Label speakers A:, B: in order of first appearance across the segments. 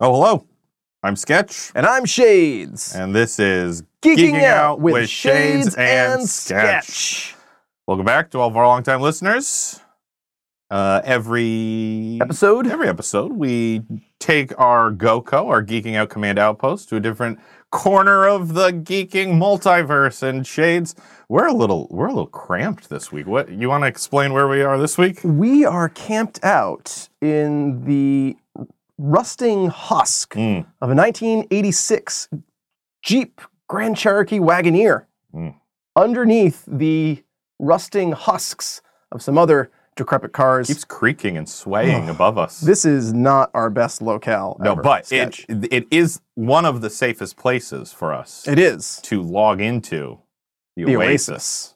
A: Oh, hello. I'm Sketch,
B: And I'm Shades.
A: and this is
B: Geeking, out with, Shades and, Sketch.
A: Welcome back to all of our longtime listeners. Uh, every
B: Episode?
A: every episode, we take our GoCo, our Geeking Out Command Outpost, to a different corner of the geeking multiverse. And Shades, we're a little we're a little cramped this week. What you want to explain where we are this week?
B: We are camped out in the rusting husk
A: Mm.
B: of a 1986 Jeep Grand Cherokee Wagoneer
A: Mm.
B: underneath the rusting husks of some other decrepit cars.
A: Keeps creaking and swaying above us.
B: this is not our best locale.
A: No,
B: ever,
A: but
B: Sketch.
A: it, it is one of the safest places for us
B: it is
A: to log into the,
B: the
A: Oasis.
B: Oasis.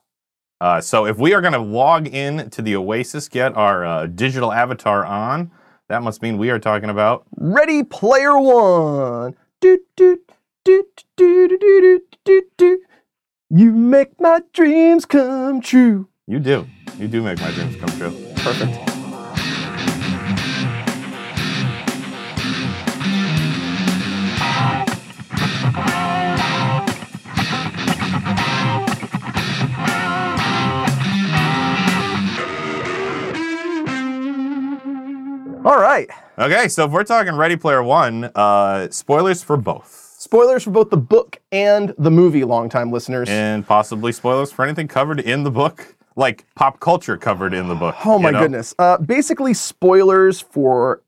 A: Uh, so if we are going to log in to the Oasis, get our uh, digital avatar on, that must mean we are talking about
B: Ready Player One. Doot, doot, doot, doot, doot, doot, doot, doot. You make my dreams come true.
A: you do. You do make my dreams come true.
B: Perfect. All right.
A: Okay, so if we're talking Ready Player One, uh, spoilers for both.
B: Spoilers for both the book and the movie, longtime listeners.
A: And possibly spoilers for anything covered in the book, like pop culture covered in the book.
B: Oh
A: you
B: my
A: know?
B: goodness. Uh, basically, spoilers for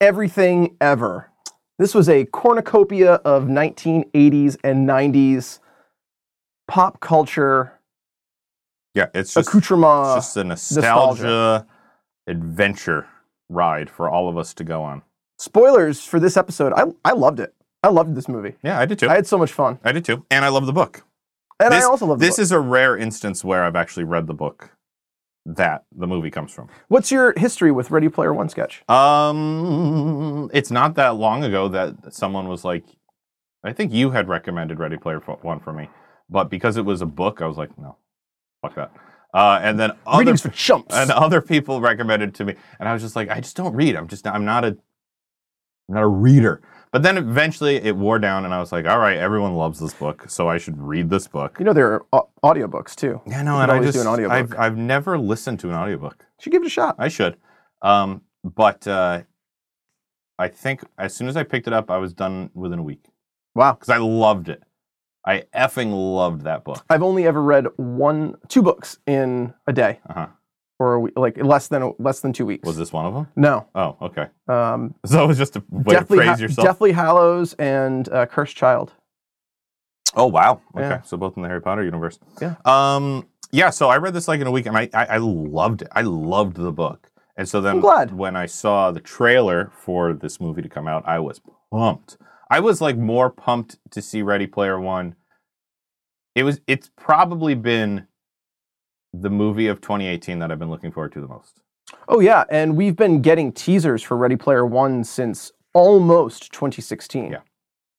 B: everything ever. This was a cornucopia of 1980s and 90s pop culture
A: Yeah, it's just It's
B: accoutrement.
A: just a nostalgia, adventure ride for all of us to go on.
B: Spoilers for this episode. I, I loved it. I loved this movie.
A: Yeah, I did too.
B: I
A: I,
B: had so much fun.
A: did too. And I love the book.
B: And
A: This-
B: I also loved
A: This
B: this.
A: is a rare instance where I've actually read the book that the movie comes from.
B: What's your history with Ready Player One sketch?
A: Um, it's not that long ago that someone was like, I think you had recommended Ready Player Fo- One for me, but because it was a book, I was like, no, fuck that. Uh, and then other
B: Readings for chumps.
A: and other people recommended to me and i was just like i just don't read i'm just i'm not a i'm not a reader but then eventually it wore down and i was like all right everyone loves this book so i should read this book
B: You know, there are au- audiobooks too.
A: yeah no
B: could
A: and i
B: always
A: just
B: do an audiobook.
A: I've, I've never listened to an audiobook
B: should give it a shot.
A: i should um but uh i think as soon as i picked it up i was done within a week
B: Wow.
A: because i loved it i effing loved that book
B: I've only ever read one, two books in a day.
A: uh-huh
B: or a week, like less than less than two weeks.
A: was this one of them
B: No,
A: oh okay
B: um,
A: so it was just a way to
B: Deathly,
A: praise
B: Ha-
A: yourself
B: Deathly Hallows and uh, Cursed Child.
A: Oh wow! Okay,
B: Yeah.
A: so both in the Harry Potter universe.
B: Yeah.
A: Um. Yeah. So I read this like in a week, and I I, I loved it. I loved the book, and so then
B: I'm glad.
A: when I saw the trailer for this movie to come out, I was pumped. I was like more pumped to see Ready Player One. It was. It's probably been the movie of 2018 that I've been looking forward to the most.
B: Oh yeah, and we've been getting teasers for Ready Player One since almost 2016.
A: Yeah.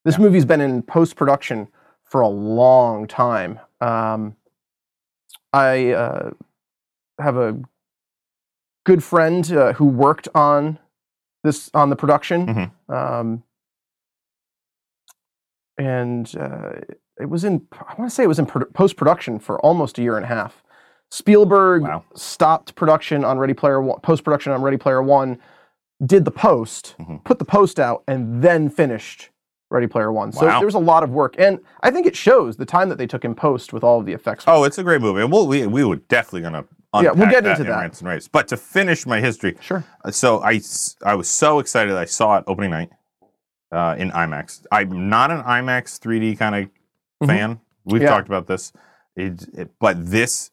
B: this movie's been in post production for a long time. Um, I uh, have a good friend uh, who worked on this on the production,
A: Mm-hmm.
B: um, and uh, it was in I want to say it was in post production for almost a year and a half. Spielberg
A: Wow.
B: stopped production on Ready Player One, post production on Ready Player One, did the post,
A: Mhm.
B: put the post out, and then finished Ready Player One. So
A: Wow.
B: there was a lot of work, and I think it shows the time that they took in post with all of the effects.
A: Oh, it's a great movie, and we'll, we we were definitely gonna.
B: Yeah, we'll
A: unpack
B: get
A: that
B: into
A: in
B: that.
A: Rants and Raves. But to finish my history,
B: sure.
A: Uh, so I, s- I was so excited I saw it opening night uh, in IMAX. I'm not an IMAX 3D kind of
B: Mhm.
A: fan. We've
B: Yeah.
A: talked about this, it, it- but this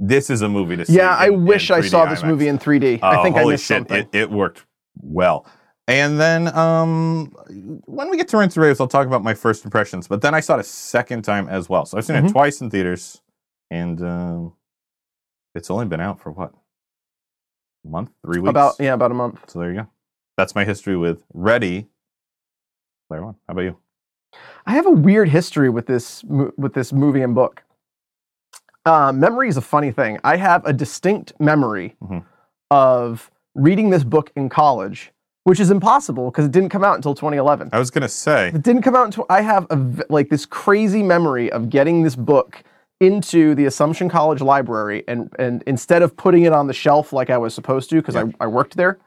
A: this is a movie to see.
B: yeah, I
A: in- in
B: wish I
A: 3D
B: saw this
A: IMAX.
B: movie in 3D. I
A: Uh,
B: think I
A: holy
B: missed
A: shit,
B: something.
A: It, it worked well. And then um, when we get to Rinse and Raves, I'll talk about my first impressions. But then I saw it a second time as well. So I've seen it
B: Mhm.
A: twice in theaters, and um, it's only been out for what a month, three weeks.
B: about yeah, about a month.
A: So there you go. That's my history with Ready Player One. How about you?
B: I have a weird history with this mo- with this movie and book. Uh, memory is a funny thing. I have a distinct memory
A: Mhm.
B: of reading this book in college, which is impossible because it didn't come out until 2011.
A: I was gonna say
B: It didn't come out until I have a v like this crazy memory of getting this book into the Assumption College library, and and instead of putting it on the shelf like I was supposed to because I, I worked there,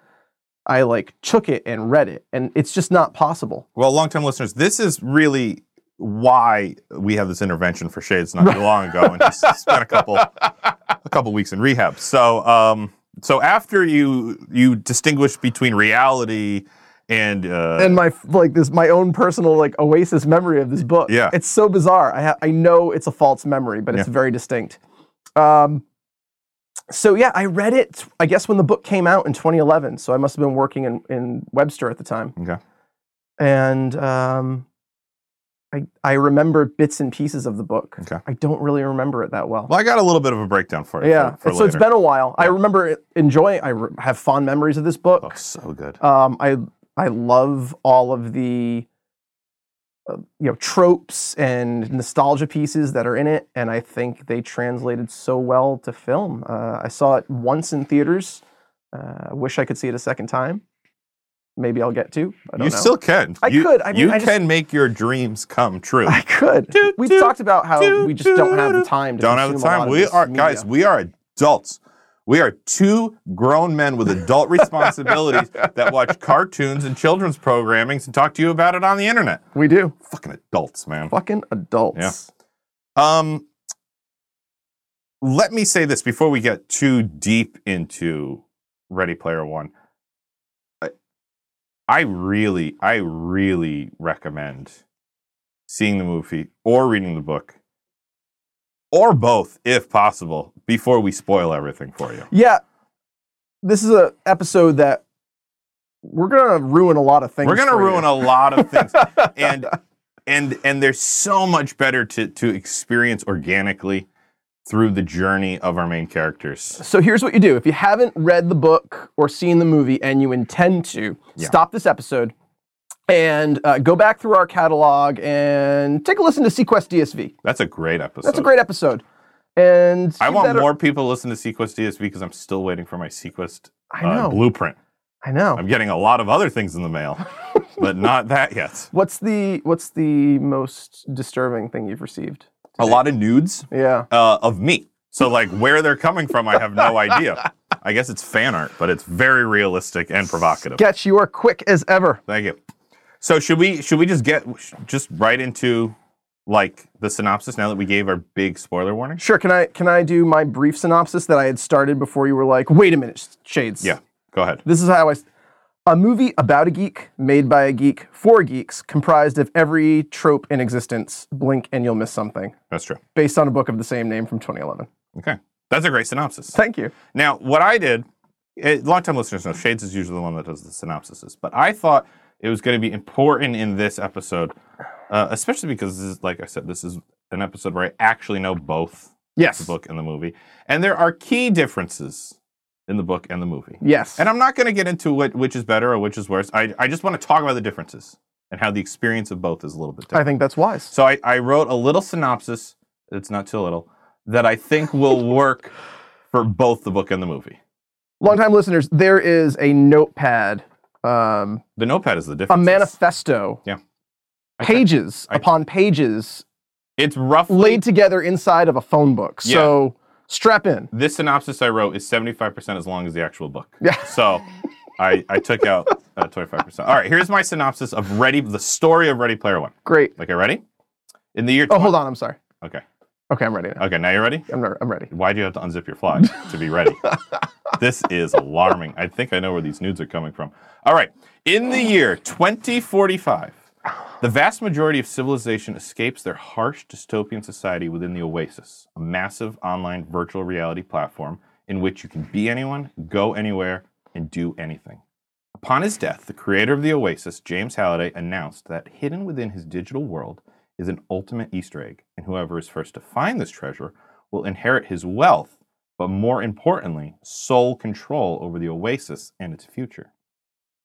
B: I like took it and read it, and it's just not possible.
A: Well, longtime listeners, this is really why we had this intervention for Shades not too long ago, and he's spent a couple a couple weeks in rehab. So, um, so after you you distinguish between reality and, uh,
B: and my f- like this my own personal like oasis memory of this book.
A: Yeah.
B: it's so bizarre. I ha- I know it's a false memory, but it's very distinct. Um, so yeah, I read it. I guess when the book came out in 2011, so I must have been working in in Webster at the time.
A: Okay.
B: and um, I I remember bits and pieces of the book.
A: Okay.
B: I don't really remember it that well.
A: well, I got a little bit of a breakdown for you.
B: yeah,
A: for, for
B: so
A: later.
B: it's been a while. I
A: Yeah.
B: remember it- enjoying. I re- have fond memories of this book.
A: oh, so good.
B: Um, I I love all of the uh, you know tropes and nostalgia pieces that are in it, and I think they translated so well to film. Uh, I saw it once in theaters. Uh, I wish I could see it a second time. Maybe I'll get to. I
A: You
B: don't know.
A: still can.
B: I
A: you,
B: could. I mean,
A: you
B: I
A: can
B: just-
A: make your dreams come true.
B: I could.
A: Toot,
B: We've
A: toot,
B: talked about how
A: toot,
B: we just don't have the
A: toot.
B: time. To
A: Don't have the
B: consume a lot
A: time.
B: of
A: We
B: this
A: are
B: media.
A: guys. We are adults. We are two grown men with adult responsibilities that watch cartoons and children's programmings and talk to you about it on the internet.
B: We do.
A: Fucking adults, man.
B: Fucking adults.
A: Um, let me say this before we get too deep into Ready Player One. I, I really, I really recommend seeing the movie or reading the book or both, if possible, before we spoil everything for you.
B: Yeah. This is a episode that we're gonna ruin a lot of things.
A: We're gonna ruin a lot of things, and and and there's so much better to to experience organically through the journey of our main characters.
B: So here's what you do: if you haven't read the book or seen the movie and you intend to,
A: Yeah.
B: stop this episode and uh, go back through our catalog and take a listen to Sequest DSV.
A: That's a great episode.
B: That's a great episode. And
A: I
B: see
A: want
B: that-
A: more people to listen to Sequest DSV because I'm still waiting for my Sequest
B: I
A: uh,
B: know.
A: blueprint.
B: I know.
A: I'm getting a lot of other things in the mail, but not that yet.
B: What's the what's the most disturbing thing you've received?
A: A lot of nudes
B: Yeah.
A: uh, of me. So, like, where they're coming from, I have no idea. I guess it's fan art, but it's very realistic and provocative.
B: Getch, you are quick as ever.
A: Thank you. So, should we should we just get just right into like the synopsis now that we gave our big spoiler warning?
B: Sure, can I can I do my brief synopsis that I had started before you were like, wait a minute, Shades.
A: Yeah, go ahead.
B: This is how I s- a movie about a geek, made by a geek, for geeks, comprised of every trope in existence. Blink and you'll miss something.
A: That's true.
B: Based on a book of the same name from 2011.
A: Okay, that's a great synopsis.
B: Thank you.
A: Now, what I did, it, long-time listeners know Shades is usually the one that does the synopsises, but I thought it was going to be important in this episode, uh, especially because, this is, like I said, this is an episode where I actually know both the
B: Yes.
A: book and the movie, and there are key differences in the book and the movie.
B: Yes.
A: And I'm not going to get into what which is better or which is worse. I, I just want to talk about the differences and how the experience of both is a little bit different.
B: I think that's wise.
A: So I, I wrote a little synopsis. It's not too little that I think will work for both the book and the movie.
B: Longtime listeners, there is a notepad um,
A: The notepad is the
B: a
A: difference.
B: manifesto.
A: Yeah. Okay.
B: Pages
A: I-
B: upon pages
A: It's roughly
B: laid together inside of a phone book.
A: Yeah.
B: So strap in.
A: this synopsis I wrote is seventy five percent as long as the actual book.
B: Yeah.
A: So I I took out twenty five percent. All right, here's my synopsis of Ready, the story of Ready Player One.
B: Great.
A: Okay, ready? In the year.
B: Oh, hold on. I'm sorry.
A: Okay.
B: Okay, I'm ready now.
A: Okay, now you ready?
B: I'm, re- I'm ready.
A: Why do you have to unzip your flag to be ready? this is alarming. I think I know where these nudes are coming from. All right. In the year 2045, the vast majority of civilization escapes their harsh dystopian society within the Oasis, a massive online virtual reality platform in which you can be anyone, go anywhere, and do anything. Upon his death, the creator of the Oasis, James Halliday, announced that hidden within his digital world is an ultimate Easter egg, and whoever is first to find this treasure will inherit his wealth, but more importantly, sole control over the Oasis and its future.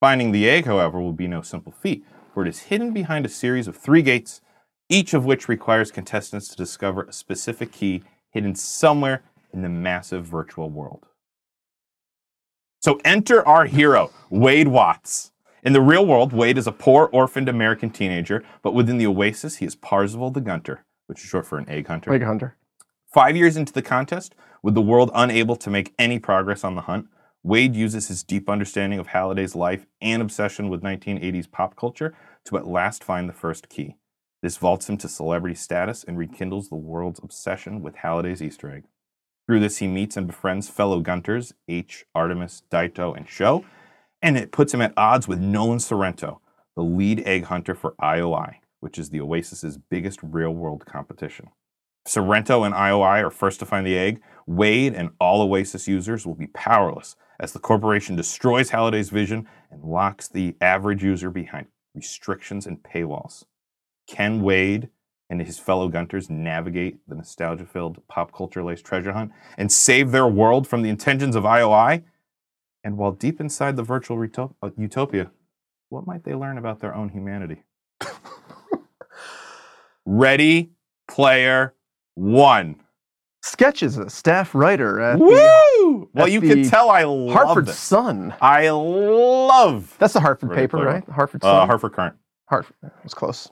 A: Finding the egg, however, will be no simple feat, for it is hidden behind a series of three gates, each of which requires contestants to discover a specific key hidden somewhere in the massive virtual world. So enter our hero, Wade Watts, In the real world, Wade is a poor orphaned American teenager, but within the Oasis, he is Parzival the Gunter, which is short for an egg hunter.
B: Egg hunter.
A: Five years into the contest, with the world unable to make any progress on the hunt, Wade uses his deep understanding of Halliday's life and obsession with 1980s pop culture to at last find the first key. This vaults him to celebrity status and rekindles the world's obsession with Halliday's Easter egg. Through this, he meets and befriends fellow Gunters, H, Artemis, Daito, and Sho, and it puts him at odds with Nolan Sorrento, the lead egg hunter for IOI, which is the Oasis's biggest real world competition. If Sorrento and IOI are first to find the egg, Wade and all Oasis users will be powerless as the corporation destroys Halliday's vision and locks the average user behind restrictions and paywalls. Can Wade and his fellow Gunters navigate the nostalgia filled pop culture laced treasure hunt and save their world from the intentions of IOI? And while deep inside the virtual reto- uh, utopia, what might they learn about their own humanity? Ready, player, one.
B: Sketch is a staff writer at the
A: Woo! Well,
B: at
A: you
B: the
A: can tell I love
B: Hartford
A: this.
B: Sun.
A: I love
B: That's the Hartford
A: Ready
B: paper,
A: Player
B: right? Hartford Sun.
A: uh, Hartford Current.
B: Hartford. That was close.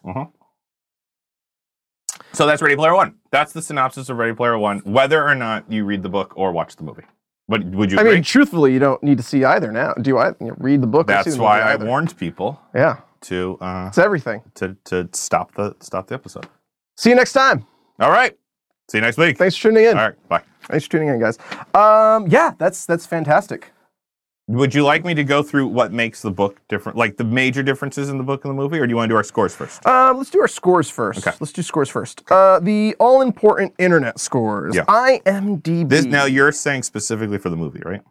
A: So that's Ready Player One. That's the synopsis of Ready Player One, whether or not you read the book or watch the movie. But would you
B: I
A: agree?
B: mean, truthfully, you don't need to see either now. Do I? You know, read the book. or see
A: that's
B: the
A: why
B: movie
A: I
B: either.
A: warned people
B: Yeah,
A: to uh,
B: it's everything.
A: to to stop the stop the episode.
B: See you next time.
A: All right. See you next week.
B: Thanks for tuning in.
A: All right. Bye.
B: Thanks for tuning in, guys. Um, yeah, that's that's fantastic.
A: Would you like me to go through what makes the book different, like the major differences in the book and the movie, or do you want to do our scores first?
B: Um, let's do our scores first.
A: Okay.
B: Let's do scores first. Uh, the all important internet scores.
A: Yeah.
B: IMDb.
A: This now you're saying specifically for the movie, right?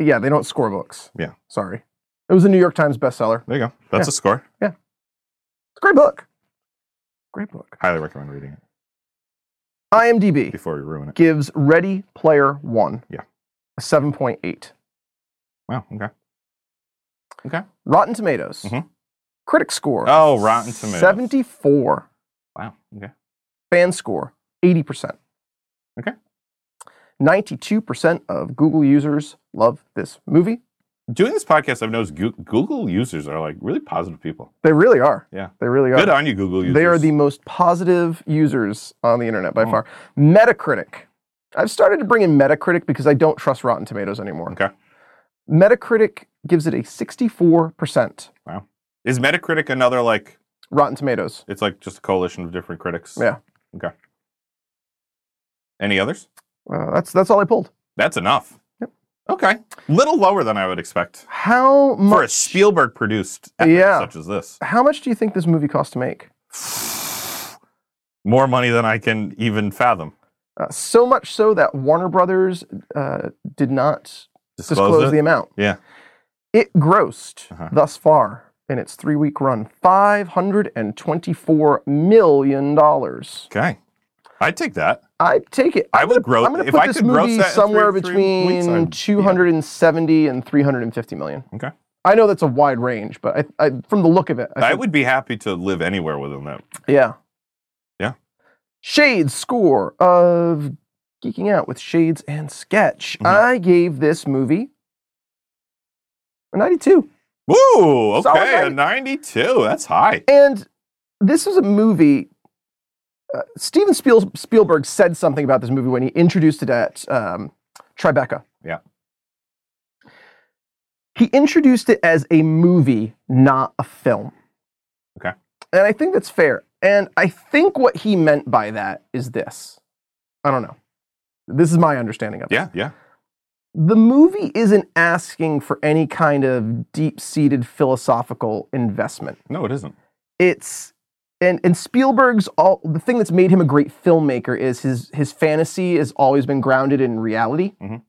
B: yeah, they don't score books.
A: Yeah.
B: Sorry. It was a New York Times bestseller.
A: There you go. That's
B: Yeah.
A: a score.
B: It's a great book. Great book.
A: Highly recommend reading it
B: IMDb
A: before we ruin it.
B: gives Ready Player One.
A: Yeah.
B: A seven point eight.
A: Wow. Okay.
B: Rotten Tomatoes.
A: Mhm.
B: Critic score.
A: Oh, Rotten Tomatoes.
B: Seventy four.
A: Wow. Okay.
B: Fan score. Eighty percent.
A: Okay.
B: Ninety-two percent of Google users love this movie.
A: Doing this podcast, I've noticed Goo- Google users are like really positive people.
B: They really are.
A: Yeah.
B: They really are.
A: Good on you, Google users.
B: They are the most positive users on the internet by
A: Hmm.
B: far. Metacritic. I've started to bring in Metacritic because I don't trust Rotten Tomatoes anymore.
A: Okay.
B: Metacritic gives it a 64%.
A: Is Metacritic another like?
B: Rotten Tomatoes.
A: It's like just a coalition of different critics.
B: Yeah.
A: Okay. Any others?
B: Uh, that's that's all I pulled.
A: That's enough.
B: Yep.
A: Okay. Little lower than I would expect
B: How
A: for a
B: much
A: Spielberg produced epic
B: Yeah.
A: such as this.
B: how much do you think this movie cost to make?
A: More money than I can even fathom.
B: Uh, so much so that Warner Brothers uh, did not disclose,
A: it?
B: the amount.
A: Yeah.
B: It grossed
A: Uh-huh.
B: thus far in its three week run $524 million.
A: okay. I'd take that.
B: I take it.
A: I would grow.
B: I'm going to
A: if
B: put
A: I
B: this
A: could gross
B: movie
A: that in
B: somewhere
A: three- three weeks, I'd
B: between
A: be-
B: 270 and 350 million.
A: Okay.
B: I know that's a wide range, but I, I from the look of it, I,
A: I
B: think-
A: would be happy to live anywhere within that.
B: yeah,
A: Yeah.
B: Shades score of geeking out with Shades and Sketch.
A: Mhm.
B: I gave this movie a 92,
A: Woo!
B: Solid
A: Okay, a
B: rate.
A: 92. That's high.
B: and this is a movie. Uh, Steven Spiel- Spielberg said something about this movie when he introduced it at um, Tribeca. he introduced it as a movie, not a film.
A: Okay.
B: And I think that's fair. And I think what he meant by that is this. I don't know. This is my understanding of it.
A: Yeah, yeah.
B: The movie isn't asking for any kind of deep seated philosophical investment.
A: No, it isn't.
B: It's and, and Spielberg's all the thing that's made him a great filmmaker is his his fantasy has always been grounded in reality.
A: Mhm.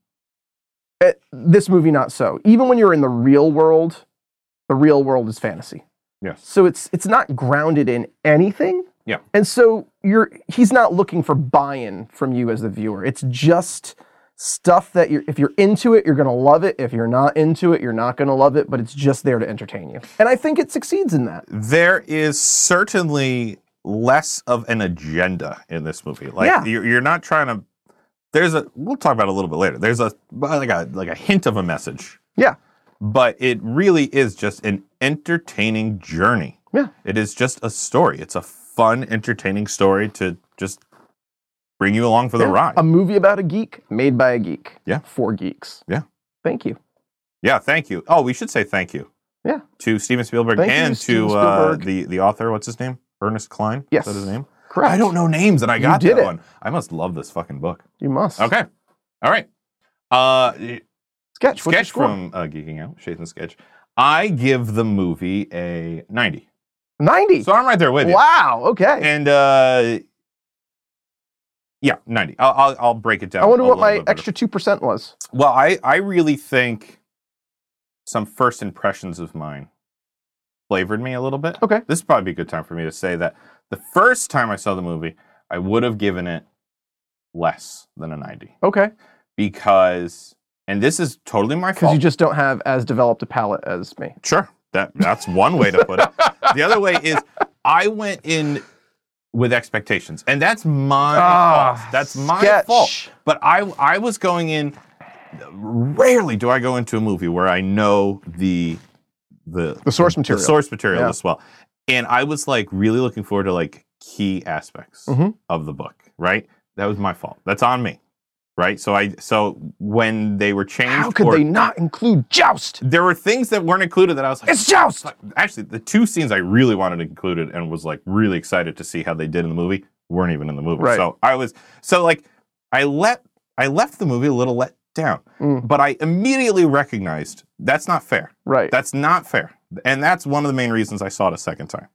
B: Eh, this movie not so. Even when you're in the real world, the real world is fantasy.
A: Yes.
B: So it's it's not grounded in anything.
A: Yeah.
B: And so you're he's not looking for buy-in from you as the viewer. It's just stuff that you're if you're into it, you're gonna love it. If you're not into it, you're not gonna love it, but it's just there to entertain you. And I think it succeeds in that.
A: There is certainly less of an agenda in this movie. Like
B: Yeah.
A: you're, you're not trying to. There's a. We'll talk about it a little bit later. There's a like a like a hint of a message.
B: Yeah.
A: But it really is just an entertaining journey.
B: Yeah.
A: It is just a story. It's a fun, entertaining story to just bring you along for the
B: Yeah. Um,
A: ride.
B: A movie about a geek made by a geek.
A: Yeah.
B: For geeks.
A: Yeah.
B: Thank you.
A: yeah, thank you. Oh, we should say thank you.
B: Yeah.
A: To Steven Spielberg
B: Thank you,
A: and
B: Steven
A: to uh,
B: Spielberg.
A: the the author, what's his name? Ernest Klein. Is
B: Yes.
A: that his name?
B: Correct.
A: I don't know names and I
B: You
A: got
B: did
A: that
B: it.
A: one. I must love this fucking book.
B: You must.
A: Okay. All right. Uh
B: Sketch. What's your
A: sketch
B: score?
A: from uh, Geeking Out, Shaythan Sketch. I give the movie a 90.
B: 90.
A: So I'm right there with you.
B: Wow. Okay.
A: And uh, yeah, 90. I'll, I'll, I'll break it down.
B: I wonder
A: a
B: what
A: little
B: my
A: bit better.
B: extra 2% was.
A: Well, I, I really think some first impressions of mine flavored me a little bit.
B: Okay.
A: This would probably be a good time for me to say that the first time I saw the movie, I would have given it less than a 90
B: Okay.
A: because, and this is totally my
B: Because
A: fault.
B: you just don't have as developed a palate as me.
A: Sure. That that's one way to put it. The other way is I went in with expectations. And that's my
B: Ah,
A: fault. That's my
B: sketch.
A: fault. But I I was going in rarely do I go into a movie where I know the the
B: The source material.
A: the source material
B: Yeah.
A: as well. And I was like really looking forward to like key aspects
B: Mhm.
A: of the book, right? That was my fault. That's on me. Right? So I so when they were changed
B: How could
A: or-
B: they not include Joust?
A: there were things that weren't included that I was like
B: It's Joust!
A: actually the two scenes I really wanted included and was like really excited to see how they did in the movie weren't even in the movie.
B: Right.
A: So I was so like I let I left the movie a little let down,
B: Mm.
A: but I immediately recognized that's not fair.
B: Right.
A: That's not fair. And that's one of the main reasons I saw it a second time.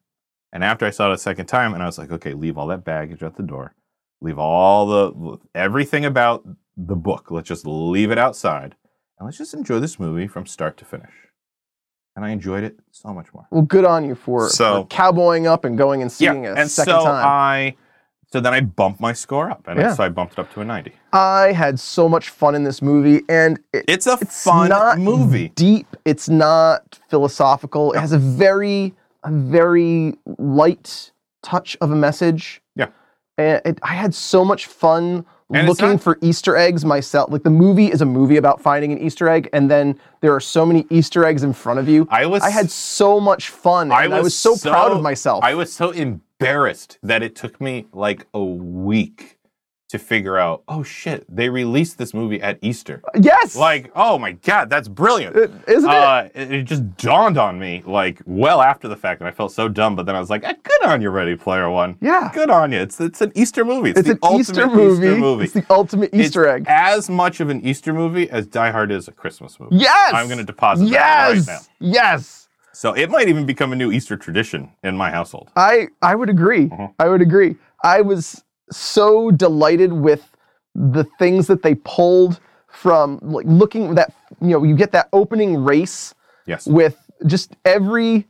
A: And after I saw it a second time, and I was like, okay, leave all that baggage at the door, leave all the everything about the book. Let's just leave it outside, and let's just enjoy this movie from start to finish. And I enjoyed it so much more.
B: Well, good on you for,
A: So-
B: for cowboying up and going and seeing it a
A: and
B: second
A: so uh,
B: time.
A: I, so then I bumped my score up, and I-
B: Yeah.
A: so I bumped it up to a ninety.
B: I had so much fun in this movie, and it,
A: It's a
B: it's
A: fun
B: not
A: movie.
B: deep. It's not philosophical. It has a very, a very light touch of a message.
A: Yeah.
B: And it, I had so much fun
A: And it's
B: looking
A: not-
B: for Easter eggs myself. Like the movie is a movie about finding an Easter egg, and then there are so many Easter eggs in front of you.
A: I was
B: I had so much fun.
A: I
B: and I
A: was
B: was so, proud
A: so-
B: of myself.
A: I was so embarrassed that it took me like a week to figure out, oh shit, they released this movie at Easter.
B: yes.
A: Like, oh my God, that's brilliant.
B: It- isn't it?
A: Uh, it, it just dawned on me like well after the fact, and I felt so dumb. But then I was like, eh, "Good on you, Ready Player One.
B: Yeah.
A: Good on you. It's it's an Easter movie. It's,
B: It's
A: the
B: an
A: ultimate
B: Easter movie. It's the ultimate
A: It's
B: Easter egg.
A: As much of an Easter movie as Die Hard is a Christmas movie.
B: Yes.
A: I'm going to deposit that right
B: Yes.
A: now.
B: Yes.
A: So it might even become a new Easter tradition in my household.
B: I I would agree.
A: Mhm.
B: I would agree. I was so delighted with the things that they pulled from like looking that you know you get that opening race
A: Yes.
B: with just every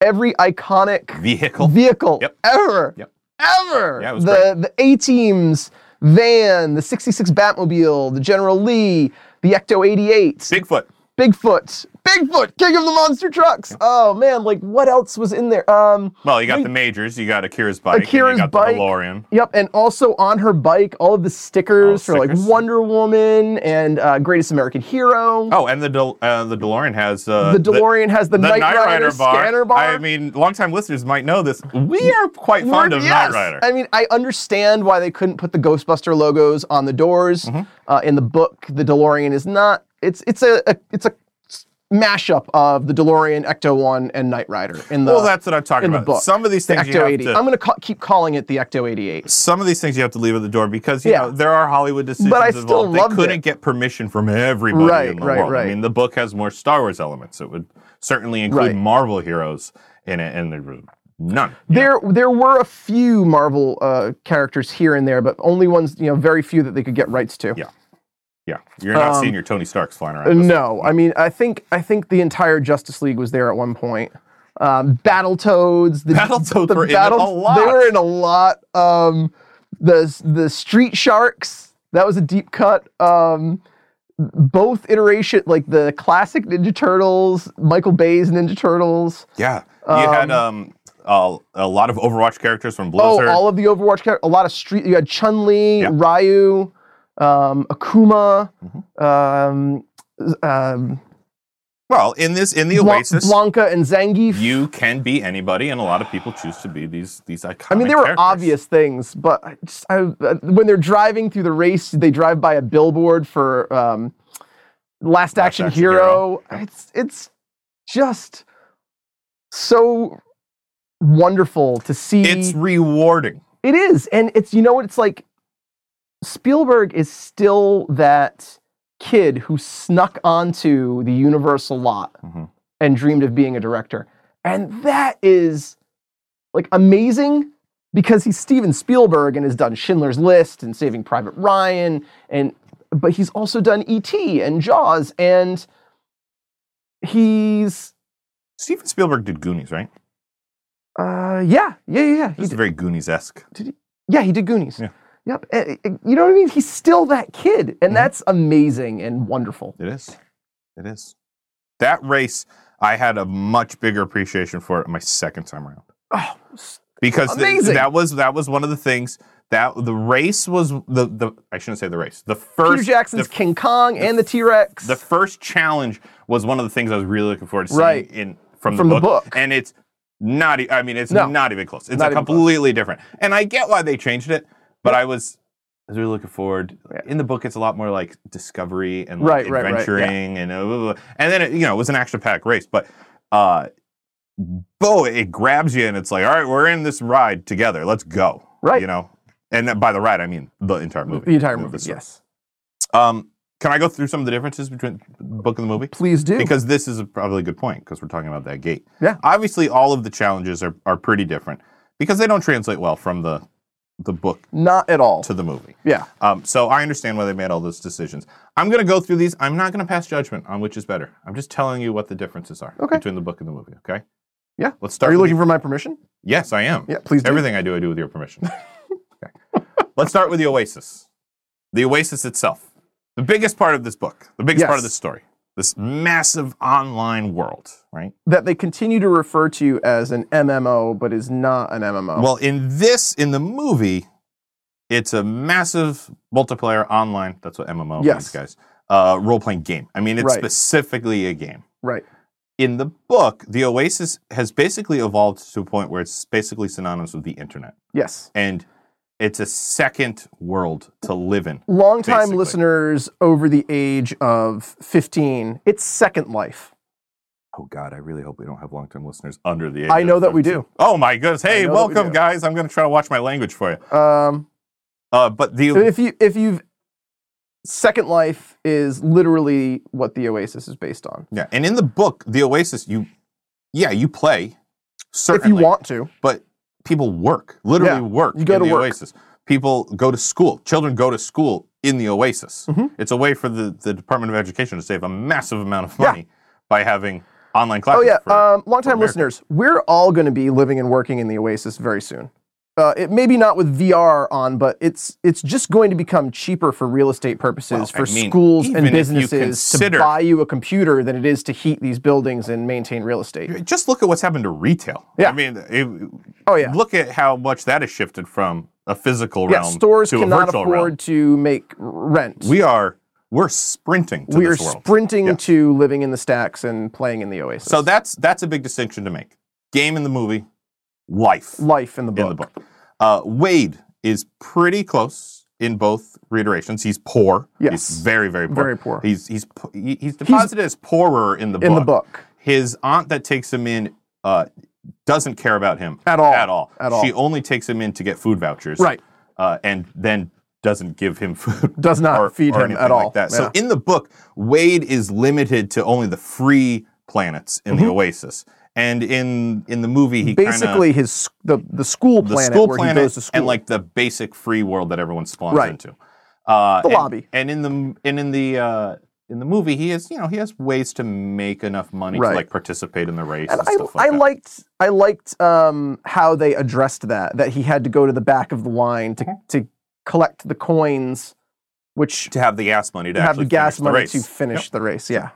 B: every iconic
A: Vehicle.
B: vehicle
A: Yep.
B: ever
A: Yep.
B: ever
A: Yeah, it was
B: the the A teams van the 66 Batmobile the General Lee the Ecto 88
A: Bigfoot.
B: Bigfoot Bigfoot King of the Monster Trucks oh man like what else was in there um
A: Well, you got
B: Wait.
A: the majors. You got Akira's bike. and
B: Akira's
A: you got
B: bike.
A: the DeLorean.
B: Yep, and also on her bike, all of the stickers
A: All
B: for
A: Oh, stickers.
B: like Wonder Woman and uh, Greatest American Hero.
A: Oh, and the De- uh, the DeLorean has uh,
B: the DeLorean has the,
A: the
B: Knight, Rider,
A: bar.
B: scanner bar.
A: I mean, longtime listeners might know this. We are quite fond
B: We're-
A: of
B: yes!
A: Knight Rider.
B: I mean, I understand why they couldn't put the Ghostbuster logos on the doors.
A: Mm-hmm.
B: Uh, in the book, the DeLorean is not. It's it's a, a it's a mashup of the DeLorean, Ecto One, and Knight Rider in the
A: well, that's what I'm talking
B: uh, in the
A: about.
B: book,
A: Some of these
B: the
A: things you
B: Ecto
A: have
B: eighty.
A: to.
B: I'm going to ca- keep calling it the Ecto eighty eight.
A: some of these things you have to leave at the door because you
B: Yeah.
A: know there are Hollywood decisions
B: But I still
A: involved.
B: loved
A: they couldn't
B: it.
A: get permission from everybody
B: Right,
A: in the
B: right,
A: world.
B: right.
A: I mean, the book has more Star Wars elements. It would certainly include
B: Right.
A: Marvel heroes in it, and there were none. you know?
B: There, there were a few Marvel uh, characters here and there, but only ones, you know, very few that they could get rights to.
A: Yeah. Yeah, you're not
B: Um,
A: seeing your Tony Starks flying around.
B: Uh,
A: this
B: No, I mean, I think, I think the entire Justice League was there at one point. Um, Battletoads, the
A: Battletoads
B: the
A: were in
B: battle-
A: a lot.
B: They were in a lot. Um, the the Street Sharks, that was a deep cut. Um, both iteration, like the classic Ninja Turtles, Michael Bay's Ninja Turtles.
A: Yeah, you had um a, a lot of Overwatch characters from
B: Oh,
A: Blizzard.
B: all of the Overwatch characters. A lot of street. You had Chun Li,
A: Yeah.
B: Ryu,
A: Mm-hmm.
B: um, Akuma, um, um,
A: Well, in this in the
B: Bla-
A: Oasis,
B: Blanca and Zangief.
A: you can be anybody, and a lot of people choose to be these these iconic.
B: I mean, they were
A: characters.
B: obvious things, but I just, I, uh, when they're driving through the race, they drive by a billboard for um, Last, Action,
A: Action
B: Hero. It's it's just so wonderful to see.
A: It's rewarding.
B: It is, and it's you know what it's like. Spielberg is still that kid who snuck onto the Universal lot
A: Mhm.
B: and dreamed of being a director, and that is like amazing because he's Steven Spielberg and has done Schindler's List and Saving Private Ryan, and but he's also done E.T. and Jaws, and he's
A: Steven Spielberg did Goonies, right?
B: uh, yeah, yeah, yeah, yeah. He
A: This is very Goonies esque.
B: Yeah, he did Goonies.
A: Yeah.
B: Yep. Eh, eh, You know what I mean? He's still that kid, and
A: Mhm.
B: that's amazing and wonderful.
A: It is. It is. That race, I had a much bigger appreciation for it my second time around
B: Oh, s-
A: because th-
B: Amazing.
A: that was that was one of the things that the race was the the I shouldn't say the race the first
B: Peter Jackson's
A: the,
B: King Kong and the T Rex.
A: the first challenge was one of the things I was really looking forward to seeing
B: Right.
A: in from,
B: From
A: the,
B: the
A: book.
B: book.
A: and it's not e- I mean it's
B: No.
A: not even close it's a
B: Not even close.
A: completely different and I get why they changed it but I was I was really looking forward
B: Yeah.
A: in the book it's a lot more like discovery and like
B: Right, right, right, yeah.
A: adventuring and uh, blah, blah, blah. and then it, you know it was an action packed race but uh bo it grabs you and it's like all right we're in this ride together let's go
B: Right.
A: you know and that- by the ride I mean the entire movie
B: the entire movie.
A: story.
B: Yes.
A: um can I go through some of the differences between the book and the movie
B: Please do.
A: because this is a probably a good point because we're talking about that gate.
B: Yeah.
A: Obviously, all of the challenges are, are pretty different because they don't translate well from the the book
B: Not at all.
A: to the movie.
B: yeah.
A: Um, so I understand why they made all those decisions. I'm going to go through these. I'm not going to pass judgment on which is better. I'm just telling you what the differences are
B: Okay.
A: between the book and the movie. Okay.
B: Yeah.
A: Let's start.
B: Are you
A: with
B: looking for my permission?
A: the- yes, I am.
B: Yeah, please do.
A: Everything I do, I do with your permission. okay. Let's start with the Oasis. The Oasis itself. The biggest part of this book, the biggest
B: Yes.
A: part of this story, this massive online world, right?
B: That they continue to refer to as an MMO, but is not an MMO.
A: Well, in this, in the movie, it's a massive multiplayer online. That's what MMO
B: Yes.
A: means, guys. Uh, Role playing game. I mean, it's
B: Right.
A: specifically a game.
B: right.
A: In the book, the Oasis has basically evolved to a point where it's basically synonymous with the internet.
B: Yes.
A: And it's a second world to live in.
B: Longtime
A: Basically.
B: listeners over the age of 15, it's Second Life.
A: Oh God, I really hope we don't have long-term listeners under the age.
B: I know
A: of
B: that we
A: 17.
B: do.
A: Oh my goodness! Hey,
B: know that we
A: welcome,
B: do.
A: guys. I'm going to try to watch my language for you.
B: Um,
A: Uh, but the
B: So if you if you've Second Life is literally what the Oasis is based on.
A: yeah, and in the book, the Oasis, you, yeah, you play.
B: If you
A: Certainly,
B: want to,
A: but people work, literally
B: Yeah,
A: work
B: you go
A: in
B: to
A: the
B: work.
A: Oasis. People go to school. Children go to school in the Oasis.
B: Mhm.
A: It's a way for the, the Department of Education to save a massive amount of
B: Yeah.
A: money by having online
B: oh
A: classes.
B: yeah,
A: for-
B: um, longtime
A: America.
B: listeners, we're all going to be living and working in the Oasis very soon. Uh, it maybe not with VR on, but it's it's just going to become cheaper for real estate purposes
A: Well, I
B: for
A: mean,
B: schools
A: even
B: and
A: if you
B: businesses
A: consider-
B: to buy you a computer than it is to heat these buildings and maintain real estate.
A: just look at what's happened to retail.
B: uh, Yeah.
A: I mean, it,
B: Oh yeah,
A: Look at how much that has shifted from a physical
B: yeah.
A: realm
B: Stores
A: to a
B: cannot
A: virtual
B: afford
A: realm.
B: to make rent.
A: We are we're sprinting to
B: we are
A: this world.
B: sprinting
A: Yeah.
B: to living in the stacks and playing in the Oasis.
A: so that's that's a big distinction to make. Game in the movie, life
B: life in the book.
A: in the book. Uh, Wade is pretty close in both reiterations. He's poor.
B: Yes.
A: He's very very poor.
B: Very poor.
A: He's he's po- he- he's deposited as poorer in the
B: in
A: book.
B: the book
A: His aunt that takes him in uh, doesn't care about him
B: at all.
A: at all.
B: At all.
A: She only takes him in to get food vouchers.
B: Right.
A: uh, and then doesn't give him food
B: Does not
A: or,
B: feed
A: or
B: him
A: anything
B: at all.
A: like that.
B: Yeah.
A: So in the book, Wade is limited to only the free planets in the Oasis, and in in the movie, he kinda-
B: Mm-hmm. basically his the the school
A: the
B: planet
A: school
B: where
A: planet
B: he goes to school.
A: and like the basic free world that everyone spawns
B: Right.
A: into. Uh,
B: The
A: and-
B: lobby.
A: and in the and in the. Uh, in the movie, he has you know he has ways to make enough money to
B: Right.
A: like participate in the race and,
B: and I,
A: stuff like
B: I
A: that.
B: liked I liked um, how they addressed that that he had to go to the back of the line to to collect the coins, which
A: Mm-hmm. to have the gas money to
B: have
A: actually
B: the gas
A: finish
B: money
A: race.
B: to finish the race. Yeah,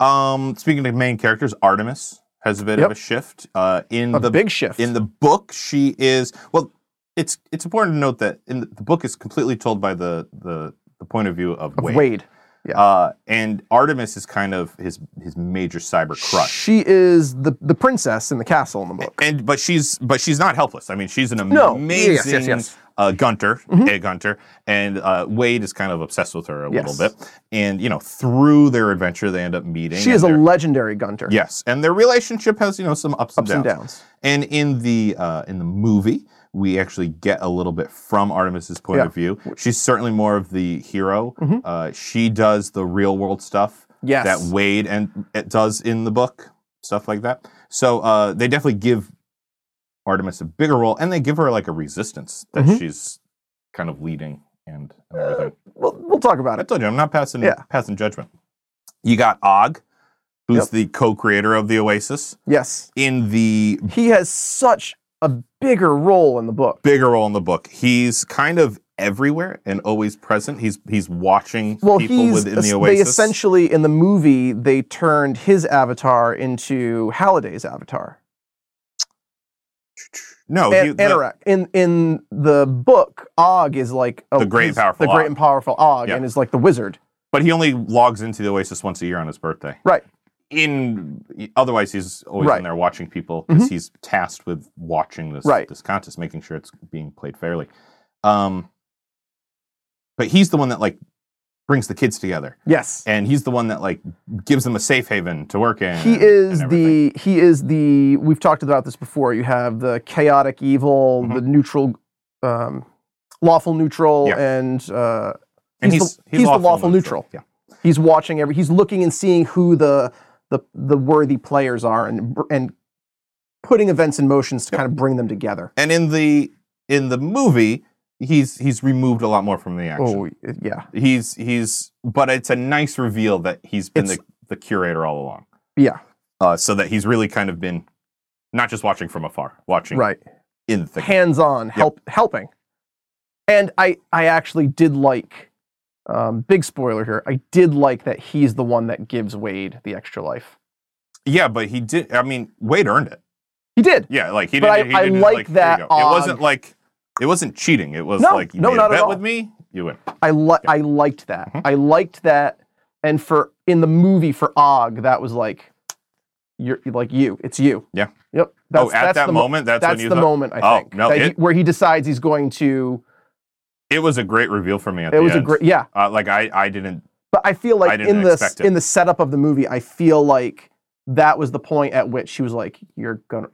A: Um, speaking of main characters, Artemis has a bit
B: Yep.
A: of a shift. Uh, in
B: a
A: the
B: big shift.
A: in the book, she is well. It's it's important to note that in the, the book is completely told by the the, the point of view of
B: of
A: Wade.
B: Wade. Yeah.
A: Uh, and Artemis is kind of his his major cyber crush.
B: She is the the princess in the castle in the book.
A: and but she's but she's not helpless. I mean, she's an amazing
B: No. Yes, yes, yes. Mm-hmm.
A: Uh, Gunter, Egg Hunter, and uh, Wade is kind of obsessed with her a
B: Yes.
A: little bit. And you know, through their adventure, they end up meeting.
B: She
A: and
B: is a
A: their-
B: legendary Gunter.
A: yes, and their relationship has you know some ups,
B: Ups and downs.
A: And in the uh, in the movie, we actually get a little bit from Artemis's point
B: Yeah. Mm-hmm.
A: of view. She's certainly more of the hero. Uh, she does the real world stuff
B: Yes.
A: that Wade and it does in the book, stuff like that. So uh, they definitely give Artemis a bigger role, and they give her like a resistance that
B: Mhm.
A: she's kind of leading and, and everything.
B: We'll, we'll talk about
A: I
B: it.
A: told you, I'm not passing
B: Yeah.
A: passing judgment. You got Og, who's
B: Yep.
A: the co-creator of the Oasis
B: Yes.
A: in the
B: He has such a bigger role in the book.
A: bigger role in the book. He's kind of everywhere and always present. He's he's watching
B: Well,
A: people
B: he's
A: within the
B: they
A: Oasis.
B: essentially in the movie they turned his avatar into Halliday's avatar.
A: no,
B: An-
A: Oh, he- the-
B: Anorak. In in the book, Og is like a,
A: The great and
B: he's
A: powerful
B: the great
A: Og.
B: and powerful Og,
A: Yeah.
B: and is like the wizard.
A: but he only logs into the Oasis once a year on his birthday.
B: Right.
A: In otherwise, he's always
B: Right. Mm-hmm.
A: in there watching people because he's tasked with watching this
B: Right.
A: this contest, making sure it's being played fairly. Um, but he's the one that like brings the kids together,
B: Yes.
A: and he's the one that like gives them a safe haven to work in.
B: He
A: and-
B: is
A: and everything.
B: the he is the we've talked about this before. You have the chaotic evil,
A: Mm-hmm.
B: the neutral, um, lawful neutral,
A: Yeah.
B: and uh,
A: and
B: he's
A: he's,
B: the- he's the lawful neutral.
A: Yeah.
B: he's watching every. He's looking and seeing who the the the worthy players are, and br- and putting events in motions to kind of bring them together.
A: and in the in the movie he's he's removed a lot more from the action
B: Oh yeah,
A: he's he's but it's a nice reveal that he's been the,
B: It's-
A: the curator all along
B: yeah,
A: uh, so that he's really kind of been not just watching from afar watching
B: right.
A: in the thing.
B: hands on, help helping. And I I actually did like um, big spoiler here. I did like that he's the one that gives Wade the extra life.
A: yeah but he did i mean wade earned it
B: He did.
A: yeah like he
B: But
A: didn't,
B: I-
A: he
B: I
A: didn't just,
B: like
A: here you
B: that
A: go. it
B: on-
A: wasn't like it wasn't cheating it was
B: No,
A: like you
B: no,
A: made
B: not
A: a
B: at
A: bet
B: all.
A: with me you win
B: I li- I liked that.
A: Mhm.
B: I liked that. And for in the movie for Og, that was like you're like you. It's you.
A: Yeah.
B: Yep.
A: oh at that
B: the mo-
A: moment that's,
B: that's
A: when you
B: the
A: thought,
B: moment I
A: Oh,
B: think
A: no,
B: that he-
A: it-
B: where he decides he's going to.
A: it was a great reveal for me at
B: It
A: the
B: was
A: end.
B: a great yeah.
A: uh, like i i didn't
B: But I feel
A: I
B: like
A: didn't
B: in the
A: expect it.
B: in the setup of the movie, I feel like that was the point at which she was like, "You're gonna,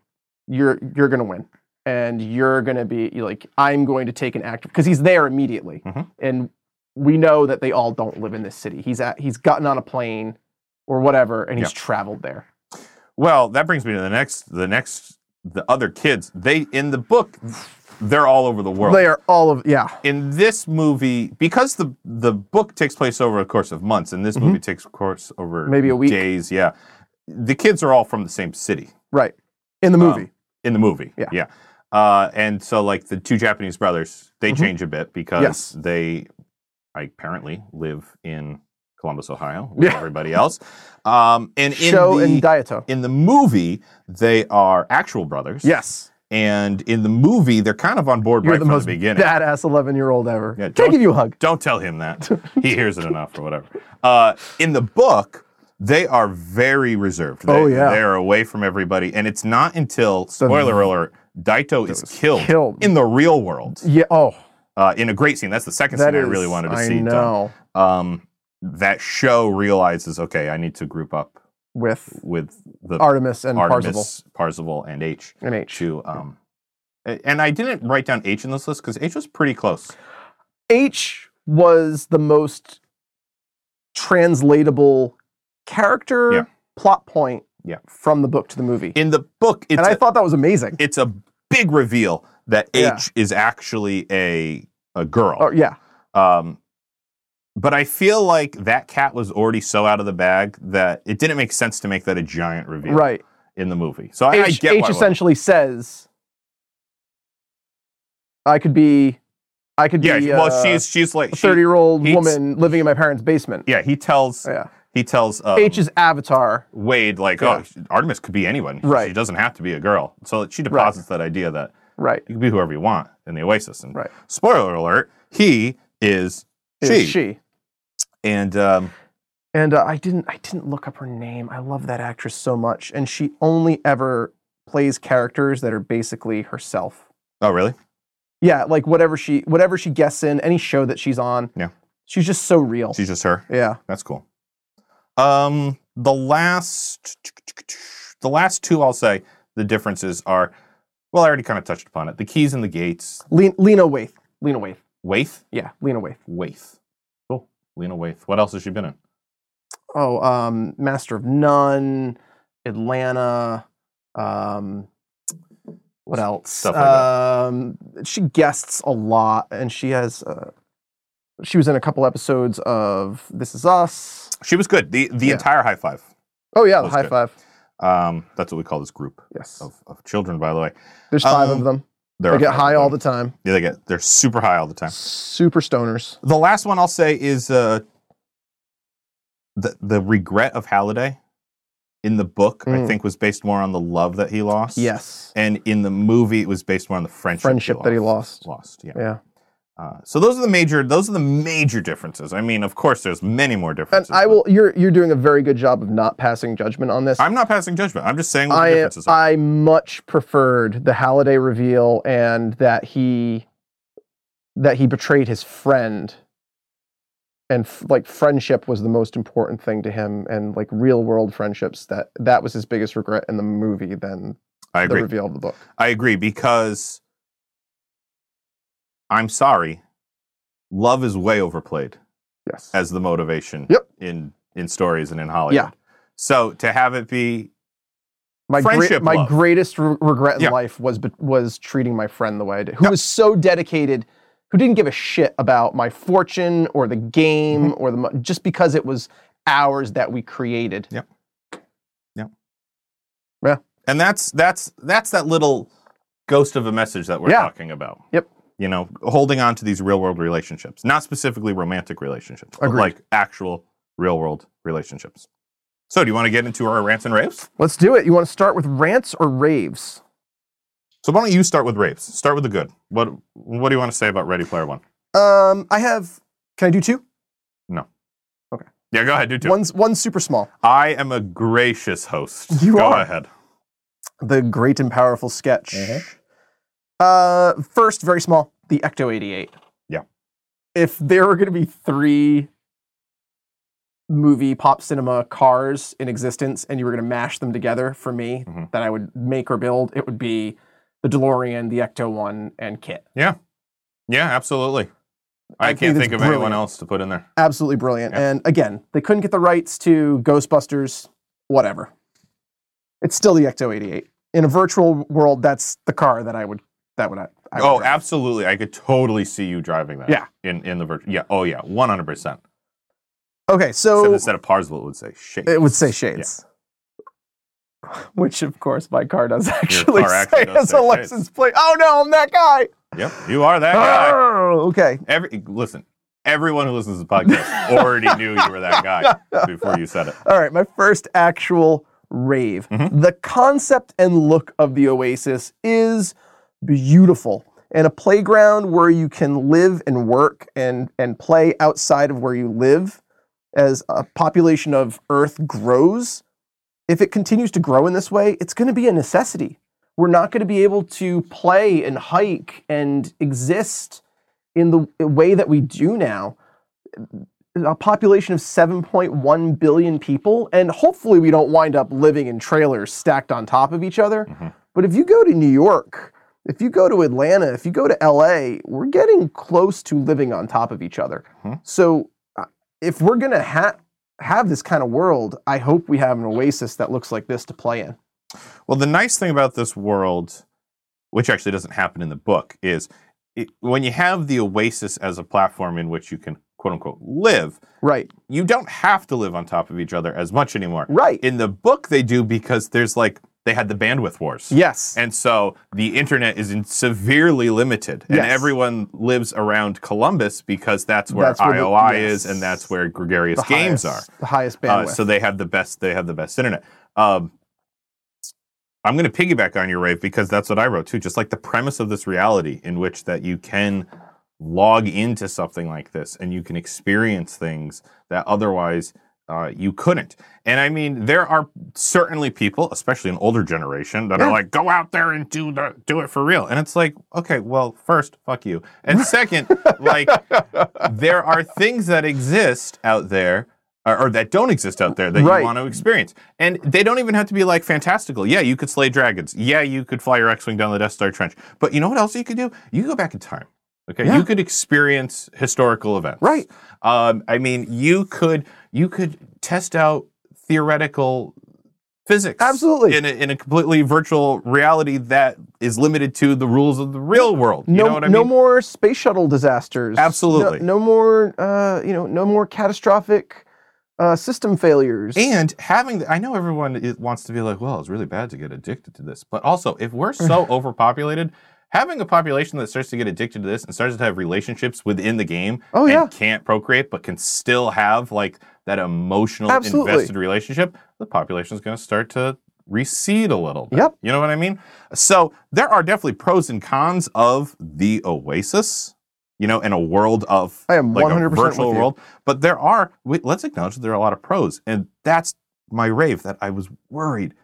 B: you're you're gonna win, and you're gonna be you're like, I'm going to take an active because he's there immediately,
A: Mhm.
B: and we know that they all don't live in this city. He's at he's gotten on a plane or whatever, and he's traveled there.
A: Well, that brings me to the next the next the other kids. They in the book they're all over the world.
B: They are all of yeah,
A: in this movie, because the the book takes place over a course of months, and this movie takes course over
B: Mm-hmm. Maybe a week.
A: days. Yeah, the kids are all from the same city
B: right in
A: Um,
B: the movie.
A: in the movie.
B: Yeah.
A: yeah. Uh, and so, like the two Japanese brothers, they
B: Mhm.
A: change a bit because
B: Yes.
A: they like, apparently live in Columbus, Ohio, with
B: Yeah.
A: everybody else. Um, and in
B: Show
A: the,
B: and Diato.
A: in the movie, they are actual brothers.
B: Yes,
A: And in the movie, they're kind of on board
B: you're
A: right
B: the
A: from
B: most
A: the beginning.
B: badass eleven year old ever.
A: Yeah,
B: Can I
A: don't-
B: give you a hug?
A: Don't tell him that. he hears it enough or whatever. Uh, in the book, they are very reserved. They,
B: Oh, yeah.
A: They're away from everybody. And it's not until,
B: So-
A: spoiler alert, Daito is killed,
B: Killed.
A: in the real world
B: yeah. Oh,
A: uh, in a great scene. That's the second
B: that
A: scene
B: is.
A: I really wanted to
B: I
A: see. done.
B: know.
A: Um, that show realizes, okay, I need to group up
B: With
A: with the
B: Artemis and Parzival
A: Artemis, Parzival, and H.
B: and H.
A: to um a- and I didn't write down H in this list because H was pretty close.
B: H was the most translatable character
A: Yeah.
B: plot point
A: Yeah.
B: from the book to the movie.
A: In the book, it's
B: and I
A: a-
B: thought that was amazing.
A: it's a big reveal that H
B: Yeah.
A: is actually a a girl.
B: Oh, yeah.
A: Um but I feel like that cat was already so out of the bag that it didn't make sense to make that a giant reveal
B: Right.
A: in the movie. So I, I
B: H,
A: get
B: H
A: why. it was-
B: essentially says I could be I could
A: yeah,
B: be
A: well,
B: uh,
A: she's she's like
B: a
A: she,
B: 30-year-old
A: he's-
B: woman living in my parents' basement.
A: yeah. He tells
B: Yeah.
A: he tells um,
B: H is avatar.
A: Wade like,
B: Yeah.
A: oh, Artemis could be anyone.
B: Right.
A: She doesn't have to be a girl. So she deposits that idea that
B: Right.
A: You can be whoever you want in the Oasis. And
B: Right.
A: spoiler alert, he is she.
B: Is she.
A: and um,
B: and uh, I didn't I didn't look up her name. I love that actress so much, and she only ever plays characters that are basically herself.
A: oh really?
B: Yeah, like whatever she whatever she guests in any show that she's on.
A: Yeah.
B: she's just so real.
A: She's just her.
B: yeah,
A: That's cool. Um, the last, the last two, I'll say the differences are. Well, I already kind of touched upon it. The keys and the gates.
B: Le- Lena Waithe. Lena Waithe.
A: Waith,
B: Yeah, Lena Waithe.
A: Waith. Cool. Lena Waith. What else has she been in?
B: Oh, um, Master of None, Atlanta. Um, what else?
A: Stuff like
B: um, She guests a lot, and she has. Uh, she was in a couple episodes of This Is Us.
A: She was good. The the
B: Yeah.
A: entire high five.
B: Oh yeah, the
A: Was
B: high
A: good.
B: five.
A: Um, that's what we call this group
B: Yes,
A: of, of children. By the way,
B: there's five
A: um,
B: of them.
A: They're
B: They get high all the time.
A: Yeah, they get. They're super high all the time.
B: Super stoners.
A: The last one I'll say is uh, the the regret of Halliday in the book. I
B: Mm.
A: think was based more on the love that he lost.
B: Yes,
A: and in the movie it was based more on the friendship
B: friendship that he lost.
A: lost yeah
B: Yeah,
A: uh, so those are the major those are the major differences i mean of course there's many more
B: and
A: differences
B: I
A: but
B: will. You're you're doing a very good job of not passing judgment on this.
A: i'm not passing judgment i'm just saying what the
B: I
A: differences are
B: I much preferred the Halliday reveal and that he that he betrayed his friend and f- like friendship was the most important thing to him and like real world friendships that that was his biggest regret in the movie than
A: i
B: the
A: agree
B: reveal of the book.
A: i agree because i'm sorry love is way overplayed
B: Yes.
A: as the motivation
B: Yep.
A: in in stories and in hollywood
B: Yeah.
A: so to have it be
B: my gre-
A: friendship
B: my
A: love.
B: greatest re- regret in
A: Yeah.
B: life was be- was treating my friend the way I did, who was so dedicated, who didn't give a shit about my fortune or the game or the mo- just because it was ours that we created.
A: and that's that's that's that little ghost of a message that we're
B: Yeah.
A: talking about
B: Yep.
A: you know holding on to these real world relationships not specifically romantic relationships but
B: Agreed.
A: like actual real world relationships so do you want to get into our rants and raves
B: Let's do it. You want to start with rants or raves?
A: so why don't you start with raves start with the good what what do you want to say about ready player one
B: Um, I have. Can I do two?
A: yeah go ahead do two
B: One's one super small.
A: i am a gracious host
B: You
A: go
B: are.
A: ahead
B: The great and powerful sketch.
A: Mhm.
B: Uh, first, very small. The Ecto eighty eight.
A: Yeah.
B: If there were going to be three movie pop cinema cars in existence, and you were going to mash them together for me,
A: Mhm.
B: that I would make or build, it would be the DeLorean, the Ecto one, and Kit.
A: yeah absolutely i,
B: I think
A: can't
B: that's
A: think of anyone
B: brilliant.
A: else to put in there
B: Absolutely brilliant.
A: Yeah.
B: And again, they couldn't get the rights to Ghostbusters, whatever. It's still the Ecto 88. In a virtual world, that's the car that I would that would I, I would
A: oh,
B: drive.
A: absolutely. I could totally see you driving that.
B: Yeah.
A: In in the virtual. Yeah. Oh, yeah. One hundred percent.
B: Okay,
A: Except
B: so
A: instead of Parsable, it would say shake.
B: it would say shades. Which of course my car does actually
A: car
B: say
A: actually does
B: as
A: say
B: a
A: Shades.
B: license plate. Oh no, I'm that guy.
A: Yep. You are that guy.
B: Arr, okay.
A: Every listen. Everyone who listens to the podcast already knew you were that guy before you said it.
B: All right, my first actual rave.
A: Mhm.
B: The concept and look of the Oasis is beautiful. And a playground where you can live and work and, and play outside of where you live as a population of Earth grows. If it continues to grow in this way, it's going to be a necessity. We're not going to be able to play and hike and exist in the way that we do now a population of 7.1 billion people, and hopefully we don't wind up living in trailers stacked on top of each other.
A: Mhm.
B: But if you go to New York, if you go to Atlanta, if you go to LA, we're getting close to living on top of each other.
A: Mhm.
B: So uh, if we're gonna ha- have this kind of world, I hope we have an oasis that looks like this to play in.
A: Well, the nice thing about this world, which actually doesn't happen in the book, is it, when you have the Oasis as a platform in which you can quote unquote live,
B: Right,
A: you don't have to live on top of each other as much anymore.
B: right.
A: In the book, they do because there's like they had the bandwidth wars.
B: yes.
A: And so the internet is in severely limited, and
B: Yes.
A: everyone lives around Columbus because that's where
B: That's where the-
A: IOI is,
B: yes.
A: and that's where gregarious games
B: highest,
A: are.
B: The highest
A: Uh,
B: bandwidth.
A: so they have the best. They have the best internet. Um, I'm going to piggyback on your rave because that's what I wrote too. Just like the premise of this reality in which that you can log into something like this and you can experience things that otherwise uh, you couldn't. And I mean, there are certainly people, especially an older generation, that
B: Yeah.
A: are like, go out there and do the, do it for real. And it's like, okay, well, first, fuck you, and second, like, there are things that exist out there. Or, or that don't exist out there that
B: Right.
A: you want to experience, and they don't even have to be like fantastical. Yeah, you could slay dragons. Yeah, you could fly your X-wing down the Death Star trench. But you know what else you could do? You could go back in time. Okay,
B: Yeah.
A: you could experience historical events.
B: Right.
A: Um, I mean, you could you could test out theoretical physics
B: Absolutely.
A: in a, in a completely virtual reality that is limited to the rules of the real world. you
B: no,
A: know what I
B: no
A: mean?
B: more space shuttle disasters.
A: Absolutely.
B: No, no more, uh, you know, no more catastrophic uh, system failures.
A: and having, the, I know everyone is, wants to be like, well, it's really bad to get addicted to this, but also if we're so overpopulated, having a population that starts to get addicted to this and starts to have relationships within the game
B: oh yeah,
A: and can't procreate but can still have like that emotional
B: Absolutely.
A: invested relationship, the population is going to start to recede a little bit.
B: Yep.
A: You know what I mean? So there are definitely pros and cons of the Oasis, you know, in a world of
B: I am
A: like
B: one hundred
A: a
B: percent
A: virtual
B: with you.
A: world. But there are, we, let's acknowledge that there are a lot of pros. And that's my rave that I was worried.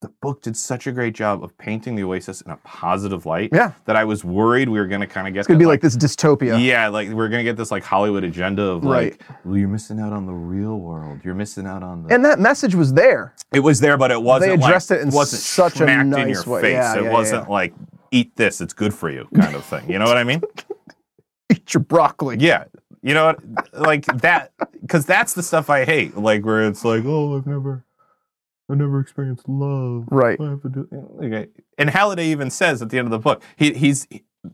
A: The book did such a great job of painting the Oasis in a positive light
B: Yeah,
A: that I was worried we were going to kind of get
B: it's gonna
A: that,
B: be like this dystopia.
A: yeah, like we're gonna get this like Hollywood agenda of
B: Right.
A: like well, you're missing out on the real world. You're missing out on the.
B: And that message was there.
A: it was there, but it wasn't.
B: They addressed
A: like,
B: it in
A: wasn't
B: such a
A: smacked in your
B: nice way.
A: face.
B: Yeah,
A: it
B: yeah,
A: wasn't like eat this, it's good for you, kind of thing. You know what I mean?
B: Eat your broccoli.
A: Yeah, you know what, like that, because that's the stuff I hate. Like where it's like, oh, I've never, I've never experienced love.
B: Right.
A: I have to do. Okay. And Halliday even says at the end of the book, he, he's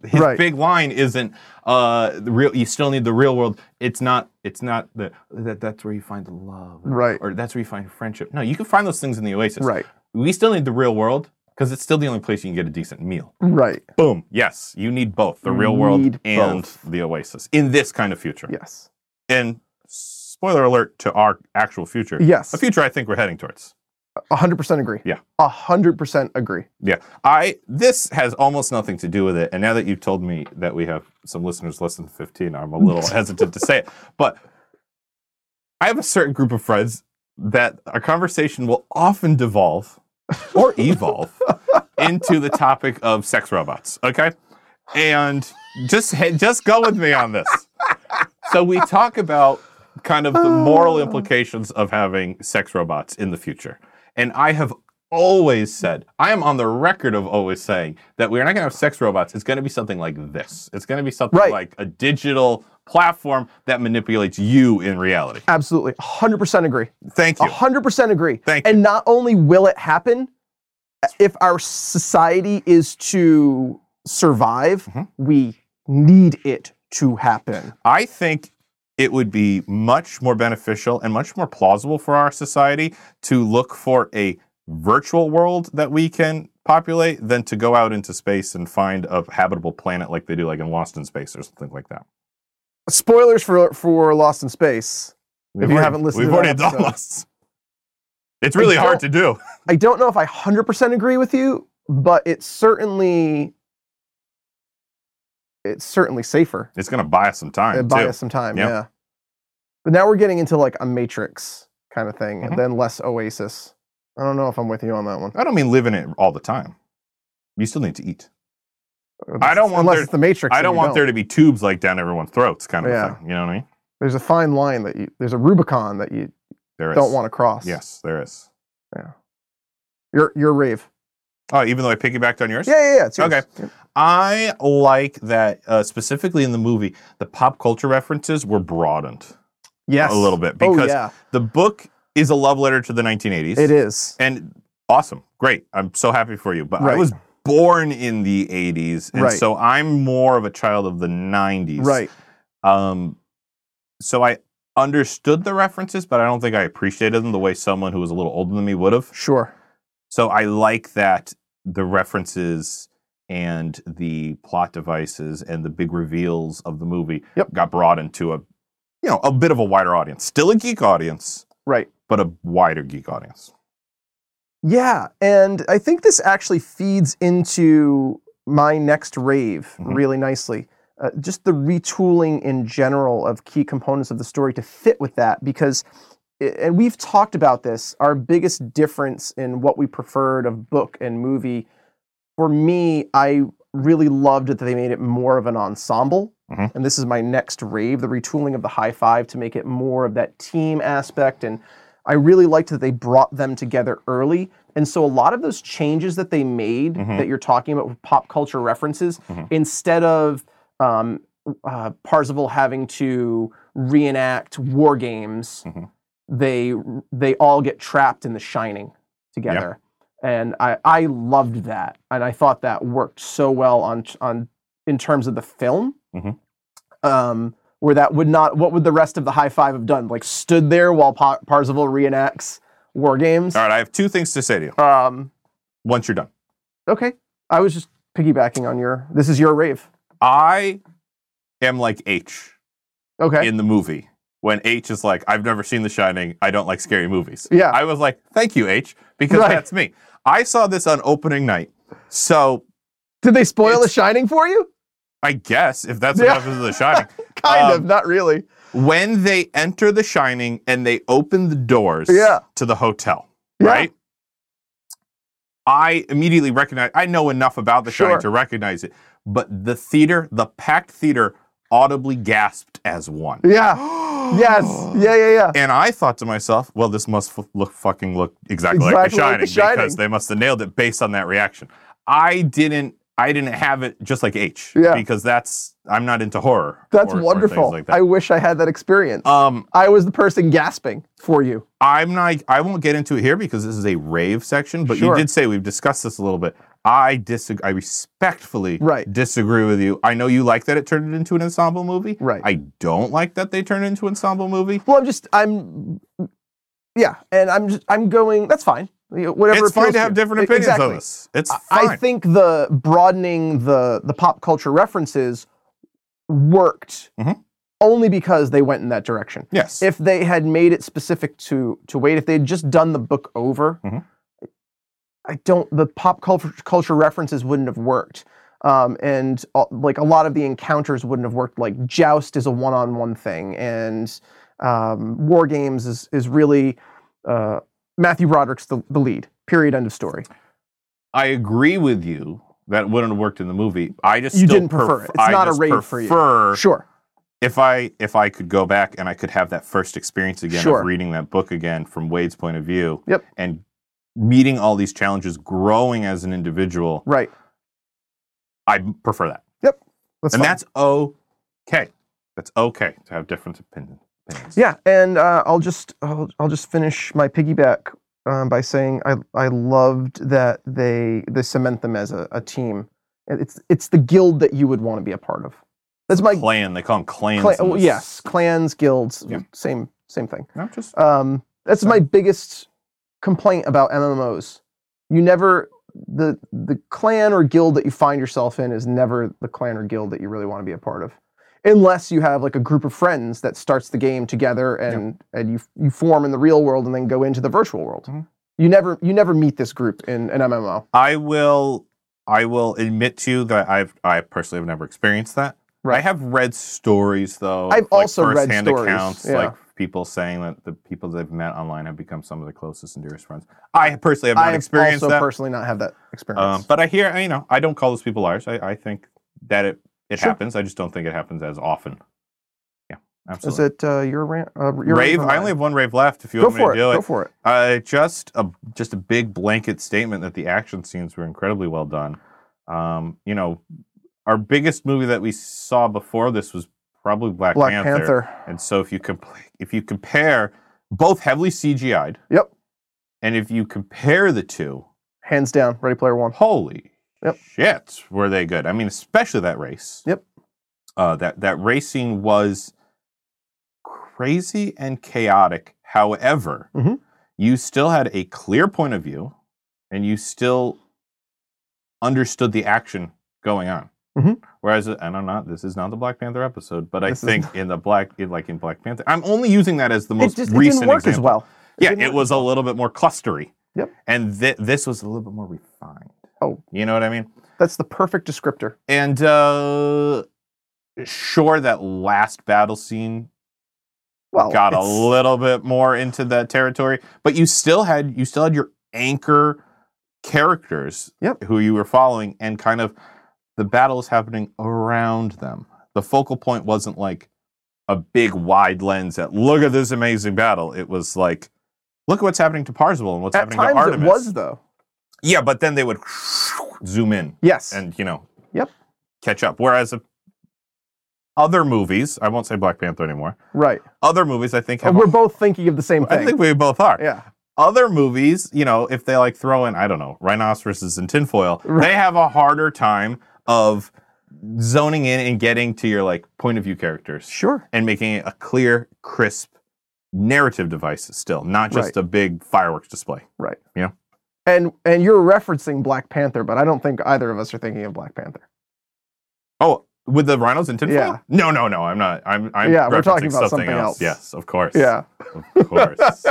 A: his
B: Right.
A: big line isn't uh the real. You still need the real world. It's not. It's not the that. That's where you find the love.
B: Right.
A: Or that's where you find friendship. No, you can find those things in the oasis.
B: Right.
A: We still need the real world because it's still the only place you can get a decent meal.
B: Right.
A: Boom. Yes, you need both the real
B: Need
A: world and
B: both.
A: the oasis in this kind of future.
B: Yes.
A: And spoiler alert to our actual future.
B: Yes.
A: A future I think we're heading towards.
B: hundred percent agree.
A: Yeah.
B: hundred percent agree.
A: Yeah, I this has almost nothing to do with it. And now that you've told me that we have some listeners less than fifteen, I'm a little hesitant to say it. But I have a certain group of friends that our conversation will often devolve or evolve into the topic of sex robots. Okay, and just hey, just go with me on this. So we talk about kind of the moral implications of having sex robots in the future, and I have always said, I am on the record of always saying that we're not going to have sex robots. It's going to be something like this. It's going to be something
B: Right.
A: like a digital platform that manipulates you in reality.
B: Absolutely. hundred percent agree.
A: Thank you.
B: hundred percent agree.
A: Thank
B: and not only will it happen, if our society is to survive,
A: Mhm.
B: we need it to happen.
A: I think it would be much more beneficial and much more plausible for our society to look for a virtual world that we can populate than to go out into space and find a habitable planet like they do like in Lost in Space or something like that.
B: Spoilers for for Lost in Space. If you
A: already-
B: haven't listened
A: we've
B: to that
A: already done
B: episode.
A: Lost. It's really
B: I
A: hard to do.
B: I don't know if I hundred percent agree with you, but it's certainly it's certainly safer.
A: It's gonna buy us some time
B: It'd buy
A: too.
B: us some time,
A: Yeah.
B: yeah. But now we're getting into like a Matrix kind of thing,
A: Mhm.
B: and then less Oasis. I don't know if I'm with you on that one.
A: I don't mean living it all the time. You still need to eat. I don't want
B: unless
A: there-
B: it's the Matrix.
A: I
B: and
A: don't
B: you
A: want there to be tubes like down everyone's throats, kind of a
B: Yeah.
A: thing. You know what I mean?
B: There's a fine line that you. There's a Rubicon that you
A: There is.
B: don't want to cross.
A: Yes, there is.
B: Your your rave.
A: Oh, even though I piggybacked on yours,
B: Yeah, yeah, yeah. It's yours.
A: Okay.
B: Yep.
A: I like that uh, specifically in the movie. The pop culture references were broadened
B: Yes.
A: a little bit
B: Oh,
A: because
B: yeah,
A: the book is a love letter to the 1980s.
B: it is.
A: and awesome, great. I'm so happy for you. But I
B: Right.
A: was born in the 80s, and
B: Right.
A: so I'm more of a child of the 90s.
B: Right.
A: Um, so I understood the references, but I don't think I appreciated them the way someone who was a little older than me would have.
B: Sure.
A: So I like that the references and the plot devices and the big reveals of the movie
B: Yep.
A: got broadened to a you know a bit of a wider audience. Still a geek audience,
B: Right.
A: but a wider geek audience.
B: Yeah, and I think this actually feeds into my next rave
A: Mhm.
B: really nicely. uh, just the retooling in general of key components of the story to fit with that because and we've talked about this our biggest difference in what we preferred of book and movie for me i really loved that they made it more of an ensemble
A: Mhm.
B: and this is my next rave the retooling of the high five to make it more of that team aspect and i really liked that they brought them together early and so a lot of those changes that they made
A: Mhm.
B: that you're talking about with pop culture references
A: Mhm.
B: instead of um, uh, parzival having to reenact war games
A: Mhm.
B: they they all get trapped in the shining together and I, I loved that and i thought that worked so well on on in terms of the film
A: Mhm.
B: um, where that would not what would the rest of the high five have done like stood there while pa- parzival reenacts war games
A: All right, I have two things to say to you.
B: um,
A: Once you're done.
B: okay i was just piggybacking on your this is your rave
A: I am like H
B: okay
A: in the movie when H is like, I've never seen The Shining. I don't like scary movies.
B: yeah
A: I was like, thank you, H, because
B: Right.
A: that's me. I saw this on opening night. So
B: did they spoil the
A: it's-
B: shining for you
A: I guess if that's what
B: Yeah.
A: happens to The Shining,
B: kind of
A: Um,
B: not really
A: when they enter The Shining and they open the doors
B: Yeah.
A: to the hotel,
B: Yeah.
A: right? I immediately recognize. I know enough about The Shining
B: Sure.
A: to recognize it, but the theater, the packed theater, audibly gasped as one.
B: yeah yes yeah yeah yeah
A: And I thought to myself, well, this must f- look fucking look exactly, like, the
B: Exactly
A: Shining,
B: like The Shining.
A: because they must have nailed it based on that reaction. I didn't. I didn't have it just like H
B: Yeah.
A: because that's I'm not into horror.
B: That's
A: or- or things
B: wonderful.
A: like
B: I
A: that.
B: wish I had that experience.
A: um,
B: I was the person gasping for you.
A: I'm not. I won't get into it here because this is a rave section. But
B: Sure.
A: you did say we've discussed this a little bit. I disagree. I respectfully
B: Right.
A: disagree with you. I know you like that it turned it into an ensemble movie.
B: Right.
A: I don't like that they turned it into an ensemble movie.
B: Well, I'm just I'm yeah, and I'm just I'm going that's fine. You know, Whatever
A: it's fine
B: appeals
A: to have
B: you.
A: different
B: E-
A: opinions
B: exactly.
A: on this. It's
B: I-
A: fine.
B: I think the broadening the the pop culture references worked
A: Mhm.
B: only because they went in that direction.
A: yes.
B: If they had made it specific to to wait, if they had just done the book over,
A: Mhm.
B: I don't. The pop culture culture references wouldn't have worked, um, and uh, like a lot of the encounters wouldn't have worked. Like joust is a one on one thing, and um, war games is is really uh, Matthew Broderick's the, the lead. Period. End of story.
A: I agree with you that wouldn't have worked in the movie. I just
B: You
A: still
B: didn't prefer it. It's
A: I
B: not a
A: just
B: rave for you.
A: prefer-
B: Sure.
A: If I if I could go back and I could have that first experience again
B: Sure.
A: of reading that book again from Wade's point of view,
B: Yep.
A: and meeting all these challenges, growing as an individual,
B: Right.
A: I prefer that, and
B: That's fine.
A: that's okay. That's okay to have different opinion, opinions.
B: Yeah, and uh, I'll just I'll, I'll just finish my piggyback um, by saying I I loved that they they cement them as a, a team. And It's it's the guild that you would want to be a part of. That's my
A: clan. They call them clans.
B: clan,
A: in
B: oh,
A: this.
B: yes, clans, guilds,
A: Yeah.
B: same same thing.
A: No, just
B: Um, that's my biggest complaint about MMOs. You never the the clan or guild that you find yourself in is never the clan or guild that you really want to be a part of, unless you have like a group of friends that starts the game together and and you you form in the real world and then go into the virtual world.
A: Mhm.
B: You never you never meet this group in an MMO.
A: I will I will admit to you that I've I personally have never experienced that.
B: Right.
A: I have read stories though.
B: I've also read
A: firsthand
B: stories,
A: accounts,
B: yeah.
A: like people saying that the people they've met online have become some of their closest and dearest friends. I personally have not
B: I have
A: experienced
B: also
A: that.
B: personally not have that
A: um,
B: experience.
A: but I hear you know, I don't call those people liars. I, I think that it it
B: Sure.
A: happens. I just don't think it happens as often. Yeah.
B: is
A: Absolutely.
B: it uh, your rant? Uh, your
A: rave?
B: rant or
A: I only
B: mine?
A: have one rave left if you
B: go
A: want me to
B: for it.
A: do
B: Go
A: it.
B: for it.
A: Uh, just a just a big blanket statement that the action scenes were incredibly well done. Um, you know, our biggest movie that we saw before this was probably Black,
B: Black
A: Panther.
B: Panther.
A: and so if you compl- if you compare both heavily CGI'd,
B: Yep.
A: and if you compare the two,
B: Hands down. Ready Player One.
A: holy
B: Yep.
A: shit, were they good? I mean, especially that race.
B: Yep.
A: Uh, that that racing was crazy and chaotic. However,
B: Mhm.
A: you still had a clear point of view, and you still understood the action going on.
B: Mhm.
A: Whereas, uh, and I'm not. This is not the Black Panther episode, but I
B: This is
A: think in the black, in, like in Black Panther, I'm only using that as the most
B: it, just, it
A: recent
B: didn't work
A: example.
B: as well.
A: Yeah,
B: didn't
A: it
B: work
A: was
B: as
A: a
B: well.
A: little bit more clustery.
B: Yep.
A: And thi- this was a little bit more refined.
B: Oh.
A: You know what I mean?
B: That's the perfect descriptor.
A: And uh, sure that last battle scene
B: Well,
A: got a
B: Oh, it's-
A: little bit more into that territory, but you still had you still had your anchor characters
B: Yep.
A: who you were following and kind of the battle is happening around them. The focal point wasn't like a big wide lens at look at this amazing battle. It was like look at what's happening to Parzival and what's
B: At
A: happening to
B: times it
A: Artemis.
B: was though.
A: yeah, but then they would zoom in
B: Yes.
A: and you know
B: Yep.
A: catch up. Whereas uh, other movies, I won't say Black Panther anymore.
B: right.
A: Other movies, I think, have
B: We're both thinking of the same
A: I
B: thing.
A: think we both are.
B: yeah.
A: Other movies, you know, if they like throw in, I don't know, rhinoceroses and tinfoil,
B: Right.
A: they have a harder time of zoning in and getting to your like point of view characters
B: Sure.
A: and making it a clear, crisp narrative device still, not just
B: Right.
A: a big fireworks display.
B: And and you're referencing Black Panther, but I don't think either of us are thinking of Black Panther.
A: Oh, with the rhinos and tinfoil?
B: Yeah.
A: No, no, no. I'm not. I'm. I'm
B: Yeah, we're
A: referencing
B: talking about something else.
A: Yes, of course.
B: Yeah.
A: of course.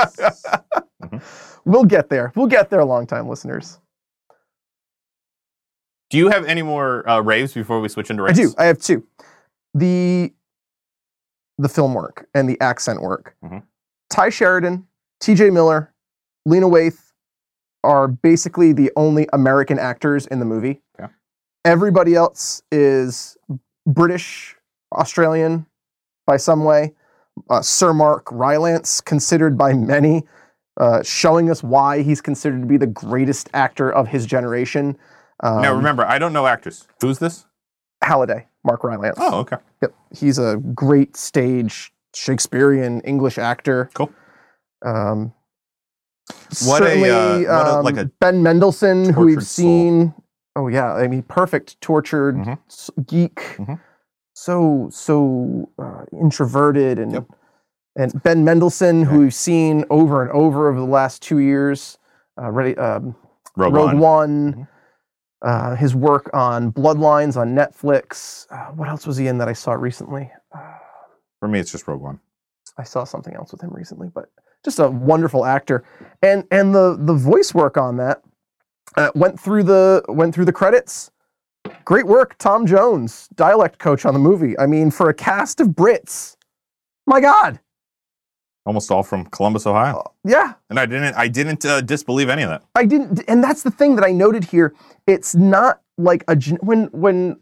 B: We'll get there. We'll get there, long time listeners.
A: Do you have any more uh, raves before we switch into
B: I
A: raves?
B: do. I have two. The the film work and the accent work.
A: Mhm.
B: Ty Sheridan, T.J. Miller, Lena Waithe are basically the only American actors in the movie.
A: Yeah.
B: Everybody else is British, Australian, by some way. Uh, Sir Mark Rylance, considered by many, uh, showing us why he's considered to be the greatest actor of his generation. Um,
A: Now remember, I don't know actors. Who's this?
B: Halliday, Mark Rylance.
A: Oh, okay.
B: Yep. He's a great stage Shakespearean English actor.
A: Cool.
B: Um,
A: What a,
B: certainly, um,
A: uh, what a- like a
B: Ben Mendelsohn, who we've
A: tortured soul.
B: seen. Oh yeah, I mean, perfect tortured
A: Mhm.
B: s- geek.
A: Mhm.
B: So so uh, introverted and
A: Yep.
B: and Ben Mendelsohn,
A: Yeah.
B: who we've seen over and over over the last two years. Uh, ready, um,
A: Rogue,
B: Rogue,
A: One.
B: One.
A: Mhm.
B: Uh, his work on Bloodlines on Netflix. Uh, what else was he in that I saw recently? Uh,
A: For me, it's just Rogue One.
B: I saw something else with him recently, but just a wonderful actor. And and the the voice work on that uh, went through the went through the credits. Great work, Tom Jones, dialect coach on the movie. I mean, for a cast of Brits, my God,
A: Almost all from Columbus, Ohio.
B: yeah.
A: And I didn't. I didn't uh, disbelieve any of that.
B: I didn't, and that's the thing that I noted here. It's not like a gen- when when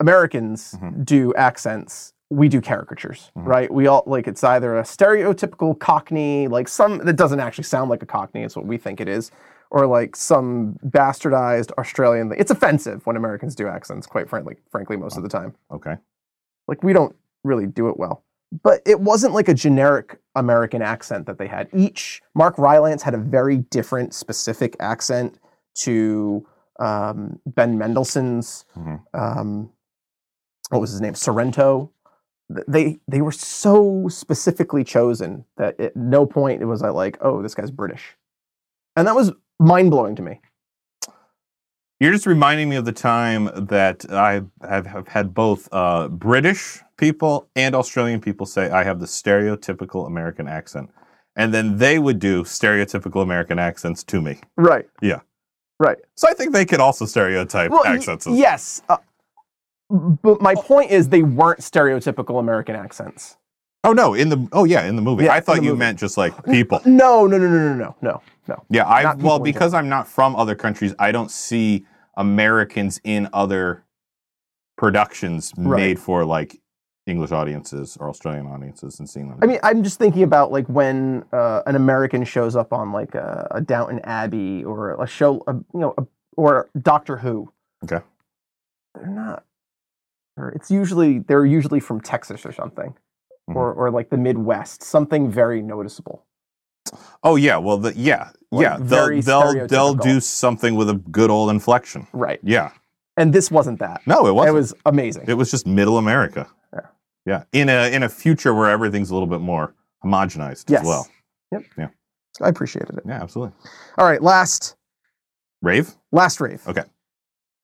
B: Americans
A: Mhm.
B: do accents, we do caricatures,
A: Mhm.
B: right? We all like it's either a stereotypical Cockney, like some that doesn't actually sound like a Cockney, it's what we think it is, or like some bastardized Australian. It's offensive when Americans do accents, quite frankly, frankly, most of the time.
A: Okay.
B: Like we don't really do it well. But it wasn't like a generic American accent that they had. Each Mark Rylance had a very different, specific accent to um, Ben Mendelsohn's.
A: Mhm.
B: Um, what was his name? Sorrento. Th- They they were so specifically chosen that at no point it was I like, oh, this guy's British, and that was mind blowing to me.
A: You're just reminding me of the time that I have, have had both uh, British people and Australian people say I have the stereotypical American accent, and then they would do stereotypical American accents to me.
B: Right.
A: Yeah.
B: Right.
A: So I think they could also stereotype
B: Well, y-
A: accents. as-
B: yes. uh, but my point is, they weren't stereotypical American accents.
A: Oh no! In the oh yeah, in the movie.
B: Yeah,
A: I
B: in
A: thought
B: the
A: you
B: movie.
A: meant just like people.
B: No, no, no, no, no, no, no, no.
A: Yeah, I well
B: Not people in
A: because I'm not from other countries, I don't see Americans in other productions
B: Right.
A: made for like English audiences or Australian audiences and seeing them.
B: I mean, I'm just thinking about like when uh, an American shows up on like a, a Downton Abbey or a show, a, you know, a, or Doctor Who.
A: Okay.
B: They're not. Or it's usually they're usually from Texas or something,
A: Mhm.
B: or or like the Midwest, something very noticeable.
A: oh yeah, well the yeah
B: Like,
A: yeah
B: very
A: they'll they'll they'll do
B: stereotypical.
A: something with a good old inflection.
B: Right.
A: Yeah,
B: And this wasn't that.
A: no, it
B: It
A: wasn't. It was,
B: was amazing.
A: just Middle America.
B: Yeah.
A: yeah, in a in a future where everything's a little bit more homogenized
B: yes.
A: as well.
B: Yep.
A: Yeah.
B: I appreciated it.
A: Yeah, absolutely.
B: All right. Last
A: Rave.
B: last rave.
A: Okay.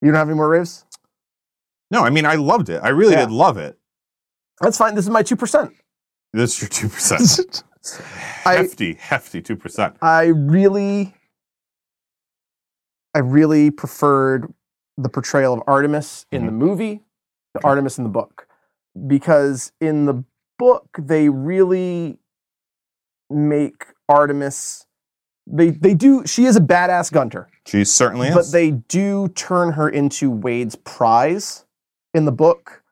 B: You don't have any more raves?
A: No, I mean I loved it. I really
B: Yeah.
A: did love it.
B: That's fine. This is my two percent.
A: That's your two percent.
B: I-
A: hefty, hefty two percent.
B: I really, I really preferred the portrayal of Artemis in the movie to Artemis in the book. because in the book they really make Artemis. They they do. She is a badass gunter,
A: She certainly is.
B: but they do turn her into Wade's prize in the book,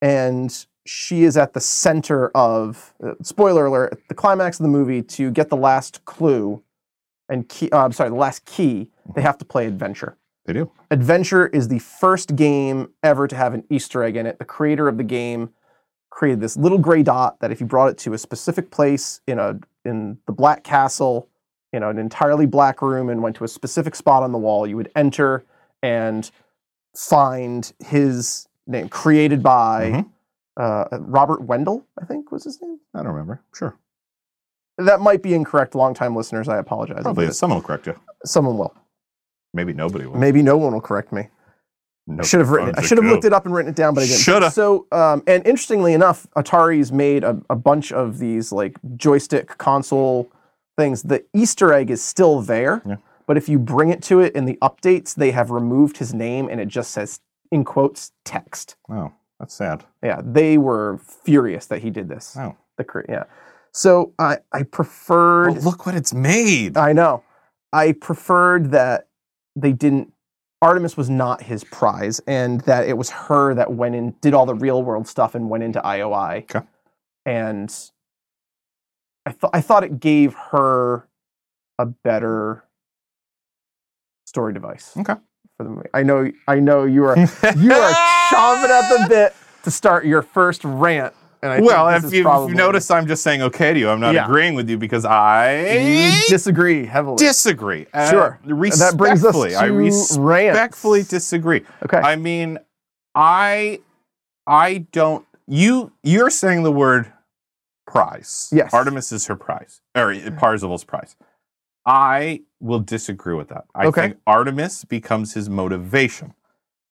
B: and she is at the center of. uh, spoiler alert: at the climax of the movie to get the last clue, and key. Uh, I'm sorry, the last key. They have to play adventure.
A: They do.
B: Adventure is the first game ever to have an Easter egg in it. The creator of the game created this little gray dot that if you brought it to a specific place in a in the Black Castle, you know, an entirely black room and went to a specific spot on the wall, you would enter and find his name created by
A: Mhm.
B: uh, Robert Wendell, I think was his name.
A: I don't remember. Sure.
B: That might be incorrect. Longtime listeners, I apologize.
A: Probably someone will correct you.
B: Someone will.
A: Maybe nobody will.
B: Maybe no one will correct me. I should have written it. I should have looked it up and written it down, but I didn't.
A: Shoulda.
B: So, um, and interestingly enough, Atari's made a, a bunch of these like joystick console things. The Easter egg is still there,
A: Yeah.
B: but if you bring it to it in the updates, they have removed his name and it just says in quotes text.
A: Oh, that's sad.
B: Yeah, they were furious that he did this.
A: Oh.
B: The cre- yeah. So I I preferred.
A: Well, Oh, look what it's made.
B: I know. I preferred that they didn't. Artemis was not his prize, and that it was her that went in, did all the real world stuff, and went into IOI.
A: Okay.
B: And I thought I thought it gave her a better story device.
A: Okay.
B: For the movie, I know. I know you are you are chomping at the bit to start your first rant. And I think
A: Well,
B: this
A: if
B: is
A: you, if
B: probably-
A: you notice, I'm just saying okay to you. I'm not
B: Yeah.
A: agreeing with you because I
B: you disagree heavily.
A: disagree. Uh,
B: Sure.
A: Respectfully,
B: that brings us to
A: I
B: rants.
A: respectfully disagree.
B: Okay.
A: I mean, I I don't you you're saying the word prize.
B: Yes.
A: Artemis is her prize. Or Parzival's prize. I will disagree with that. I
B: Okay.
A: think Artemis becomes his motivation.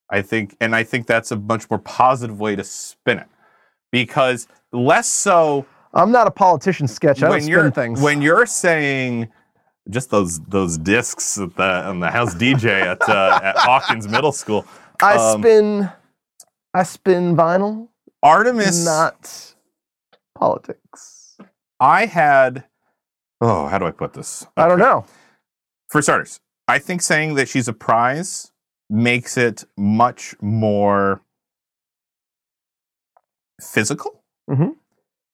A: I think and I think that's a much more positive way to spin it. Because less so
B: I'm not a politician sketch. I don't
A: you're
B: spin things.
A: when you're saying just those those discs at the on the house DJ at uh, at Hawkins Middle School,
B: I
A: um,
B: spin, I spin vinyl,
A: Artemis.
B: not politics.
A: I had oh, how do I put this?
B: I don't
A: Okay.
B: know.
A: For starters, I think saying that she's a prize makes it much more physical.
B: Mhm.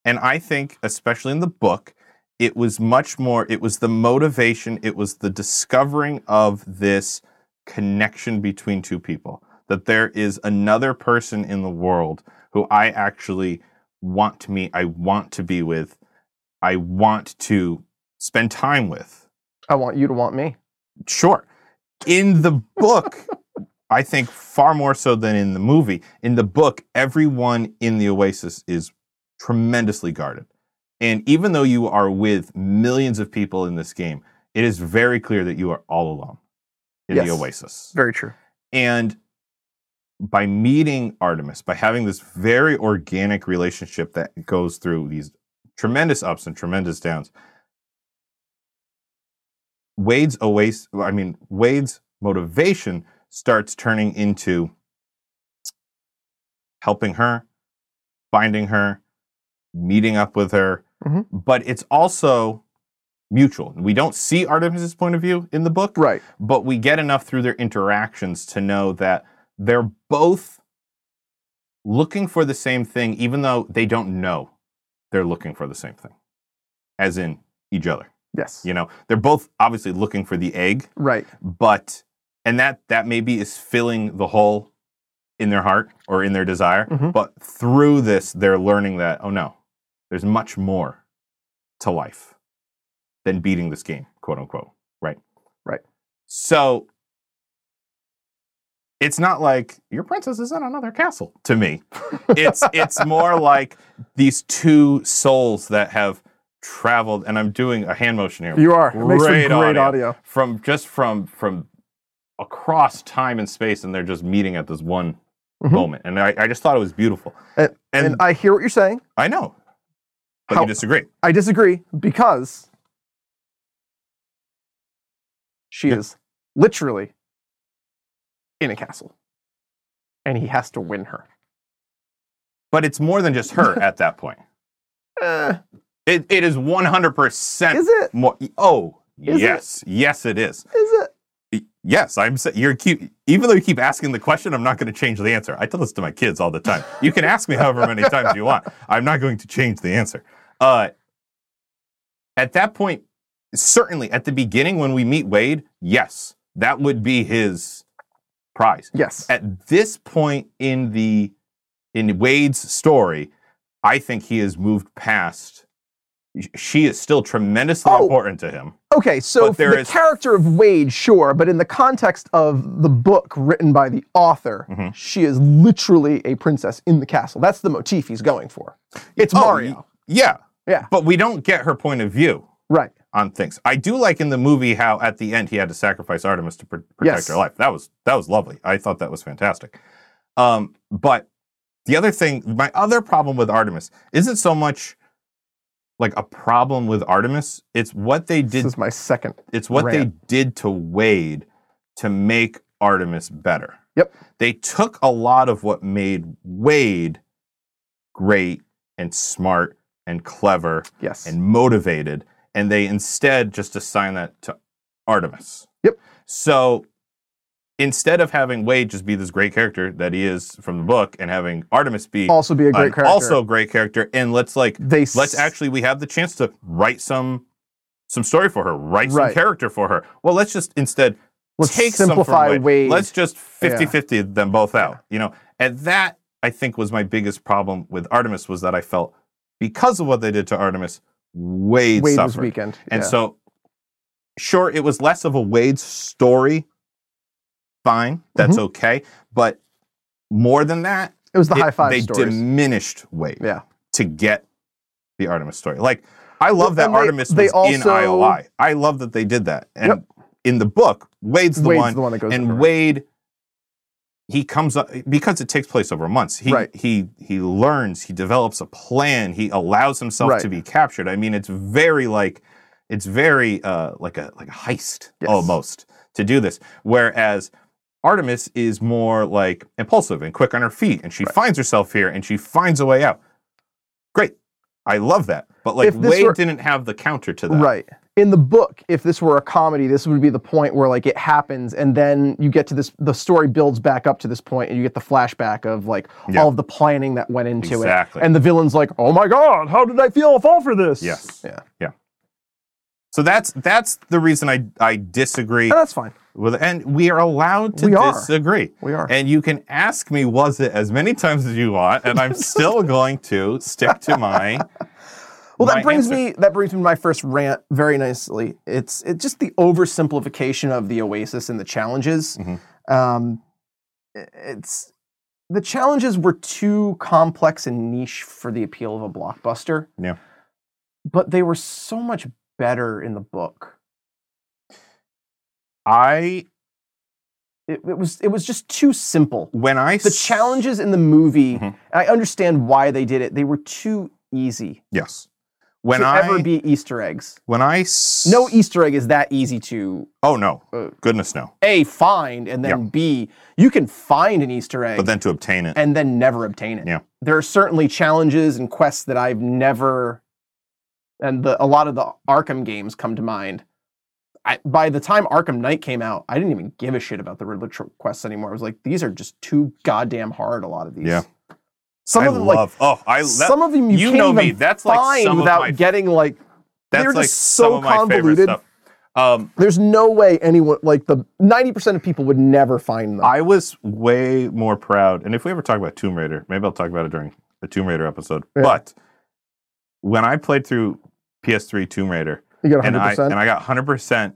A: And I think, especially in the book, it was much more, it was the motivation, it was the discovering of this connection between two people, that there is another person in the world who I actually want to meet, I want to be with, I want to spend time with.
B: I want you to want me.
A: Sure. In the book, I think far more so than in the movie. In the book, everyone in the Oasis is tremendously guarded. And even though you are with millions of people in this game, it is very clear that you are all alone in the
B: Yes.
A: Oasis.
B: Very true.
A: And by meeting Artemis, by having this very organic relationship that goes through these tremendous ups and tremendous downs, Wade's oasis, I mean, Wade's motivation starts turning into helping her, finding her, meeting up with her.
B: Mhm.
A: But it's also mutual. We don't see Artemis's point of view in the book
B: Right.
A: but we get enough through their interactions to know that they're both looking for the same thing, even though they don't know they're looking for the same thing, as in each other.
B: Yes.
A: You know, they're both obviously looking for the egg,
B: Right.
A: but and that that maybe is filling the hole in their heart or in their desire.
B: Mhm.
A: But through this, they're learning that oh no, there's much more to life than beating this game, quote unquote. Right.
B: Right.
A: So it's not like your princess is in another castle to me. It's it's more like these two souls that have traveled, and I'm doing a hand motion here
B: You are. It makes for
A: Great
B: great
A: audio.
B: audio.
A: from just from from across time and space and they're just meeting at this one
B: Mhm.
A: moment and I, I just thought it was beautiful
B: And-
A: and,
B: And, I hear what you're saying.
A: i know but
B: How-
A: you disagree
B: I disagree because she
A: Yeah.
B: is literally in a castle, and he has to win her.
A: But it's more than just her at that point.
B: Eh,
A: It, it is 100%
B: is it?
A: more. Oh,
B: Is it?
A: yes. Yes, it is.
B: Is it?
A: Y- Yes, I'm. sa- You're cute. Even though you keep asking the question, I'm not going to change the answer. I tell this to my kids all the time. You can ask me however many times you want. I'm not going to change the answer. Uh, at that point, certainly at the beginning when we meet Wade, yes, that would be his prize.
B: Yes.
A: At this point in the in Wade's story, I think he has moved past. She is still tremendously
B: Oh.
A: important to him.
B: Okay, so
A: But there
B: the
A: is-
B: character of Wade, sure, but in the context of the book written by the author,
A: Mhm.
B: she is literally a princess in the castle. That's the motif he's going for. It's
A: Oh,
B: Mario.
A: y- Yeah.
B: Yeah.
A: But we don't get her point of view
B: Right.
A: on things. I do like in the movie how at the end he had to sacrifice Artemis to pr- protect
B: Yes.
A: her life. That was that was lovely. I thought that was fantastic. Um, but the other thing, my other problem with Artemis isn't so much like a problem with Artemis. It's what they
B: This
A: did.
B: is my second.
A: It's what
B: rant.
A: they did to Wade to make Artemis better.
B: Yep.
A: They took a lot of what made Wade great and smart and clever
B: Yes.
A: and motivated, and they instead just assign that to Artemis.
B: Yep.
A: So instead of having Wade just be this great character that he is from the book, and having Artemis be
B: also be a great
A: an
B: character.
A: also great character, and let's like
B: they s-
A: let's actually we have the chance to write some some story for her, write
B: Right.
A: some character for her. Well, let's just instead
B: let's
A: take some from
B: simplify
A: Wade.
B: Wade.
A: Let's just 50
B: Yeah.
A: 50 them both out.
B: Yeah.
A: You know, and that I think was my biggest problem with Artemis was that I felt because of what they did to Artemis, Wade,
B: Wade was
A: suffered.
B: weekend.
A: And
B: yeah.
A: so, sure, it was less of a Wade story. Fine, that's
B: Mm-hmm.
A: okay. But more than that,
B: it was the
A: it-
B: high five
A: they
B: stories.
A: diminished Wade
B: yeah.
A: to get the Artemis story. Like, I love that
B: and they-
A: Artemis
B: they
A: was in
B: also-
A: IOI. I love that they did that. And
B: Yep.
A: in the book, Wade's the
B: Wade's
A: one
B: the one that goes
A: and
B: over.
A: Wade he comes up because it takes place over months. He
B: Right.
A: he he learns, he develops a plan, he allows himself
B: Right.
A: to be captured. I mean, it's very like it's very uh like a like a heist
B: Yes.
A: almost to do this. Whereas Artemis is more like impulsive and quick on her feet and she
B: Right.
A: finds herself here and she finds a way out. Great. I love that. But like
B: If this
A: Wade
B: were-
A: didn't have the counter to that.
B: Right. In the book, if this were a comedy, this would be the point where like it happens and then you get to this the story builds back up to this point and you get the flashback of like
A: Yeah.
B: all of the planning that went into
A: Exactly.
B: it. And the villain's like, "Oh my god, how did I feel fall for this?"
A: Yes.
B: Yeah.
A: So that's that's the reason I I disagree.
B: And that's fine.
A: Well, and we are allowed to
B: We are.
A: disagree.
B: We are.
A: And you can ask me, was it as many times as you want? And I'm still going to stick to my.
B: Well,
A: my
B: that brings
A: answer.
B: me that brings me to my first rant very nicely. It's it's just the oversimplification of the Oasis and the challenges.
A: Mhm.
B: Um, i- it's the challenges were too complex and niche for the appeal of a blockbuster.
A: Yeah.
B: but they were so much better in the book.
A: I,
B: It, it was it was just too simple.
A: when I.
B: The
A: s-
B: challenges in the movie,
A: Mhm.
B: I understand why they did it. They were too easy
A: Yes. When
B: to
A: I.
B: ever be Easter eggs.
A: when I. s-
B: No Easter egg is that easy to
A: Oh, no.
B: Uh,
A: Goodness, no.
B: A, find, and then B, you can find an Easter egg
A: But then to obtain it.
B: and then never obtain it.
A: Yeah.
B: There are certainly challenges and quests that I've never, and the, a lot of the Arkham games come to mind. I, by the time Arkham Knight came out, I didn't even give a shit about the Riddler tr- quests anymore. I was like, these are just too goddamn hard. A lot of these.
A: Yeah.
B: Some
A: I
B: of them, like
A: love. oh, I. That,
B: some of them, you,
A: you
B: can't
A: know
B: even
A: me. That's like
B: find
A: some of
B: without
A: my-
B: getting like.
A: that's
B: they're
A: like
B: just
A: some
B: so
A: of my favorite
B: convoluted.
A: stuff. Um,
B: There's no way anyone like the ninety percent of people would never find them.
A: I was way more proud, and if we ever talk about Tomb Raider, maybe I'll talk about it during the Tomb Raider episode.
B: Yeah.
A: But when I played through PS3 Tomb Raider,
B: you got
A: and
B: hundred
A: I and
B: percent,
A: I got 100%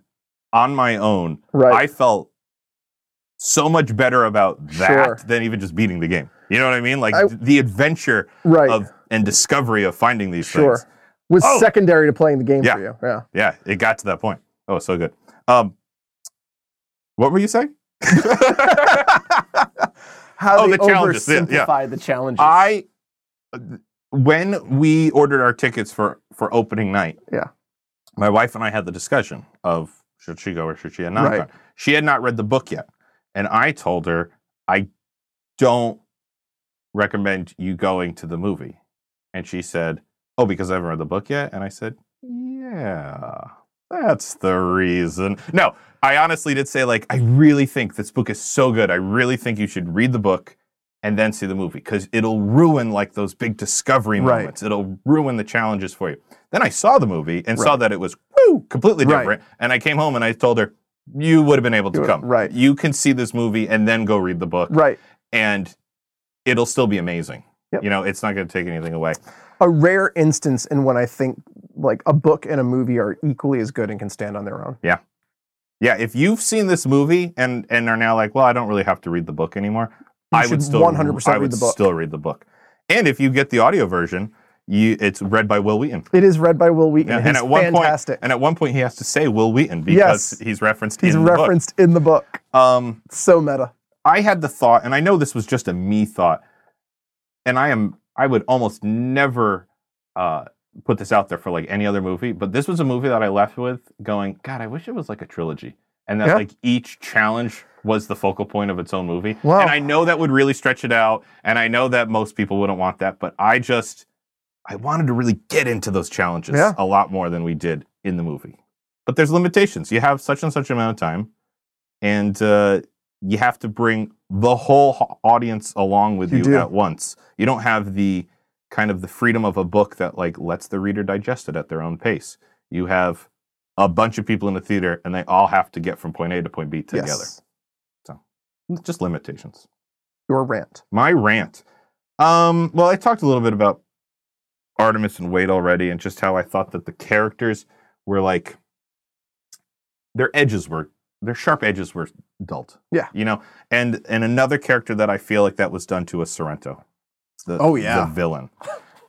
A: on my own,
B: right?
A: I felt so much better about that
B: Sure.
A: than even just beating the game. You know what I mean? Like
B: I-
A: th- the adventure
B: right.
A: of and discovery of finding these
B: Sure.
A: things.
B: was
A: Oh.
B: secondary to playing the game
A: Yeah.
B: for you. Yeah.
A: Yeah, it got to that point. Oh, so good. Um, what were you saying?
B: How
A: Oh,
B: they
A: the challenges, yeah, Ah. yeah.
B: oversimplify the challenges.
A: I when we ordered our tickets for for opening night.
B: Yeah.
A: My wife and I had the discussion of should she go or should she not go.
B: Right.
A: She had not read the book yet, and I told her I don't recommend you going to the movie? And she said, Oh, because I haven't read the book yet. And I said, Yeah, that's the reason. No, I honestly did say, like, I really think this book is so good. I really think you should read the book and then see the movie because it'll ruin like those big discovery
B: Right.
A: moments. It'll ruin the challenges for you. Then I saw the movie and saw
B: Right.
A: that it was woo, completely
B: Right.
A: different. And I came home and I told her, You would have been able to
B: You-
A: come.
B: right.
A: You can see this movie and then go read the book
B: Right.
A: and it'll still be amazing.
B: Yep.
A: You know, it's not going to take anything away.
B: A rare instance in when I think like a book and a movie are equally as good and can stand on their own.
A: Yeah, if you've seen this movie and and are now like, well, I don't really have to read the book anymore,
B: You
A: I would
B: should
A: still
B: 100%
A: I
B: read
A: would
B: the book.
A: still read the book. And if you get the audio version, you it's read by Will Wheaton.
B: It is read by Will Wheaton.
A: Yeah,
B: and
A: and
B: he's
A: at one point-
B: fantastic.
A: And at one point, he has to say Will Wheaton because
B: Yes.
A: he's referenced
B: he's
A: in
B: referenced in the book.
A: the book. Um,
B: So meta.
A: I had the thought, and I know this was just a me thought, and I am I would almost never uh, put this out there for like any other movie, but this was a movie that I left with going, God, I wish it was like a trilogy, and that
B: Yeah.
A: like each challenge was the focal point of its own movie.
B: Wow.
A: And I know that would really stretch it out, and I know that most people wouldn't want that, but I just I wanted to really get into those challenges
B: Yeah.
A: a lot more than we did in the movie. But there's limitations. You have such and such amount of time, and uh, you have to bring the whole ho- audience along with
B: You
A: you,
B: do.
A: at once. You don't have the kind of the freedom of a book that like lets the reader digest it at their own pace. You have a bunch of people in the theater, and they all have to get from point A to point B together.
B: Yes.
A: Just limitations
B: Your rant.
A: my rant. Um, well, I talked a little bit about Artemis and Wade already, and just how I thought that the characters were like their edges were their sharp edges were dulled.
B: Yeah.
A: you know, and and another character that I feel like that was done to a Sorrento. The,
B: Oh, yeah.
A: the villain.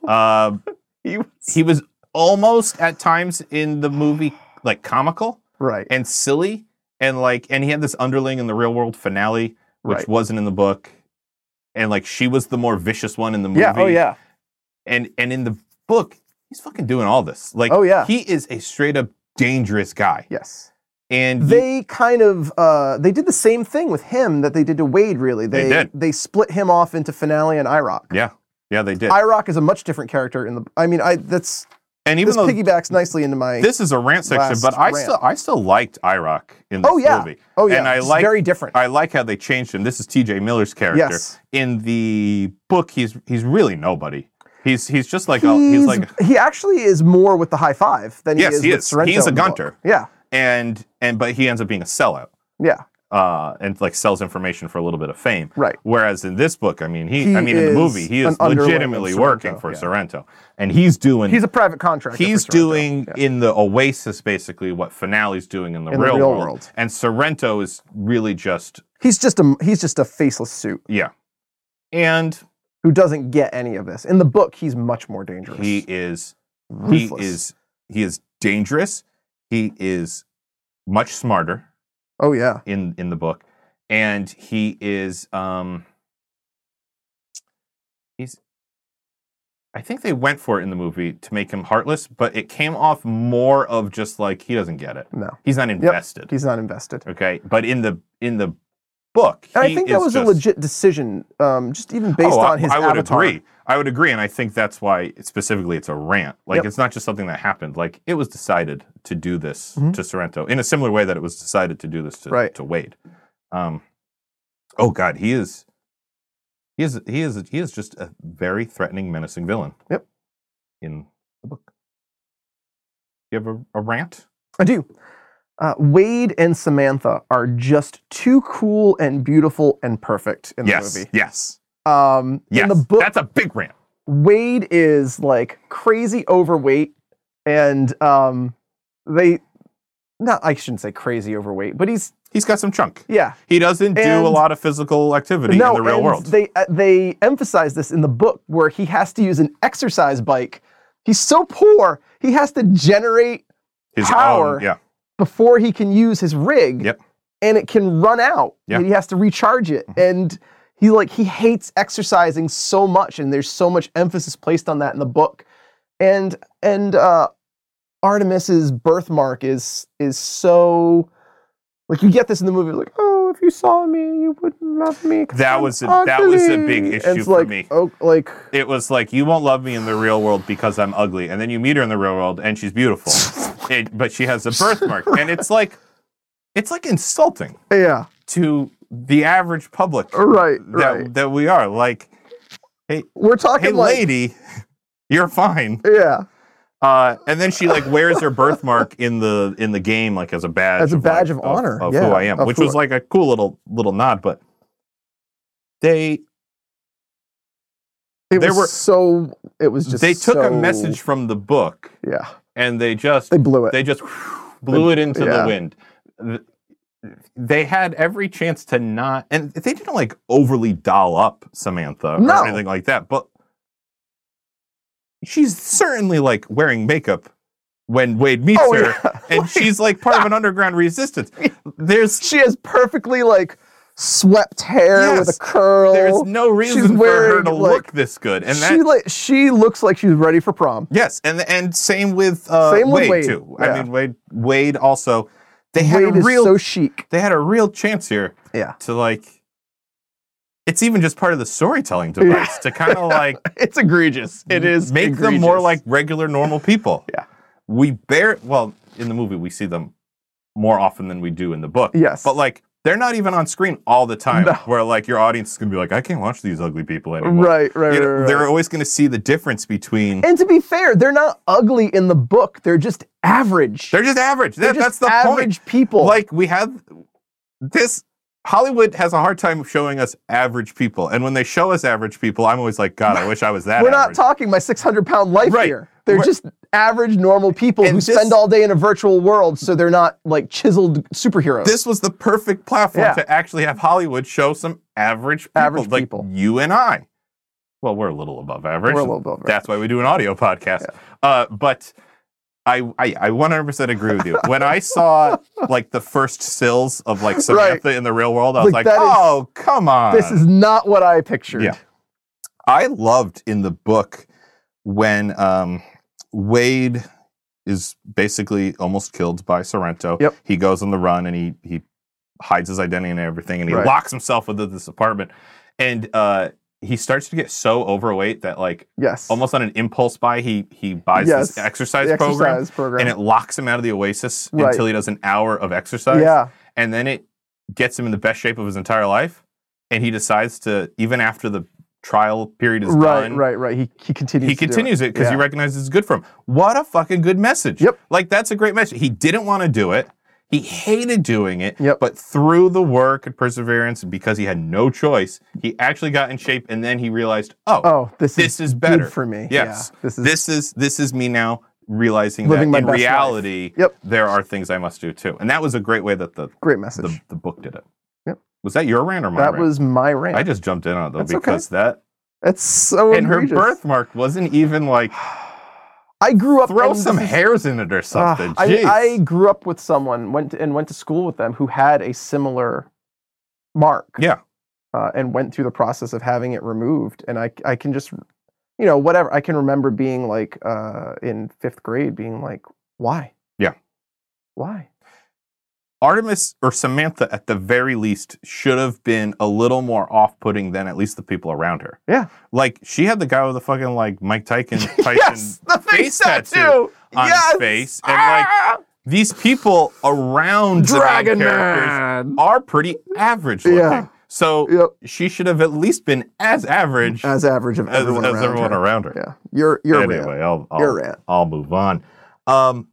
A: uh,
B: He was,
A: he was almost at times in the movie like comical
B: right.
A: and silly and like and he had this underling in the real world finale which
B: Right.
A: wasn't in the book and like she was the more vicious one in the movie
B: Yeah. Oh yeah.
A: and and in the book he's fucking doing all this like
B: Oh, yeah.
A: he is a straight up dangerous guy
B: Yes.
A: and you-
B: they kind of uh, they did the same thing with him that they did to Wade. Really,
A: They
B: they
A: did.
B: split him off into Finale and IROC.
A: yeah yeah they did
B: IROC is a much different character in the. I mean, I that's
A: and even
B: this
A: though
B: piggybacks nicely into my.
A: this is a rant section
B: last
A: but i
B: rant.
A: still i still liked iroc in this
B: oh yeah,
A: movie
B: oh yeah,
A: and I
B: It's
A: like-
B: very different.
A: i like how they changed him this is tj miller's character
B: yes,
A: in the book he's he's really nobody he's he's just like a he's
B: He's-
A: like
B: he actually is more with the high five than
A: Yes,
B: he is
A: he
B: with
A: is.
B: Sorrento
A: He's a
B: in the book.
A: gunter.
B: Yeah,
A: and and but he ends up being a sellout
B: yeah,
A: uh and like sells information for a little bit of fame
B: right.
A: whereas in this book i mean he,
B: He
A: i mean in the
B: is
A: movie he
B: an
A: is
B: underling of
A: legitimately
B: Sorrento,
A: working for
B: yeah.
A: sorrento and he's doing
B: He's a private contractor.
A: he's
B: for Sorrento.
A: doing
B: Yeah.
A: in the oasis basically what finale's doing in the, real, world. and sorrento is really just
B: He's just a he's just a faceless suit
A: yeah and
B: who doesn't get any of this. In the book, he's much more dangerous.
A: he is
B: Ruthless.
A: he is he is dangerous he is much smarter
B: Oh yeah.
A: in in the book, and he is um he's I think they went for it in the movie to make him heartless, but it came off more of just like he doesn't get it.
B: No.
A: He's not invested.
B: He's not invested.
A: Okay, but in the in the book,
B: And I
A: he
B: think that
A: is
B: was
A: just-
B: a legit decision, um, just even based
A: Oh, I-
B: on his
A: I, would
B: avatar.
A: agree. I would agree, and I think that's why specifically it's a rant. Like
B: Yep.
A: it's not just something that happened. Like it was decided to do this
B: Mhm.
A: to Sorrento in a similar way that it was decided to do this to,
B: Right.
A: to Wade. Um, oh God, he is, he is, he is, he is just a very threatening, menacing villain.
B: Yep.
A: In the book, you have a, a rant.
B: I do. Uh, Wade and Samantha are just too cool and beautiful and perfect in
A: yes,
B: the movie.
A: yes,
B: Um,
A: yes.
B: In the book,
A: that's a big rant.
B: Wade is like crazy overweight, and um, they, not I shouldn't say crazy overweight, but he's
A: He's got some chunk.
B: yeah.
A: He doesn't do
B: And-
A: a lot of physical activity in the real
B: and
A: world.
B: They uh, they emphasize this in the book where he has to use an exercise bike. He's so poor, he has to generate
A: His
B: power-
A: own, yeah.
B: before he can use his rig.
A: Yep.
B: And it can run out.
A: Yeah. Mm-hmm.
B: And he has to recharge it. And he like he hates exercising so much, and there's so much emphasis placed on that in the book. And and uh Artemis's birthmark is is so Like you get this in the movie, like oh, if you saw me, you would love me. 'cause
A: That
B: I'm
A: was a- that was a big
B: ugly." And
A: issue
B: it's
A: for
B: like,
A: me.
B: Oh, like
A: It was like you won't love me in the real world because I'm ugly, and then you meet her in the real world and she's beautiful, It- but she has a birthmark, and it's like, it's like insulting
B: yeah,
A: to the average public
B: right,
A: that
B: right.
A: that we are. Like,
B: We're talking
A: hey,
B: like
A: lady, you're fine.
B: yeah,
A: Uh, and then she like wears her birthmark in the in the game, like as a badge,
B: As a badge
A: like,
B: of honor,
A: of, who
B: yeah,
A: I am,
B: of
A: which
B: who
A: was
B: I-
A: like a cool little little nod. But they
B: it
A: They
B: was
A: were-
B: so. It was just
A: they took a
B: so-
A: message from the book
B: Yeah,
A: and they just
B: they blew it.
A: they just blew it into the
B: yeah.
A: wind. Th- They had every chance to not, and they didn't like overly doll up Samantha
B: No.
A: or anything like that. But she's certainly like wearing makeup when Wade meets
B: oh,
A: her,
B: yeah.
A: and she's like part of an underground resistance. There's
B: she has perfectly like swept hair with
A: Yes.
B: a curl.
A: there's no reason for her
B: wearing,
A: to
B: like-
A: look this good, and that
B: she like she looks like she's ready for prom.
A: Yes, and and same with uh,
B: Same with
A: Wade,
B: Wade,
A: too. I
B: yeah.
A: mean, Wade Wade also they had
B: Wade
A: a
B: is
A: real
B: so chic.
A: they had a real chance here
B: Yeah.
A: to like. It's even just part of the storytelling device to kind of like
B: It's egregious. It is
A: make them
B: egregious.
A: more like regular normal people.
B: Yeah.
A: we bear well in the movie we see them more often than we do in the book.
B: yes,
A: But like they're not even on screen all the time.
B: No.
A: Where like your audience is gonna be like, I can't watch these ugly people anymore.
B: right, right,
A: You know,
B: right, right.
A: They're always gonna see the difference between
B: And to be fair, they're not ugly in the book. They're just average.
A: They're just average. That,
B: They're
A: that's
B: just
A: the
B: average people.
A: point. Like we have this Hollywood has a hard time showing us average people, and when they show us average people, I'm always like, God, I wish I was that.
B: we're not
A: average.
B: talking my 600 pound life
A: Right.
B: here. They're
A: We're-
B: just average, normal people who
A: And this-
B: spend all day in a virtual world, so they're not like chiseled superheroes.
A: This was the perfect platform
B: Yeah.
A: to actually have Hollywood show some average people,
B: Average
A: like
B: people.
A: you and I. Well, we're a little above average.
B: We're a little bit
A: That's why we do an audio podcast. Uh, but I, I I 100% agree with you. When I saw like the first sills of like Samantha in the real world, I was like,
B: Like, that is-
A: oh come on,
B: This is not what I pictured.
A: Yeah. I loved in the book when um, Wade is basically almost killed by Sorrento.
B: Yep.
A: He goes on the run and he he hides his identity and everything, and he
B: Right.
A: locks himself within this apartment. And uh, he starts to get so overweight that, like,
B: Yes.
A: almost on an impulse buy, he he buys
B: Yes.
A: this exercise,
B: the
A: program,
B: exercise program.
A: and it locks him out of the oasis
B: Right.
A: until he does an hour of exercise
B: yeah.
A: and then it gets him in the best shape of his entire life and he decides to even after the trial period is
B: Right,
A: done
B: right, right. He he continues.
A: he
B: to do
A: continues it because he
B: Yeah.
A: recognizes it's good for him what a fucking good message
B: Yep.
A: like that's a great message he didn't want to do it he hated doing it
B: Yep.
A: but through the work and perseverance and because he had no choice he actually got in shape and then he realized oh,
B: Oh, this,
A: this
B: is
A: is better
B: good for me.
A: Yes.
B: Yeah. This is
A: this is this is me now realizing that
B: Living my
A: in
B: best life.
A: reality
B: Yep.
A: there are things i must do too and that was a great way that the
B: great message.
A: the, the book did it.
B: Yep.
A: Was that your rant or my
B: that
A: rant?
B: was my rant.
A: I just jumped in on it though
B: That's okay.
A: because that
B: That's so
A: and her
B: egregious.
A: birthmark wasn't even like
B: I grew up.
A: throw
B: and
A: some
B: this is-
A: hairs in it or
B: Ah,
A: something. Jeez.
B: I, I grew up with someone went to, and went to school with them who had a similar mark.
A: Yeah.
B: Uh, and went through the process of having it removed, and I I can just you know whatever I can remember being like uh, in fifth grade being like why
A: Yeah.
B: why
A: Artemis or Samantha at the very least should have been a little more off-putting than at least the people around her.
B: Yeah.
A: Like she had the guy with the fucking like Mike Tyson Tyson
B: the
A: face tattoo on his face
B: Ah!
A: and like these people around
B: Dragon
A: the main characters
B: Man.
A: are pretty average looking.
B: Yeah.
A: So
B: Yep.
A: she should have at least been as average
B: As average of
A: as,
B: everyone
A: as
B: around.
A: everyone
B: her.
A: around her.
B: Yeah. You're you're
A: anyway, I'll, I'll,
B: Your rant.
A: I'll move on. Um,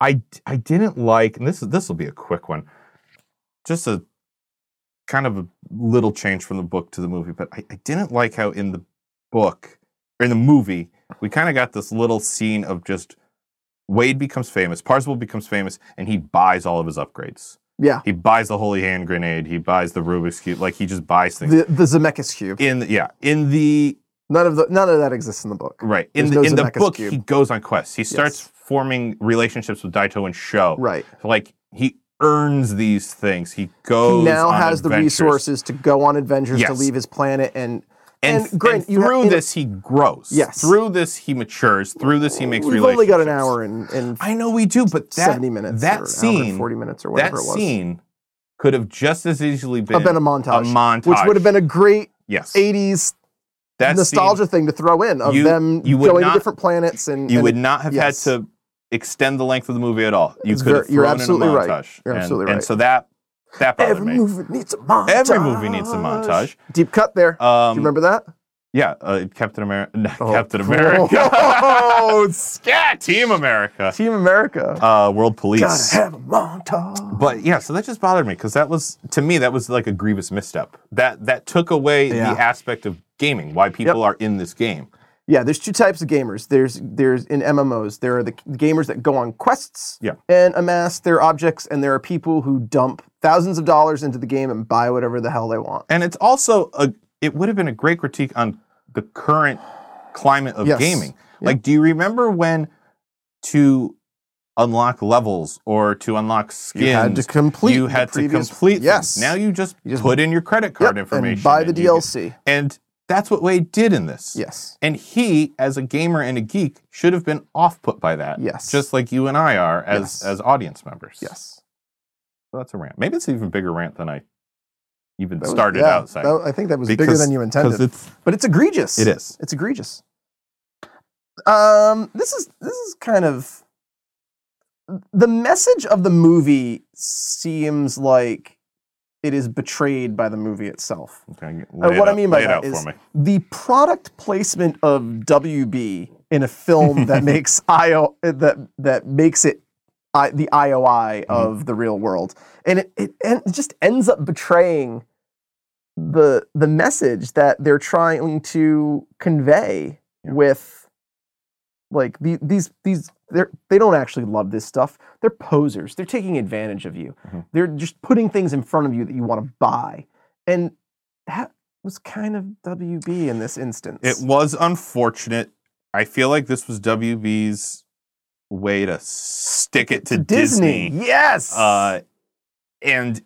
A: I I didn't like, and this is this will be a quick one, just a kind of a little change from the book to the movie, but I, I didn't like how in the book or in the movie we kind of got this little scene of just Wade becomes famous, Parzival becomes famous, and he buys all of his upgrades.
B: Yeah.
A: He buys the holy hand grenade. He buys the Rubik's cube. Like he just buys things.
B: The the Zemeckis cube.
A: in the, yeah, in the
B: None of the none of that exists in the book.
A: Right. In
B: There's
A: the,
B: no
A: in the
B: Zemeckis
A: book,
B: cube.
A: he goes on quests. He starts forming relationships with Daito and Sho.
B: Right.
A: Like he earns these things. He goes.
B: he now
A: on
B: has the
A: adventures.
B: resources to go on adventures to
A: Yes.
B: leave his planet and
A: And,
B: And Grant, you ha-
A: through
B: you know-
A: this, he grows.
B: Yes.
A: Through this, he matures. Through this, he makes
B: We've
A: relationships.
B: only got an hour and, and
A: I know we do, but that
B: 70 minutes. or
A: that
B: an hour and
A: scene-
B: 40 minutes or
A: that
B: whatever it was.
A: scene could have just as easily been,
B: Have been a montage,
A: montage,
B: which would have been a great
A: yes
B: 80s
A: that
B: nostalgia thing to throw in of
A: you-
B: them
A: you would
B: going
A: not-
B: to different planets
A: Scene,
B: and
A: you
B: and
A: would not have
B: yes.
A: had to extend the length of the movie at all. You
B: It's
A: could have
B: ver- you're
A: thrown
B: absolutely
A: in a
B: right.
A: montage.
B: You're
A: and,
B: absolutely
A: And
B: right.
A: so that that bothered
B: every
A: me.
B: movie needs a montage.
A: Every movie needs a montage.
B: Deep cut there.
A: Um,
B: Do you remember that?
A: Yeah, uh, Captain America.
B: Oh.
A: Captain America.
B: Oh,
A: Scat Team America.
B: Team America.
A: Uh, World Police.
B: Gotta have a montage.
A: But yeah, so that just bothered me because that was to me that was like a grievous misstep. That that took away
B: Yeah.
A: the aspect of gaming, why people are in this game.
B: Yeah, there's two types of gamers. There's there's in MMOs, there are the gamers that go on quests
A: Yeah.
B: and amass their objects, and there are people who dump thousands of dollars into the game and buy whatever the hell they want.
A: And it's also a it would have been a great critique on the current climate of
B: Yes.
A: gaming. Like, do you remember when to unlock levels or to unlock skins?
B: You had to complete.
A: you
B: the
A: had to
B: previous-
A: complete. them.
B: Yes.
A: Now you just,
B: You just-
A: put in your credit
B: Yep,
A: card information
B: and buy the
A: you get-
B: DLC.
A: and that's what Wade did in this.
B: Yes.
A: And he, as a gamer and a geek, should have been off put by that.
B: Yes.
A: Just like you and I are as
B: Yes.
A: as audience members.
B: Yes.
A: So that's a rant. Maybe it's an even bigger rant than I even
B: That was-
A: started
B: yeah,
A: out saying.
B: that- I think that was bigger
A: Because-
B: than you
A: Because
B: intended.
A: it's
B: but it's egregious.
A: it is.
B: It's egregious. Um, this is this is kind of the message of the movie seems like it is betrayed by the movie itself.
A: Okay,
B: Uh,
A: lay it
B: what I
A: out-
B: mean by
A: lay it
B: that
A: out
B: is-
A: for me.
B: The product placement of WB in a film that makes IO that that makes it I, the IOI
A: Mm-hmm.
B: of the real world, and it, it, and it just ends up betraying the the message that they're trying to convey
A: Yeah.
B: with like the, these these they're they don't actually love this stuff. They're posers. They're taking advantage of you.
A: Mhm.
B: They're just putting things in front of you that you want to buy, and that was kind of WB in this instance.
A: It was unfortunate. I feel like this was WB's way to stick it to Disney.
B: Yes.
A: Uh, and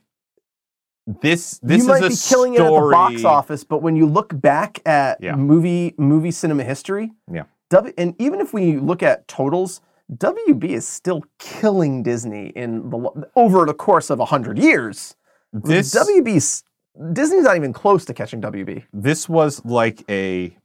A: this this
B: you might
A: is
B: be
A: a
B: killing it at the
A: story-
B: box office, but when you look back at
A: Yeah.
B: movie movie cinema history,
A: Yeah.
B: W, and even if we look at totals, WB is still killing Disney in the lo- over the course of hundred years.
A: This
B: WB's Disney's not even close to catching WB.
A: this was like a.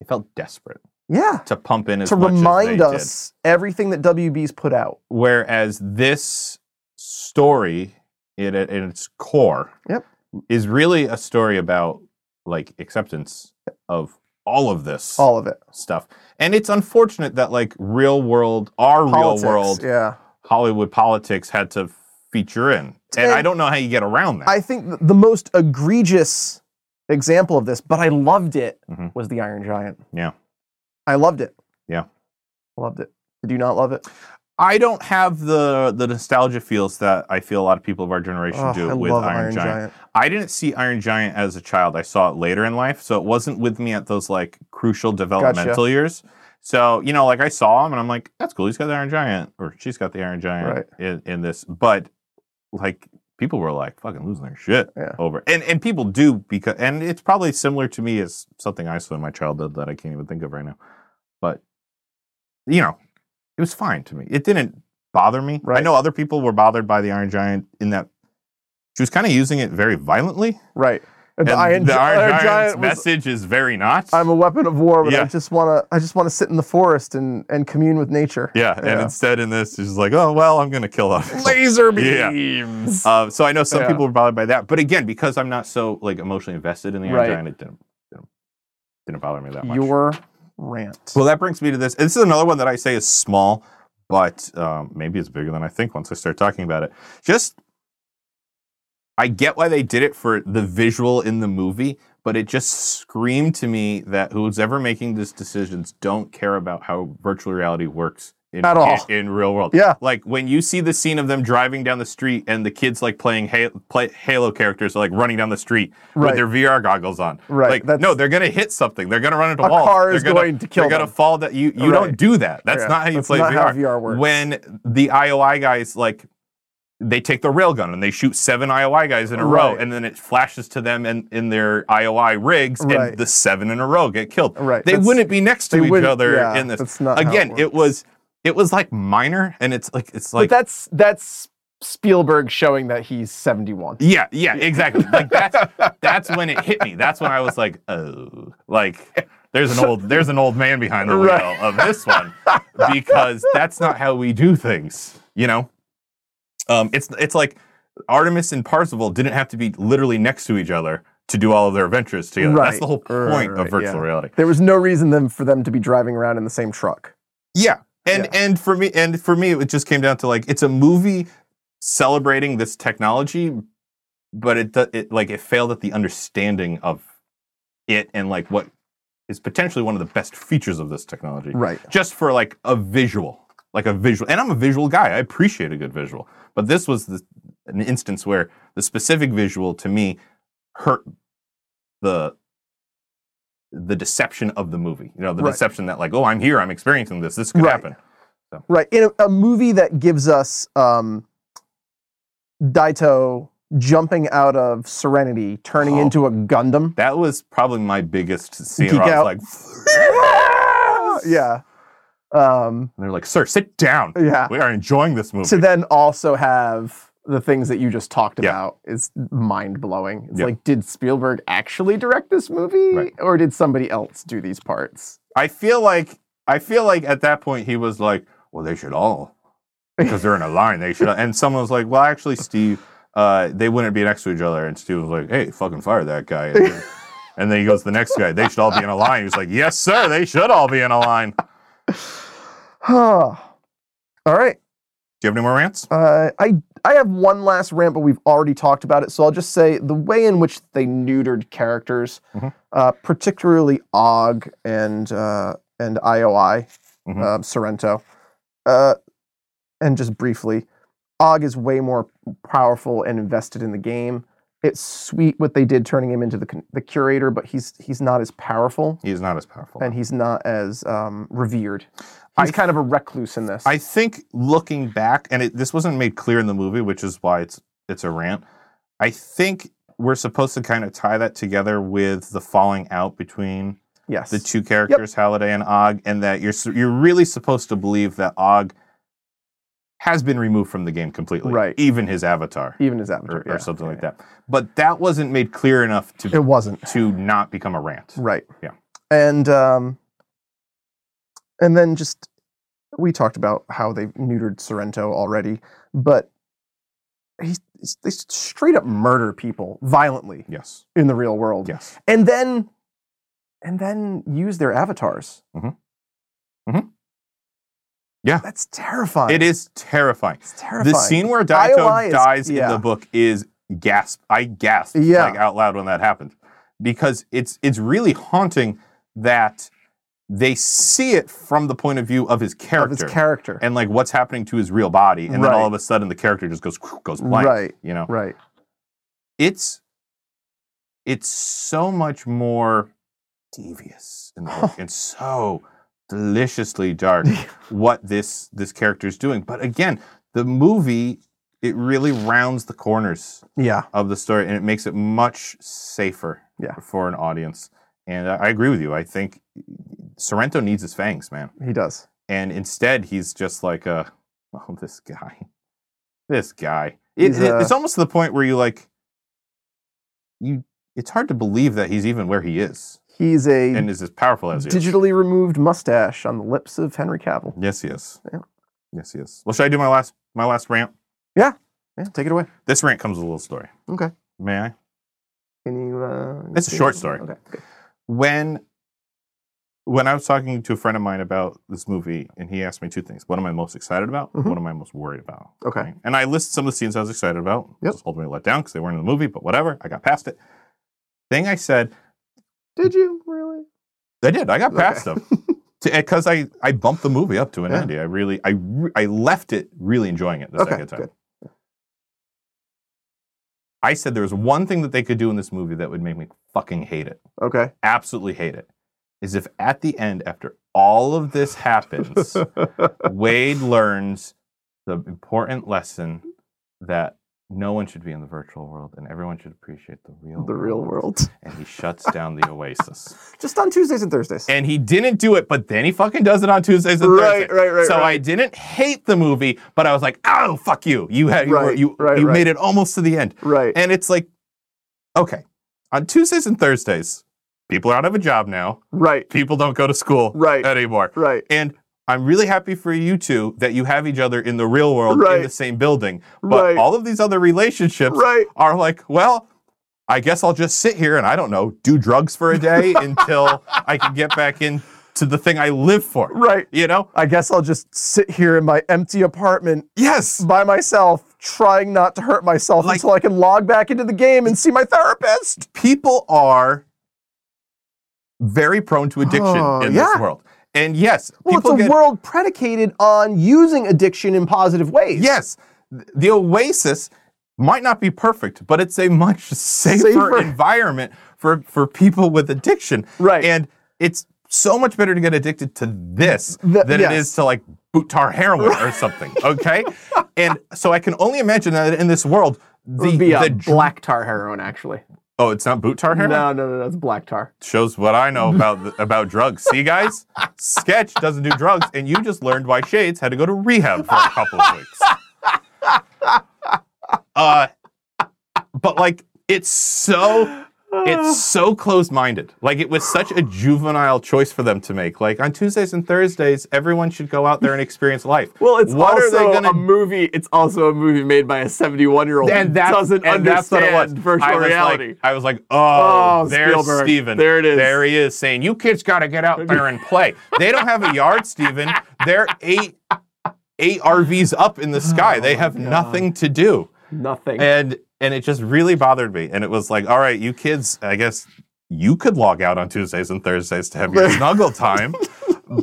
A: It felt desperate
B: Yeah,
A: to pump in as
B: to
A: much as
B: remind
A: they did.
B: us everything that WB's put out.
A: Whereas this story, it at its core,
B: Yep.
A: is really a story about like acceptance of all of this
B: All of it.
A: stuff, and it's unfortunate that like real world, our
B: Politics,
A: real world,
B: Yeah.
A: Hollywood politics had to feature in, and
B: And-
A: I don't know how you get around that.
B: I think th- the most egregious example of this, but I loved it,
A: Mhm.
B: was the Iron Giant.
A: Yeah.
B: I loved it.
A: Yeah.
B: Loved it. Did you not love it?
A: I don't have the the nostalgia feels that I feel a lot of people of our generation
B: Oh,
A: do
B: I
A: with
B: love
A: Iron, Giant. I didn't see Iron Giant as a child. I saw it later in life, so it wasn't with me at those like crucial developmental years. So you know, like I saw him, and I'm like, "That's cool. He's got the Iron Giant, or she's got the Iron Giant
B: Right.
A: in, in this." But like, people were like, "Fucking losing their shit
B: Yeah.
A: over," and and people do because, and it's probably similar to me as something I saw in my childhood that I can't even think of right now. But you know, it was fine to me. It didn't bother me. I
B: Right.
A: know other people were bothered by the Iron Giant in that she was kind of using it very violently.
B: Right.
A: And
B: And the Iron,
A: the
B: Gi-
A: Iron
B: Iron
A: Giant's
B: Giant was,
A: message is very not.
B: I'm a weapon of war, but
A: Yeah.
B: I just wanna I just wanna sit in the forest and, and commune with nature.
A: yeah, and
B: Yeah.
A: instead in this, she's like, "Oh well, I'm gonna kill them."
B: Laser
A: Yeah.
B: beams.
A: Uh, so I know some
B: Yeah.
A: people were bothered by that, but again, because I'm not so like emotionally invested in the Iron
B: Right.
A: Giant, it didn't, didn't didn't bother me that much.
B: Your rant.
A: well, that brings me to this. This is another one that I say is small, but um, maybe it's bigger than I think once I start talking about it. Just, I get why they did it for the visual in the movie, but it just screamed to me that who's ever making these decisions don't care about how virtual reality works. In,
B: At all.
A: in, in real world,
B: Yeah.
A: Like when you see the scene of them driving down the street and the kids like playing ha- play Halo characters, like running down the street
B: Right.
A: with their VR goggles on.
B: Right,
A: Like
B: that's-
A: no, they're gonna hit something. They're gonna run into
B: A
A: walls.
B: car
A: They're
B: is
A: gonna-
B: going to kill
A: They're gonna
B: them.
A: fall down. You you
B: Right.
A: don't do that. That's
B: Yeah,
A: not how you
B: that's
A: play
B: not
A: VR.
B: how VR works.
A: When the IOI guys like they take the railgun and they shoot seven IOI guys in a row,
B: Right.
A: and then it flashes to them and in their IOI rigs,
B: Right.
A: and the seven in a row get killed.
B: Right.
A: They
B: that's-
A: wouldn't be next
B: they
A: to each
B: wouldn't-
A: other
B: yeah,
A: in this.
B: That's not how
A: Again, it
B: works.
A: was it was like minor, and it's like it's like
B: but that's that's Spielberg showing that he's 71.
A: Yeah, yeah, exactly. Like that's that's when it hit me. That's when I was like, oh, like there's an old there's an old man behind the wheel
B: Right.
A: of this one because that's not how we do things, you know. Um, it's it's like Artemis and Parzival didn't have to be literally next to each other to do all of their adventures together. That's
B: Right.
A: the whole point
B: Right,
A: of
B: right,
A: virtual
B: yeah.
A: reality.
B: There was no reason them for them to be driving around in the same truck.
A: Yeah. And
B: Yeah.
A: and for me and for me it just came down to like it's a movie celebrating this technology but it do- it like it failed at the understanding of it and like what is potentially one of the best features of this technology
B: Right.
A: just for like a visual like a visual and I'm a visual guy I appreciate a good visual but this was the, an instance where the specific visual to me hurt the the deception of the movie you know the
B: Right.
A: deception that like oh I'm here I'm experiencing this this could
B: Right.
A: happen
B: Right. In a, a movie that gives us um, Daito jumping out of Serenity, turning
A: Oh.
B: into a Gundam.
A: That was probably my biggest scene.
B: Geek
A: where I
B: out.
A: was like,
B: yeah. Um,
A: And they're like, "Sir, sit down.
B: yeah.
A: We are enjoying this movie."
B: To then also have the things that you just talked
A: Yeah.
B: about is mind blowing. It's
A: Yeah.
B: like, did Spielberg actually direct this movie,
A: Right.
B: or did somebody else do these parts?
A: I feel like I feel like at that point he was like, "Well, they should all because they're in a line. They should." all." And someone was like, "Well, actually, Steve, uh, they wouldn't be next to each other." And Steve was like, "Hey, fucking fire that guy." And then, and then he goes, to "The next guy, they should all be in a line." He was like, "Yes, sir. They should all be in a line." Do
B: All right.
A: you have any more rants?
B: Uh, I I have one last rant, but we've already talked about it, so I'll just say the way in which they neutered characters,
A: Mhm.
B: uh, particularly Og and uh, and IOI,
A: Mhm.
B: um, Sorrento, uh, and just briefly, Og is way more powerful and invested in the game. It's sweet what they did turning him into the con- the curator, but he's he's not as powerful
A: He's not as powerful.
B: and he's not as um, revered.
A: I
B: He's kind of a recluse in this.
A: I think looking back, and it, this wasn't made clear in the movie, which is why it's it's a rant. I think we're supposed to kind of tie that together with the falling out between
B: yes.
A: the two characters, Halliday and Og, and that you're su- you're really supposed to believe that Og has been removed from the game completely,
B: Right.
A: Even his avatar
B: even his
A: or,
B: avatar
A: or something like that. But that wasn't made clear enough to
B: It wasn't
A: to not become a rant.
B: right.
A: Yeah.
B: and um, and then just we talked about how they've neutered Sorrento already, but he they straight up murder people violently
A: Yes,
B: in the real world,
A: yes,
B: and then and then use their avatars.
A: Mhm. Mhm. Yeah.
B: that's terrifying.
A: it is terrifying.
B: It's terrifying.
A: The scene where
B: IOI
A: Daito
B: is-
A: dies in
B: yeah.
A: the book is gasp. I gasped
B: Yeah.
A: like out loud when that happened because it's it's really haunting that they see it from the point of view of his
B: of
A: character
B: his character,
A: and like what's happening to his real body, and then all
B: Right.
A: of a sudden the character just goes goes blank.
B: right,
A: You know,
B: right,
A: it's it's so much more devious in the book and so deliciously dark what this this character is doing but again the movie it really rounds the corners
B: yeah,
A: of the story and it makes it much safer
B: Yeah.
A: for an audience and I, I agree with you i think sorrento needs his fangs man
B: he does.
A: and instead he's just like uh oh this guy this guy it,
B: He's,
A: it-
B: uh,
A: it's almost to the point where you like you it's hard to believe that he's even where he is
B: He's a
A: and is as powerful as he is
B: digitally removed mustache on the lips of Henry Cavill.
A: yes he is
B: Yeah.
A: yes he is well should i do my last my last rant
B: Yeah, take it away.
A: this rant comes with a little story
B: Okay.
A: may i
B: Can you? Uh,
A: It's a
B: can-
A: short story.
B: Okay. good.
A: when when I was talking to a friend of mine about this movie, and he asked me two things: what am I most excited about? and
B: Mhm.
A: What am I most worried about?
B: Okay.
A: And I listed some of the scenes I was excited about.
B: Yep.
A: Just ultimately let down because they weren't in the movie, but whatever. I got past it. Thing I said,
B: Did you really?
A: I did. I got past
B: Okay.
A: them because I I bumped the movie up to an
B: Yeah.
A: 90. I really I re- I left it really enjoying it the
B: Okay,
A: second time.
B: good.
A: I said there was one thing that they could do in this movie that would make me fucking hate it.
B: Okay.
A: Absolutely hate it. Is if at the end after all of this happens. Wade learns the important lesson that no one should be in the virtual world and everyone should appreciate the real
B: Oh,
C: The real world.
A: And he shuts down the Oasis.
C: Just on Tuesdays and Thursdays.
A: And he didn't do it, but then he fucking does it on Tuesdays and
C: right,
A: Thursdays.
C: right, right.
A: so
C: right.
A: I didn't hate the movie, but I was like, "Oh, fuck you! You had you, were-
C: Right,
A: you,
C: right,
A: you
C: right.
A: made it almost to the end."
C: Right.
A: And it's like, okay, on Tuesdays and Thursdays, people are out of a job now.
C: right.
A: People don't go to school
C: Right.
A: anymore.
C: Right.
A: And I'm really happy for you two that you have each other in the real world in
C: Right.
A: the same building. But
C: Right.
A: all of these other relationships
C: Right.
A: are like, well, I guess I'll just sit here and I don't know, do drugs for a day until I can get back into the thing I live for.
C: Right.
A: You know?
B: I guess I'll just sit here in my empty apartment
A: Yes.
B: by myself, trying not to hurt myself
A: Like-
B: until I can log back into the game and see my therapist.
A: People are very prone to addiction
C: Oh,
A: in this
C: yeah.
A: world. And yes,
B: Well,
A: people
B: it's a
A: get
B: world predicated on using addiction in positive ways.
A: Yes, th- the Oasis might not be perfect, but it's a much safer,
C: Safer.
A: environment for for people with addiction.
C: Right.
A: and it's so much better to get addicted to this
B: The-
A: than
B: yes.
A: it is to like boot tar heroin or something. Okay, and so I can only imagine that in this world,
C: It
A: the
C: would be
A: the
C: a
A: dr-
C: black tar heroin, actually.
A: oh, it's not boot tar
C: No,
A: heroin.
C: no, no, that's black tar.
A: Shows what I know about the, about drugs. See, guys, Sketch doesn't do drugs, and you just learned why Shades had to go to rehab for a couple of weeks. Uh, but like, it's so it's so closed-minded. Like, it was such a juvenile choice for them to make. Like on Tuesdays and Thursdays, everyone should go out there and experience life.
C: Well, it's
A: what
C: also
A: are they gonna
C: a movie. It's also a movie made by a 71 year old who
A: and that's,
C: doesn't
A: and that's what
C: understand
A: it was.
C: virtual
A: I was
C: reality.
A: Like, I was like, oh,
C: Oh,
A: there's
C: Spielberg.
A: Steven.
C: There it is.
A: There he is saying, you kids got to get out there and play. they don't have a yard, Steven. They're eight, eight RVs up
C: Oh
A: in the sky. they have nothing to do.
C: Nothing.
A: And, and it just really bothered me. And it was like, all right, you kids, I guess you could log out on Tuesdays and Thursdays to have your snuggle time,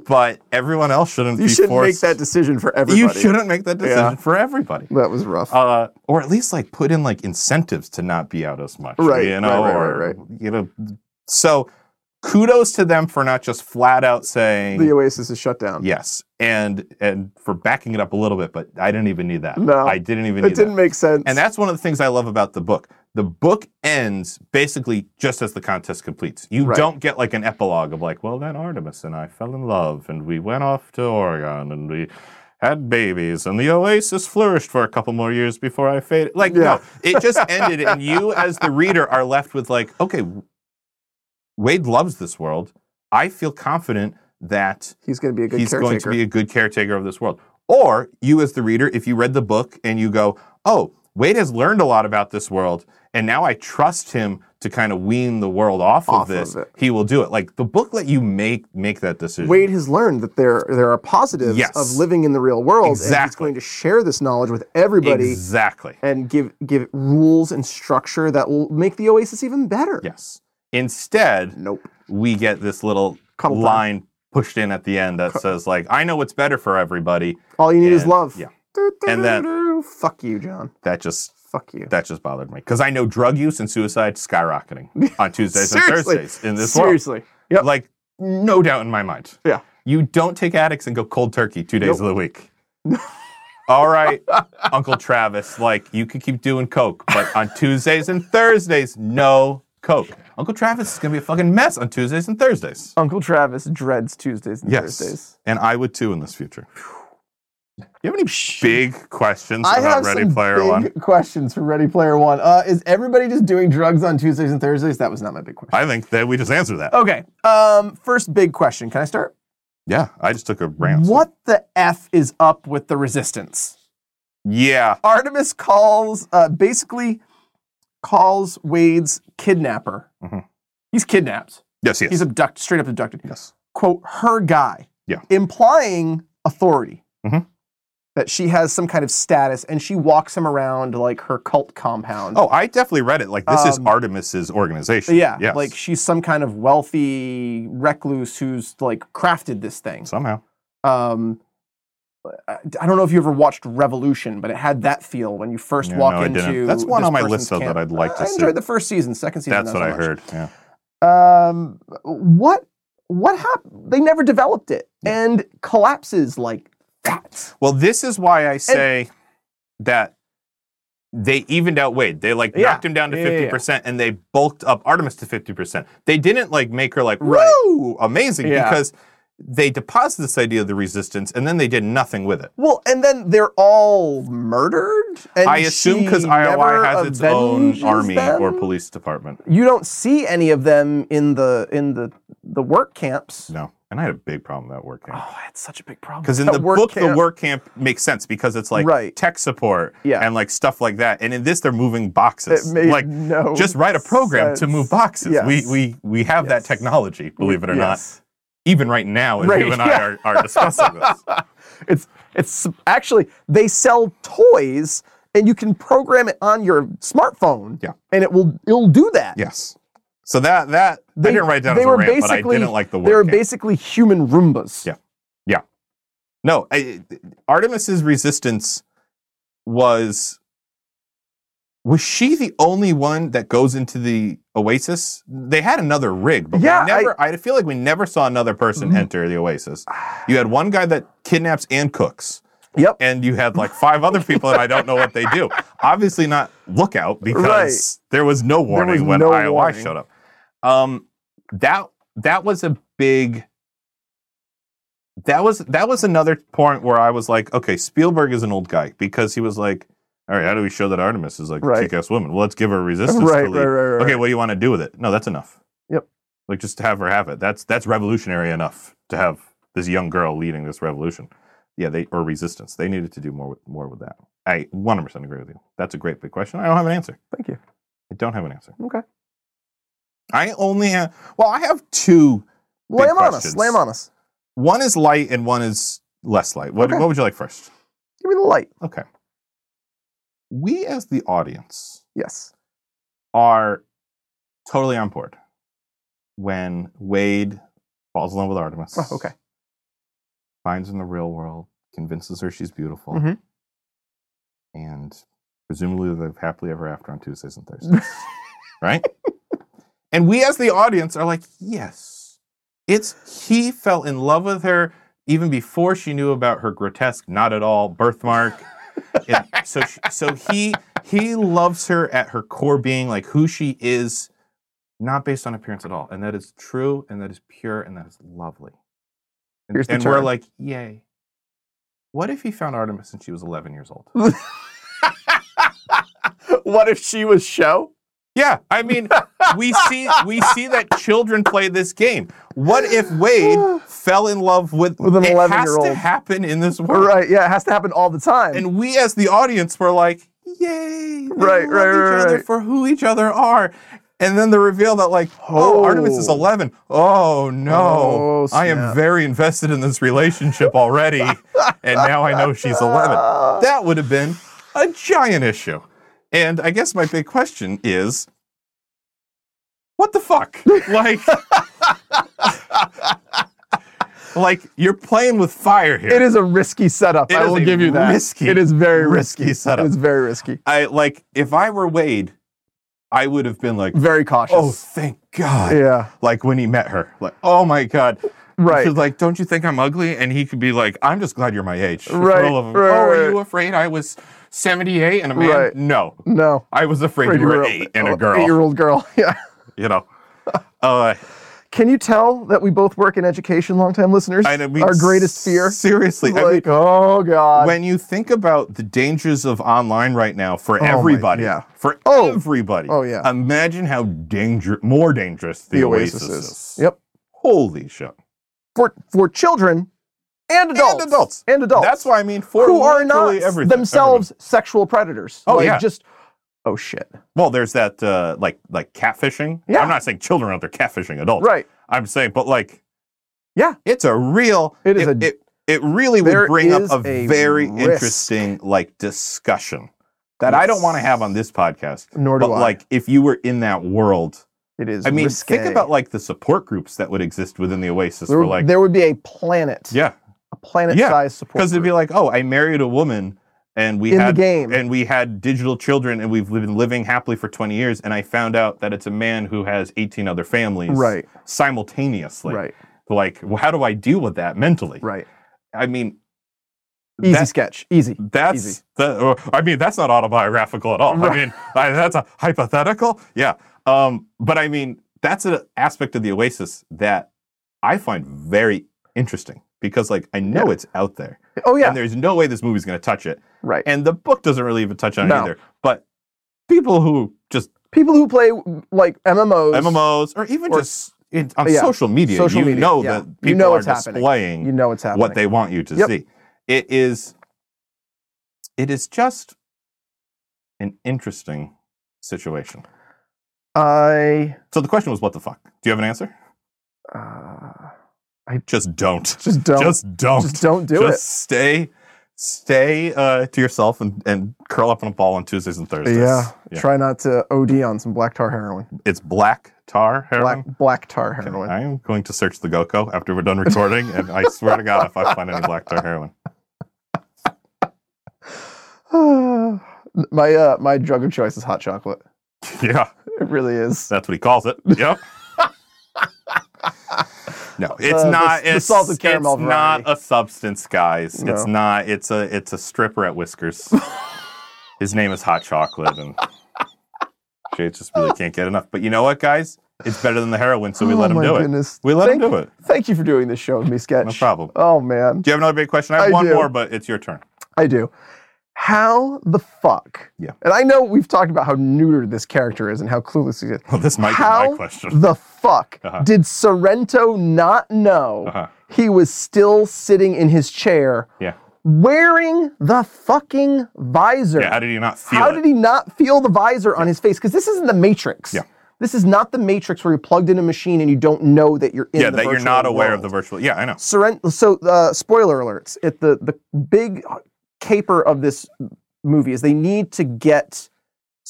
A: but everyone else shouldn't
C: you
A: be
C: shouldn't make
A: forced.
C: that decision for everybody.
A: you shouldn't make that decision
C: Yeah.
A: for everybody
C: That was rough.
A: uh, or at least like put in like incentives to not be out as much,
C: Right,
A: You
C: right,
A: know,
C: right,
A: or,
C: right,
A: you know. So, kudos to them for not just flat out saying
C: the Oasis is shut down.
A: yes, and and for backing it up a little bit. But I didn't even need that.
C: No.
A: I didn't even.
C: it
A: need
C: didn't
A: That.
C: make sense.
A: And that's one of the things I love about the book. The book ends basically just as the contest completes. You
C: Right.
A: don't get like an epilogue of like, well, then Artemis and I fell in love and we went off to Oregon and we had babies and the oasis flourished for a couple more years before I faded. Like,
C: Yeah.
A: no, it just ended. And you, as the reader, are left with like, okay, Wade loves this world. I feel confident that
C: he's going to be a good
A: he's
C: caretaker.
A: going to be a good caretaker of this world. Or you, as the reader, if you read the book and you go, oh, Wade has learned a lot about this world, and now I trust him to kind of wean the world off,
C: Off of
A: of this,
C: it.
A: he will do it. Like the book let you make make that decision.
C: Wade has learned that there there are positives
A: Yes.
C: of living in the real world, and he's
A: Exactly.
C: going to share this knowledge with everybody
A: exactly.
C: and give give rules and structure that will make the Oasis even better.
A: Yes. Instead,
C: Nope.
A: we get this little
C: Cuddle time.
A: line pushed in at the end that says, like, I know what's better for everybody.
C: All you need is
A: And-
C: love.
A: yeah.
C: Do, do,
A: And
C: do,
A: then-
C: do. fuck you, John.
A: That just
C: Fuck you.
A: that just bothered me because I know drug use and suicide skyrocketing on Tuesdays and
C: Seriously.
A: Thursdays in this world.
C: Seriously. Yep.
A: Like, no doubt in my mind.
C: Yeah.
A: You don't take addicts and go cold turkey two
C: Nope.
A: days of the week. All right, Uncle Travis, like, you could keep doing Coke, but on Tuesdays and Thursdays, no Coke. Uncle Travis is going to be a fucking mess on Tuesdays and Thursdays.
B: Uncle Travis dreads Tuesdays and
A: Yes.
B: Thursdays.
A: And I would too in this future. You have any big questions
B: I
A: about
B: have
A: Ready
B: some
A: Player
B: big
A: One?
B: questions for Ready Player One. Uh, is everybody just doing drugs on Tuesdays and Thursdays? That was not my big question.
A: I think that we just answered that.
B: Okay. Um, first big question. Can I start?
A: Yeah, I just took a rant.
B: What the f is up with the resistance?
A: Yeah.
B: Artemis calls, uh, basically, calls Wade's kidnapper.
A: Mhm.
B: He's kidnapped.
A: Yes, yes.
B: He's abducted, straight up abducted.
A: yes.
B: Quote her guy.
A: Yeah.
B: Implying authority.
A: Mhm.
B: That she has some kind of status, and she walks him around like her cult compound.
A: Oh, I definitely read it. Like, this is
B: Um,
A: Artemis's organization.
B: Yeah,
A: Yes.
B: like she's some kind of wealthy recluse who's like crafted this thing.
A: somehow.
B: Um, I I don't know if you ever watched Revolution, but it had that feel when you first
A: Yeah,
B: walk
A: no, I didn't.
B: into.
A: That's one
B: this
A: on my
B: person's
A: list, though, that
B: camp.
A: I'd like to
B: I
A: see.
B: enjoyed the first season, second season.
A: That's
B: not
A: what
B: so
A: I
B: much.
A: heard. Yeah.
B: Um, what what happened? They never developed it, and collapses like that.
A: Well, this is why I say that they evened out Wade. They like
B: Yeah.
A: knocked him down to
B: Yeah, yeah,
A: fifty
B: yeah.
A: percent, and they bulked up Artemis to fifty percent. They didn't like make her like
B: Right.
A: woo amazing
B: Yeah.
A: because they deposited this idea of the resistance, and then they did nothing with it.
B: Well,
C: And then they're all murdered. And
A: I assume
C: she
A: because IOI
C: never
A: has its own
C: avenges
A: army
C: them?
A: or police department.
B: you don't see any of them in the in the the work camps.
A: No, and I had a big problem with that work camp.
B: Oh, that's such a big problem.
A: Because in
B: That
A: the
B: work
A: book, the
B: camp-
A: work camp makes sense because it's like
B: Right.
A: tech support
B: Yeah.
A: and like stuff like that. And in this, they're moving boxes.
B: It made
A: like
B: no
A: just write a program to
B: sense.
A: move boxes. We
B: Yes.
A: we we have that
B: Yes.
A: technology, believe it or
B: Yes.
A: not. Even right now, as
B: Right,
A: you and I are, are discussing this.
B: it's it's actually they sell toys and you can program it on your smartphone.
A: Yeah.
B: And it will it'll do that.
A: Yes. So that that I
B: They-
A: didn't write down
B: they
A: as a
B: were
A: rant, but I
B: basically-
A: didn't like the
B: They're
A: word. camp.
B: basically human Roombas.
A: Yeah. No, I, Artemis's resistance was was she the only one that goes into the oasis? They had another rig, but
B: Yeah, I-
A: we never I, feel like we never saw another person
B: Mm.
A: enter the oasis.
B: Ah.
A: You had one guy that kidnaps and cooks.
B: Yep.
A: And you had like five other people and I don't know what they do. Obviously not lookout because there was no warning
B: was
A: when
B: no
A: IOI
B: warning.
A: showed up. Um that that was a big that was that was another point where I was like, okay, Spielberg is an old guy because he was like, all right, how do we show that Artemis is like a
B: Right.
A: kick-ass woman? Well, let's give her resistance. to
B: Right, right,
A: lead.
B: right, right, right.
A: Okay, what do you want to do with it? No, that's enough.
B: Yep.
A: Like just have her have it. That's that's revolutionary enough to have this young girl leading this revolution. Yeah, they or resistance. They needed to do more with more with that. I 100% agree with you. That's a great big question. I don't have an answer.
B: Thank you.
A: I don't have an answer.
B: Okay.
A: I only have well, I have two.
B: Lay 'em on us.
A: questions.
B: Lay 'em on us.
A: One is light and one is less light. What
B: Okay.
A: what would you like first?
B: Give me the light.
A: Okay. We as the audience
B: Yes.
A: are totally on board when Wade falls in love with Artemis.
B: Oh, okay.
A: Finds her in the real world, convinces her she's beautiful,
B: Mhm.
A: and presumably they live happily ever after on Tuesdays and Thursdays. right? And we as the audience are like, yes. It's he fell in love with her even before she knew about her grotesque, not at all birthmark. And so, she, so he he loves her at her core being, like who she is, not based on appearance at all, and that is true, and that is pure, and that is lovely. And,
B: Here's the
A: and we're
B: turn.
A: like, yay! What if he found Artemis and she was 11 years old?
B: what if she was show?
A: Yeah, I mean, we see we see that children play this game. What if Wade fell in love with
B: With an
A: it Has
B: 11-year-old.
A: to happen in this world,
B: Right. Yeah. It has to happen all the time.
A: and we as the audience were like, "Yay!" They
B: Right,
A: love
B: right,
A: each
B: right,
A: other
B: right.
A: for who each other are. And then the reveal that like, oh, Artemis is
B: Oh.
A: eleven. Oh no,
B: Oh,
A: I am
B: snap.
A: very invested in this relationship already, and now I know she's eleven.
B: Uh,
A: That would have been a giant issue. And I guess my big question is what the fuck? Like, like you're playing with fire here.
B: it is a risky setup.
A: It
B: I
A: is
B: will
A: a
B: give you that.
A: risky,
B: It is very
A: risky
B: risky,
A: setup.
B: It is very risky.
A: I like if I were Wade, I would have been like,
B: Very cautious.
A: oh, thank God.
B: yeah.
A: Like when he met her, like, oh my God.
B: Right.
A: She's like, don't you think I'm ugly? And he could be like, I'm just glad you're my age. It's
B: Right,
A: all of-
B: right,
A: oh,
B: right.
A: are you afraid I was 78 and a man?
B: Right.
A: No,
B: No.
A: I was afraid, you were eight and a girl.
B: Eight-year-old girl. Yeah.
A: you know. Uh,
B: Can you tell that we both work in education, long-time listeners?
A: I mean,
B: Our greatest fear. is
A: Seriously, I mean,
B: like, oh god.
A: when you think about the dangers of online right now for
B: Oh my-
A: everybody,
B: yeah.
A: for
B: Oh.
A: everybody,
B: Oh, yeah.
A: imagine how danger, more dangerous the,
B: the
A: Oasis,
B: Oasis
A: is.
B: is. Yep.
A: Holy shit!
B: For for children and adults.
A: adults.
B: And adults.
A: That's what I mean. For
B: who are not
A: literally everything,
B: themselves sexual predators.
A: Oh,
B: like,
A: yeah.
B: Just oh shit.
A: everyone. Well, there's that uh, like like catfishing.
B: Yeah.
A: I'm not saying children out there catfishing adults.
B: Right.
A: I'm saying, but like,
B: Yeah.
A: it's a real.
B: It is
A: it,
B: a-
A: it, it really would
B: There
A: bring up
B: is
A: a,
B: a
A: very
B: risk.
A: interesting like discussion that I don't want to have on this podcast.
B: Nor do
A: But
B: I.
A: like, if you were in that world,
B: it is.
A: I mean,
B: risque.
A: think about like the support groups that would exist within the Oasis.
B: there,
A: for like,
B: there would be a planet.
A: yeah,
B: A planet-sized support.
A: because it'd be
B: group
A: like, oh, I married a woman, and we
B: in
A: had
B: the game.
A: and we had digital children, and we've been living happily for twenty years, and I found out that it's a man who has eighteen other families
B: right.
A: simultaneously.
B: right.
A: Like, well, how do I deal with that mentally?
B: Right.
A: I mean,
B: Easy
A: That-
B: sketch. Easy.
A: That's
B: Easy.
A: the. or- I mean, that's not autobiographical at all. I
B: Right.
A: mean, I, that's a hypothetical. Yeah. Um, but I mean, that's an aspect of the Oasis that I find very interesting because, like, I know it's out there,
B: Oh yeah.
A: and there's no way this movie's going to touch it,
B: Right.
A: and the book doesn't really even touch on it
B: No.
A: either. But people who just
B: People who play like MMOs.
A: MMOs or even
B: Or-
A: just in, on
B: yeah,
A: social media,
B: social
A: you
B: media,
A: know
B: yeah.
A: that people
B: You know
A: are
B: it's happening.
A: displaying
B: You know what's happening.
A: what they want you to
B: Yep.
A: see. It is it is just an interesting situation.
B: I.
A: So the question was what the fuck? Do you have an answer?
B: Uh,
A: Just don't.
B: just don't. Just
A: Just don't.
B: don't, do
A: Just stay stay uh, to yourself and, and curl up in a ball on Tuesdays and
B: it.
A: Thursdays.
B: Yeah. Try not to OD on some black tar heroin.
A: It's black tar heroin.
B: Black black tar
A: Okay,
B: heroin.
A: I am going to search the GoCo after we're done recording, and I swear to God, if I find any black tar heroin,
B: my uh, my drug of choice is hot chocolate.
A: yeah,
B: It really is.
A: That's what he calls it. Yep. no, it's
B: Uh, the-
A: not.
B: the
A: it's
B: salted caramel
A: It's not
B: variety.
A: a substance, guys. It's
B: No.
A: not. It's a. It's a stripper at Whiskers. His name is Hot Chocolate, and she just really can't get enough. But you know what, guys? It's better than the heroin, so we let
B: oh,
A: him
B: my
A: do it.
B: goodness.
A: We let
B: Thank-
A: him do it.
B: Thank you for doing this show with me, sketch.
A: No problem.
B: Oh man,
A: Do you have another big question? I have
B: I
A: one
B: do.
A: more, but it's your turn.
B: I do. How the fuck?
A: Yeah.
B: And I know we've talked about how neutered this character is and how clueless he is.
A: Well, this might be
B: How
A: my question.
B: the fuck
A: Uh-huh.
B: did Sorrento not know
A: Uh-huh.
B: he was still sitting in his chair
A: Yeah.
B: wearing the fucking visor?
A: Yeah. How did you not feel
B: How
A: it?
B: did he not feel the visor on his face? Because this isn't the Matrix.
A: Yeah.
B: This is not the Matrix where you're plugged in a machine and you don't know that you're in
A: yeah,
B: the
A: that you're
B: virtual
A: not aware of
B: world.
A: the virtual. Yeah, I know.
B: Sorrent- so uh, spoiler alerts it the the big caper of this movie is they need to get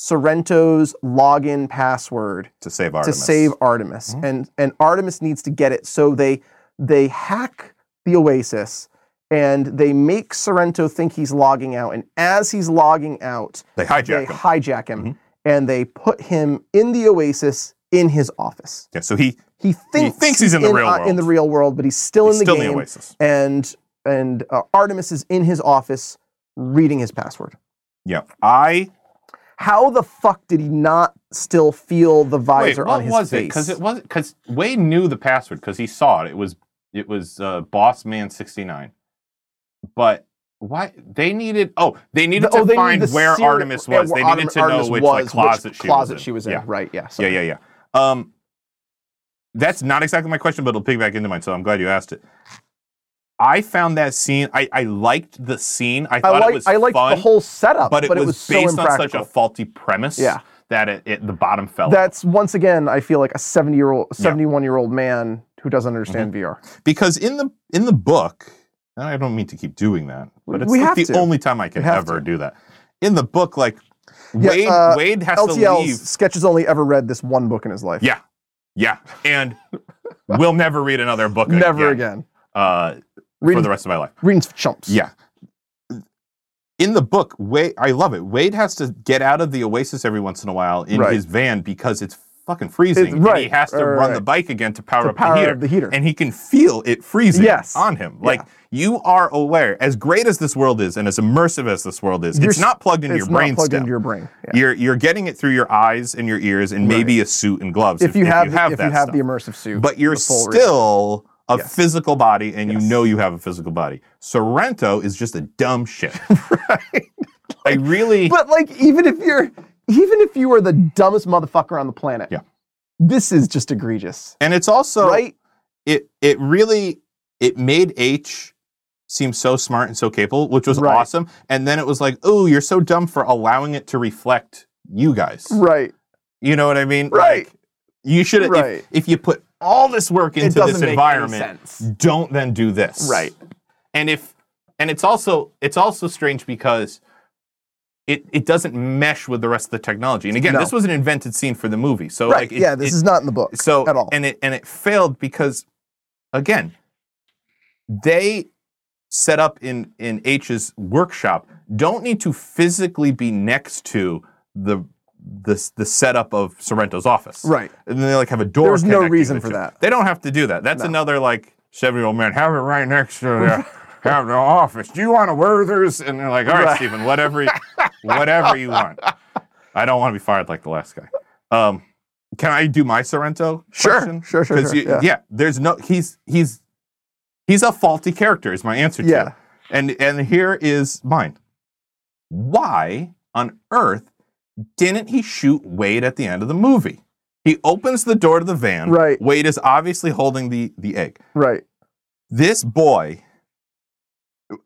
B: sorrento's login password
A: To save Artemis.
B: to save artemis
A: Mhm.
B: and and artemis needs to get it so they they hack the oasis and they make sorrento think he's logging out and as he's logging out
A: They hijack
B: they
A: him.
B: hijack him
A: Mhm.
B: and they put him in the oasis in his office
A: Yeah, so he
B: he thinks,
A: thinks he's in the real
B: uh, in
A: world.
B: the real world but he's still
A: he's
B: in the
A: still in
B: game
A: the Oasis.
B: and and uh, Artemis is in his office reading his password.
A: Yeah, I
B: How the fuck did he not still feel the visor
A: wait. What
B: on his
A: was it?
B: face?
A: Because it was because Wade knew the password because he saw it. It was it was uh, Boss Man sixty nine. But why they needed? Oh, they needed
B: The-
A: to
B: oh, they
A: find
B: needed the
A: where
B: serial-
A: Artemis
B: yeah,
A: was.
B: where
A: They
B: Artem-
A: needed to
B: Artemis
A: know which like,
B: was,
A: closet, she
B: closet
A: was in.
B: she was in.
A: Yeah.
B: Right. Yeah.
A: Yeah,
B: sorry.
A: yeah, yeah. Um, that's not exactly my question, but it'll piggyback into mine. So I'm glad you asked it. I found that scene. I, I liked the scene. I
B: I
A: thought it
B: like
A: was
B: I liked
A: fun.
B: the whole setup,
A: but it was,
B: so
A: based on such
B: impractical.
A: a faulty premise
B: Yeah.
A: that it, it the bottom fell.
B: That's once again, I feel like a seventy year old, seventy one year old man who doesn't
A: Mm-hmm.
B: understand VR.
A: because in the in the book, and I don't mean to keep doing that, but it's
B: We
A: like
B: have
A: the
B: to.
A: only time I can
B: We have
A: ever do that. In the book, like
B: Yeah,
A: Wade,
B: uh,
A: Wade has to
B: LTL
A: leave.
B: sketches only ever read this one book in his life.
A: Yeah, yeah, and we'll never read another book.
B: Never
A: again.
B: again.
A: Uh, for
B: Reading,
A: the rest of my life.
B: reading's for chumps.
A: Yeah. In the book, Wade, I love it. Wade has to get out of the Oasis every once in a while in
B: Right.
A: his van because it's fucking freezing.
B: It's-
A: and
B: right,
A: he has to
B: right,
A: run
B: right.
A: the bike again to power
B: To
A: up
B: power
A: the heater.
B: up the heater.
A: And he can feel it freezing
B: Yes.
A: on him.
B: Yeah.
A: Like you are aware, as great as this world is and as immersive as this world is,
B: You're
A: it's
B: s-
A: not plugged into
B: it's
A: your brain
B: not plugged
A: stem.
B: into your brain. Yeah.
A: You're you're getting it through your eyes and your ears and maybe a suit and gloves
B: if you have, the- if
A: that
B: you have
A: stuff
B: the immersive suit,
A: but you're
B: the full re-
A: still a
B: Yes.
A: physical body and you
B: Yes.
A: know you have a physical body. Sorrento is just a dumb shit. I really
B: But like, even if you're, even if you are the dumbest motherfucker on the planet,
A: Yeah.
B: this is just egregious,
A: and it's also
B: right?
A: it it really it made H seem so smart and so capable, which was
B: Right.
A: awesome. And then it was like, oh, you're so dumb for allowing it to reflect you guys.
B: Right.
A: You know what I mean?
B: Right.
A: Like, you should have
B: Right.
A: if, if you put all this work
B: it
A: into
B: doesn't
A: this
B: make
A: environment,
B: any sense.
A: don't then do this
B: Right.
A: and if and it's also it's also strange because it it doesn't mesh with the rest of the technology and again
B: No.
A: this was an invented scene for the movie so
B: right.
A: like it,
B: yeah. This
A: it-
B: is not in the book.
A: so
B: at all.
A: and it and it failed because again they set up in in h's workshop don't need to physically be next to the the, the setup of sorrento's office
B: right.
A: and then they like have a door.
B: There's no
A: connecting
B: reason
A: the
B: for
A: two.
B: that.
A: They don't have to do that. That's
B: No.
A: another like Chevy old man. Have it right next to there. have the office. Do you want a Werther's? And they're like, all right,
D: Right.
A: Stephen, whatever, whatever you want. I don't want to be fired like the last guy. Um, can I do my Sorrento question?
B: Sure, sure,
A: Because
B: sure.
A: yeah.
B: yeah.
A: there's no he's he's he's a faulty character. Is my answer to it.
B: Yeah.
A: And and here is mine. Why on earth didn't he shoot Wade at the end of the movie? He opens the door to the van.
B: Right.
A: Wade is obviously holding the the egg.
B: Right.
A: This boy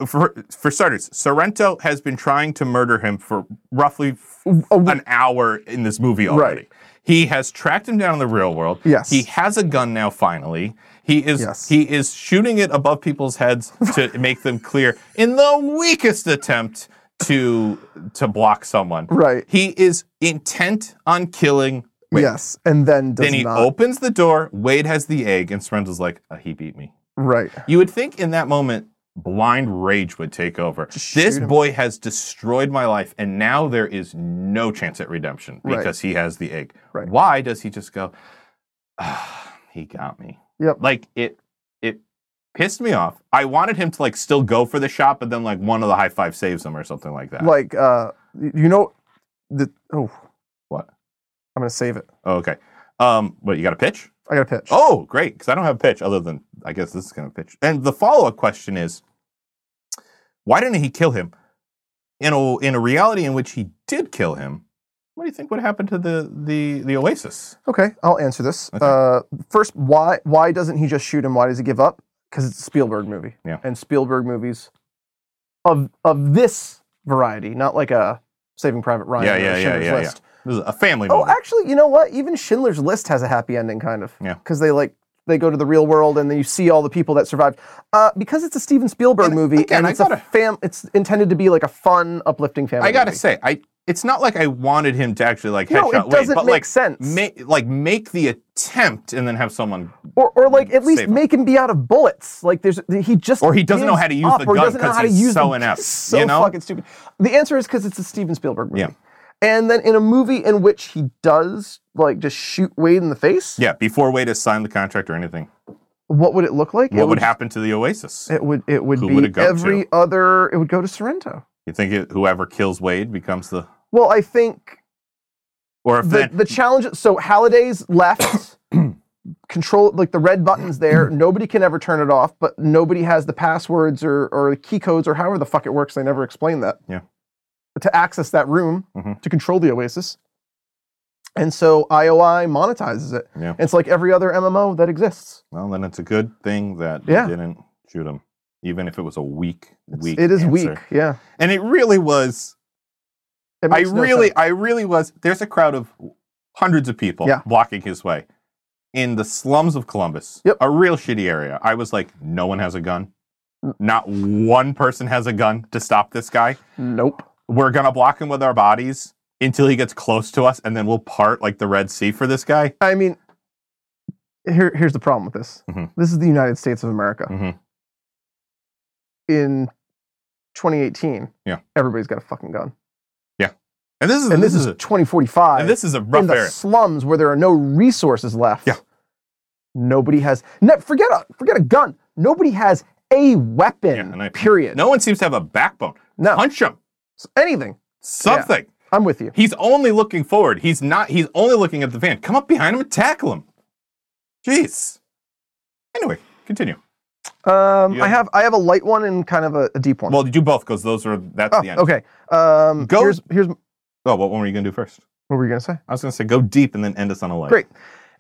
A: for, for starters, Sorrento has been trying to murder him for roughly
B: A w-
A: an hour in this movie already.
B: Right.
A: He has tracked him down in the real world.
B: Yes.
A: He has a gun now finally. He is
B: Yes.
A: he is shooting it above people's heads to make them clear in the weakest attempt to to block someone.
B: Right.
A: He is intent on killing Wade.
B: Yes. And then does
A: Then he
B: not.
A: opens the door. Wade has the egg, and Sorrento's like, "Uh, "He beat me."
B: Right.
A: You would think in that moment, blind rage would take over.
B: shoot
A: This
B: him.
A: boy has destroyed my life, and now there is no chance at redemption
B: Right.
A: because he has the egg.
B: Right.
A: Why does he just go, "Ah, he got me?
B: Yep.
A: Like it, it pissed me off. I wanted him to like still go for the shot, but then like one of the high five saves him or something like that.
B: Like uh y- you know the oh
A: What?
B: I'm gonna save it.
A: Oh, okay. Um, but you got a pitch?
B: I got a pitch.
A: Oh, great. Because I don't have a pitch other than I guess this is going to pitch. And the follow up question is why didn't he kill him? In a, in a reality in which he did kill him, what do you think would happen to the, the, the Oasis?
B: Okay, I'll answer this.
A: Okay.
B: Uh, first, why why doesn't he just shoot him? Why does he give up? Because it's a Spielberg movie.
A: Yeah.
B: And Spielberg movies of of this variety, not like a Saving Private Ryan.
A: Yeah,
B: or
A: yeah, yeah,
B: Schindler's
A: yeah, yeah.
B: List.
A: This is a family
B: Oh,
A: movie.
B: actually, you know what? Even Schindler's List has a happy ending, kind of.
A: Yeah.
B: Because they like they go to the real world and then you see all the people that survived. Uh, because it's a Steven Spielberg
A: And
B: movie
A: again,
B: and
A: I
B: it's
A: gotta-
B: a fam. It's intended to be like a fun, uplifting family.
A: I got to
B: movie.
A: say, I it's not like I wanted him to actually like
B: No,
A: headshot
B: it
A: Wade,
B: doesn't
A: but
B: make
A: like,
B: sense.
A: ma- like make the attempt and then have someone.
B: or, or like at least
A: Save him.
B: make him be out of bullets. Like there's he just
A: Or he doesn't know
B: gives
A: how to use
B: up,
A: the
B: or he
A: gun
B: doesn't know
A: 'cause
B: how to
A: he's
B: use
A: so
B: the-
A: inept,
B: So
A: you know?
B: fucking stupid. The answer is because it's a Steven Spielberg movie.
A: Yeah.
B: And then in a movie in which he does like just shoot Wade in the face,
A: Yeah, before Wade has signed the contract or anything,
B: what would it look like?
A: what
B: it
A: would, happen to the Oasis?
B: It would it would
A: Who would
B: be
A: it go
B: every other. It would go to Sorrento.
A: you think it, whoever kills Wade becomes the
B: Well, I think
A: or if
B: the
A: then,
B: the challenge. So Halliday's left. Control like the red buttons there. Nobody can ever turn it off, but nobody has the passwords or or the key codes or however the fuck it works. They never explain that.
A: Yeah.
B: To access that room
A: Mhm.
B: to control the Oasis, and so IOI monetizes it.
A: Yeah.
B: It's like every other MMO that exists.
A: Well, then it's a good thing that
B: Yeah.
A: you didn't shoot him, even if it was a weak, weak.
B: It is
A: answer.
B: weak. Yeah.
A: and it really was.
B: It
A: I
B: makes no
A: really,
B: sense.
A: I really was. There's a crowd of hundreds of people
B: Yeah.
A: blocking his way in the slums of Columbus,
B: Yep.
A: a real shitty area. I was like, no one has a gun.
B: Mm.
A: Not one person has a gun to stop this guy.
B: nope.
A: We're gonna block him with our bodies until he gets close to us, and then we'll part like the Red Sea for this guy.
B: I mean, here, here's the problem with this.
A: Mhm.
B: This is the United States of America.
A: Mhm.
B: In 2018,
A: Yeah.
B: everybody's got a fucking gun.
A: And this is
B: And
A: this,
B: this, is,
A: is, a,
B: 2045.
A: and this is a
B: in
A: rough
B: the
A: area.
B: slums where there are no resources left.
A: Yeah.
B: Nobody has. Ne- forget a forget a gun. Nobody has a weapon.
A: Yeah, and I-
B: period.
A: No one seems to have a backbone.
B: No.
A: Punch him.
B: Anything.
A: Something.
B: I'm with you.
A: He's only looking forward. He's not. He's only looking at the van. Come up behind him and tackle him. Jeez. Anyway, continue.
B: Um,
A: You
B: I
A: have-
B: have I have a light one and kind of a, a deep one.
A: Well, do both because those are that's
B: oh,
A: the end.
B: okay. Um,
A: Go-
B: Here's, here's what
A: Oh, what one were you gonna do first?
B: were you gonna say?
A: I was gonna say go deep and then end us on a light.
B: Great.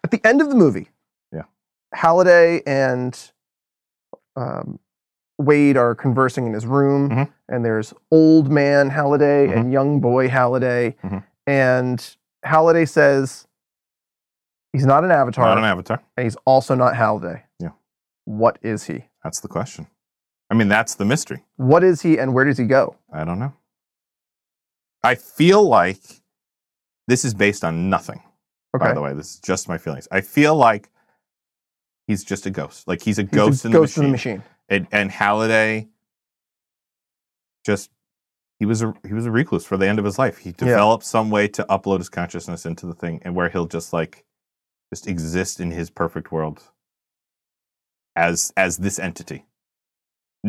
B: at the end of the movie,
A: Yeah.
B: Halliday and um, Wade are conversing in his room,
A: Mhm.
B: and there's old man Halliday
A: Mm-hmm.
B: and young boy Halliday,
A: Mhm.
B: and Halliday says he's not an avatar,
A: Not an avatar.
B: and he's also not Halliday.
A: Yeah.
B: What is he?
A: That's the question. I mean, that's the mystery.
B: What is he, and where does he go?
A: I don't know. I feel like this is based on nothing.
B: Okay.
A: By the way, this is just my feelings. I feel like he's just a ghost. Like he's a
B: He's a
A: ghost, in,
B: ghost
A: the machine.
B: machine.
A: and and Halliday just he was a he was a recluse for the end of his life. He developed some way to upload his consciousness into the thing, and where he'll just like just exist in his perfect world as as this entity.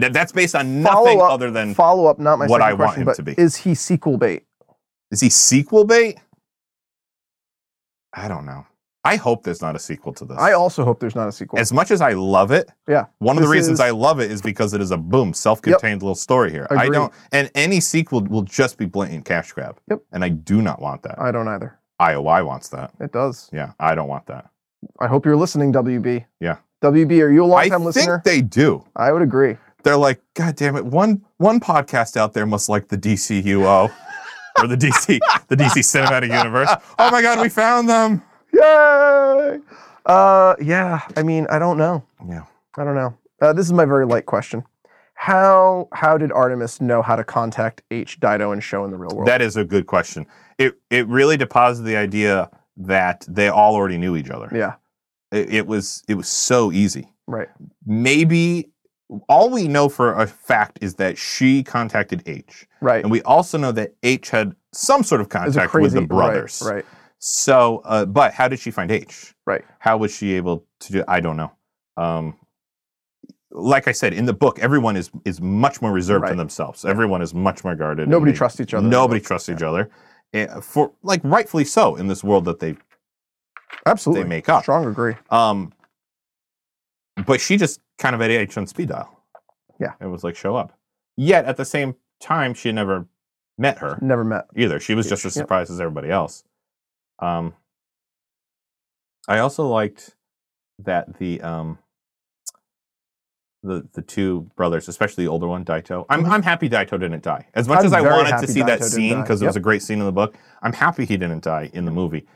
A: Th- that's based on
B: Follow
A: nothing
B: up-
A: other than
B: Follow up, not my
A: what
B: second
A: I want
B: question,
A: him
B: but
A: to be.
B: is he sequel bait?
A: is he sequel bait? I don't know. I hope there's not a sequel to this.
B: I also hope there's not a sequel.
A: as much as I love it,
B: Yeah,
A: one of the
B: this
A: reasons
B: is-
A: I love it is because it is a boom, self-contained little story here. I
B: Agree.
A: don't, and any sequel will just be blatant cash grab.
B: Yep.
A: And I do not want that.
B: I don't either.
A: IOI wants that.
B: It does.
A: Yeah, I don't want that.
B: I hope you're listening, WB.
A: Yeah.
B: WB, are you a
A: I
B: long time
A: think
B: listener?
A: they do.
B: I would agree.
A: They're like, God damn it! One one podcast out there must like the DCUO or the DC the DC Cinematic Universe. Oh my God, we found them.
B: Yay! Uh, yeah. I mean, I don't know.
A: Yeah.
B: I don't know. Uh, this is my very light question. How how did Artemis know how to contact H Dido and show in the real world?
A: That is a good question. It it really deposited the idea that they all already knew each other.
B: yeah.
A: It, it was it was so easy.
B: Right.
A: Maybe all we know for a fact is that she contacted H,
B: Right.
A: and we also know that H had some sort of
B: It's a
A: contact with the
B: right,
A: brothers.
B: Right.
A: So, uh, but how did she find H?
B: Right.
A: How was she able to do? I don't know. Um, like I said in the book, everyone is is much more reserved to
B: Right.
A: themselves. Everyone is much more guarded. and
B: Nobody
A: they-
B: trusts each other.
A: Nobody trusts each other, eh, for like rightfully so in this world that they
B: Absolutely.
A: they make up.
B: Strong agree.
A: Um, but she just kind of had H on speed dial.
B: Yeah.
A: it was like show up. Yet at the same time, she never met her
B: Never met.
A: either. She was just as
B: Yep.
A: surprised as everybody else. Um, I also liked that the um, the the two brothers, especially the older one, Daito. I'm I'm happy Daito didn't die. As much
B: Mm-hmm. I'm
A: as I
B: very
A: wanted to
B: happy
A: see
B: Daito
A: that
B: didn't
A: scene
B: die.
A: because it was a great scene in the book, I'm happy he didn't die in the movie.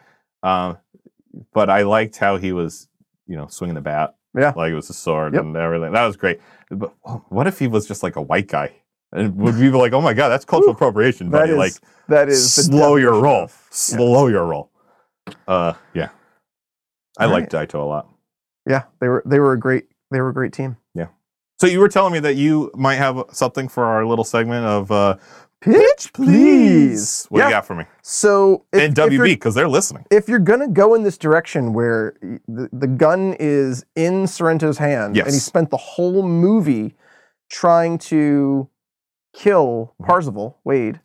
A: Um, but I liked how he was, you know, swinging the bat.
B: Yeah.
A: like it was a sword
B: Yep.
A: and everything. That was great. But oh, what if he was just like a white guy? And would we be like, oh my god, that's cultural appropriation,
B: That
A: buddy?
B: is
A: like,
B: that is the
A: slow your
B: definition
A: roll.
B: of- yeah.
A: Slow your roll. Uh, yeah. I
B: All
A: like Daito a lot.
B: Yeah, they were they were a great they were a great team.
A: So you were telling me that you might have something for our little segment of uh,
B: Pitch
A: What do you got for me?
B: So if,
A: and
B: if
A: WB
B: you're-
A: because they're listening.
B: if you're gonna go in this direction where y- the, the gun is in Sorrento's hand,
A: Yes.
B: and he spent the whole movie trying to kill Parzival Wade,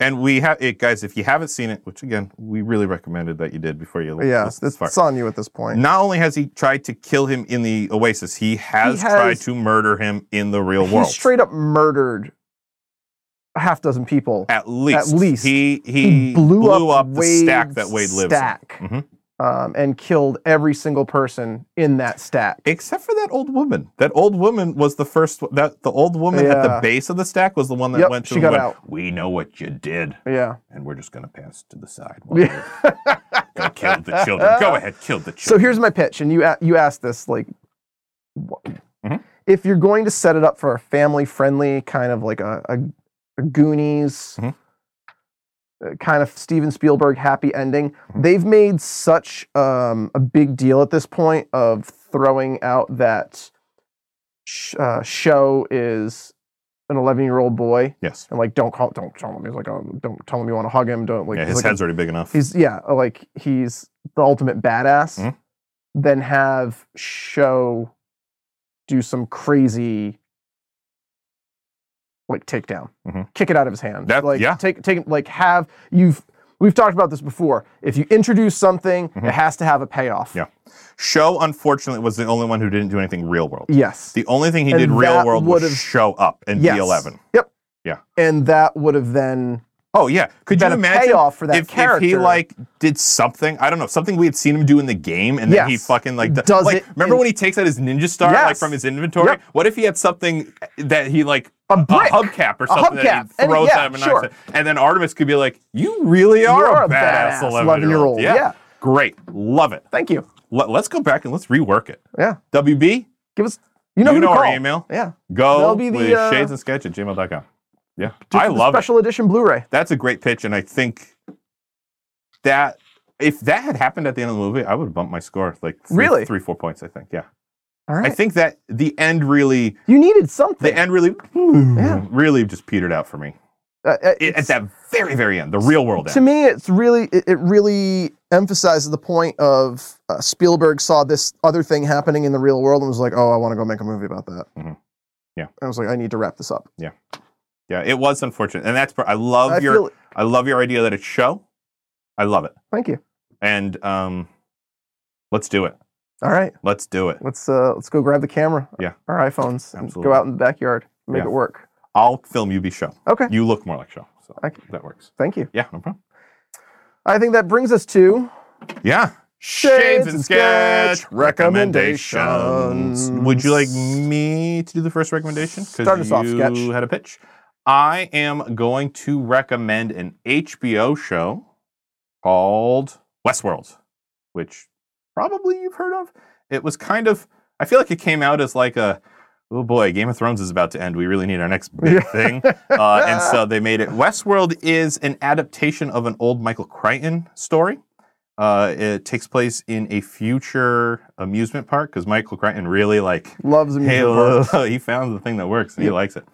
A: And we have it, guys. If you haven't seen it, which again we really recommended that you did before you
B: But yeah,
A: listened this
B: it's,
A: far.
B: it's on you at this point.
A: Not only has he tried to kill him in the Oasis, he has,
B: has-
A: tried to murder him in the real
B: he
A: world.
B: straight up murdered a half dozen people.
A: at least,
B: least.
A: he he, blew, up, the stack that Wade lives in.
B: stack,
A: Mhm.
B: um, and killed every single person in that stack.
A: except for that old woman. That old woman was the first. That the old woman at the
B: Yeah.
A: base of the stack was the one that
B: Yep,
A: went.
B: she
A: through
B: got
A: and went,
B: out.
A: We know what you did,
B: Yeah.
A: and we're just gonna pass to the side. While you go kill the children. Go ahead, kill the
B: So
A: children.
B: here's my pitch, and you a- you asked this like, wh-
A: Mhm.
B: if you're going to set it up for a family friendly kind of like a, a, a Goonies
A: Mhm.
B: uh, kind of Steven Spielberg happy ending,
A: Mhm.
B: they've made such um, a big deal at this point of throwing out that sh- uh, show is an 11 year old boy.
A: yes,
B: And like, don't call, don't tell him. He's like, oh, don't tell him you want to hug him. Don't like.
A: yeah,
B: he's
A: his
B: like a
A: head's already big enough.
B: he's yeah uh, like he's the ultimate badass
A: Mhm.
B: then have show do some crazy like takedown
A: Mhm.
B: kick it out of his hand
A: That-
B: like
A: yeah.
B: take take like have you've we've talked about this before if you introduce something
A: Mhm.
B: it has to have a payoff
A: Yeah. Show, unfortunately, was the only one who didn't do anything real world.
B: yes
A: The only thing he
B: And
A: did real
B: that
A: world was
B: would've-
A: show up and
B: yes.
A: be eleven.
B: yep
A: Yeah.
B: and that would have then
A: Oh yeah, could
B: been
A: you
B: a
A: imagine
B: payoff for that
A: if, if
B: character
A: he like did something, I don't know, something we had seen him do in the game, and then he
B: Yes.
A: fucking like d-
B: Does
A: like,
B: it
A: Remember
B: in-
A: when he takes out his ninja star like
B: Yes.
A: from his inventory?
B: Yep.
A: What if he had something that he like
B: A brick.
A: hubcap or something
B: hubcap.
A: that he
B: And-
A: throws
B: yeah,
A: at him and
B: sure.
A: knocks it? and then Artemis could be like, "You really are,
B: You're
A: a, badass, eleven year old."
B: 11-year-old. Yeah.
A: great, love it.
B: thank you
A: Let, us go back and let's rework it.
B: yeah
A: WB,
B: give us you know
A: you
B: who
A: know
B: to
A: our
B: call.
A: email.
B: yeah
A: Go
B: That'll be the,
A: with
B: uh,
A: shades and sketch at gmail.com. Yeah,
B: Just
A: I
B: the
A: love it
B: special edition blu-ray
A: that's a great pitch, and I think that if that had happened at the end of the movie, I would have bumped my score like three,
B: Really?
A: three, four points. I think, yeah.
B: all right
A: I think that the end really,
B: you needed something
A: the end really, really just petered out for me
B: Uh, uh,
A: it, at
B: it's-
A: that very, very end, the real world
B: to
A: end.
B: me, it's really it, it really emphasizes the point of uh, Spielberg saw this other thing happening in the real world and was like, "Oh, I want to go make a movie about that."
A: Mhm. Yeah.
B: I was like, I need to wrap this up.
A: Yeah, it was unfortunate, and that's. pr- I love
B: I
A: your.
B: feel
A: I love your idea that it's show. I love it,
B: thank you.
A: and um, let's do it.
B: All right.
A: Let's do it.
B: Let's uh let's go grab the camera.
A: Yeah.
B: Our iPhones and
A: Absolutely.
B: go out in the backyard. Make
A: Yeah.
B: it work.
A: I'll film you. Be show.
B: Okay.
A: You look more like show, so
B: I c-
A: that works.
B: Thank you.
A: Yeah, no problem.
B: I think that brings us to
A: Yeah.
B: Shades and Sketch
A: recommendations. Would you like
B: recommendations.
A: me to do the first recommendation? 'Cause
B: Start us off,
A: you
B: Sketch.
A: had a pitch. I am going to recommend an HBO show called Westworld, which probably you've heard of. It was kind of, I feel like it came out as like a, oh boy, Game of Thrones is about to end. We really need our next big thing. Uh, and so they made it. Westworld is an adaptation of an old Michael Crichton story. Uh, it takes place in a future amusement park because Michael Crichton really like
B: Love's Music
A: hey,
B: Park.
A: look, he found the thing that works and he likes it.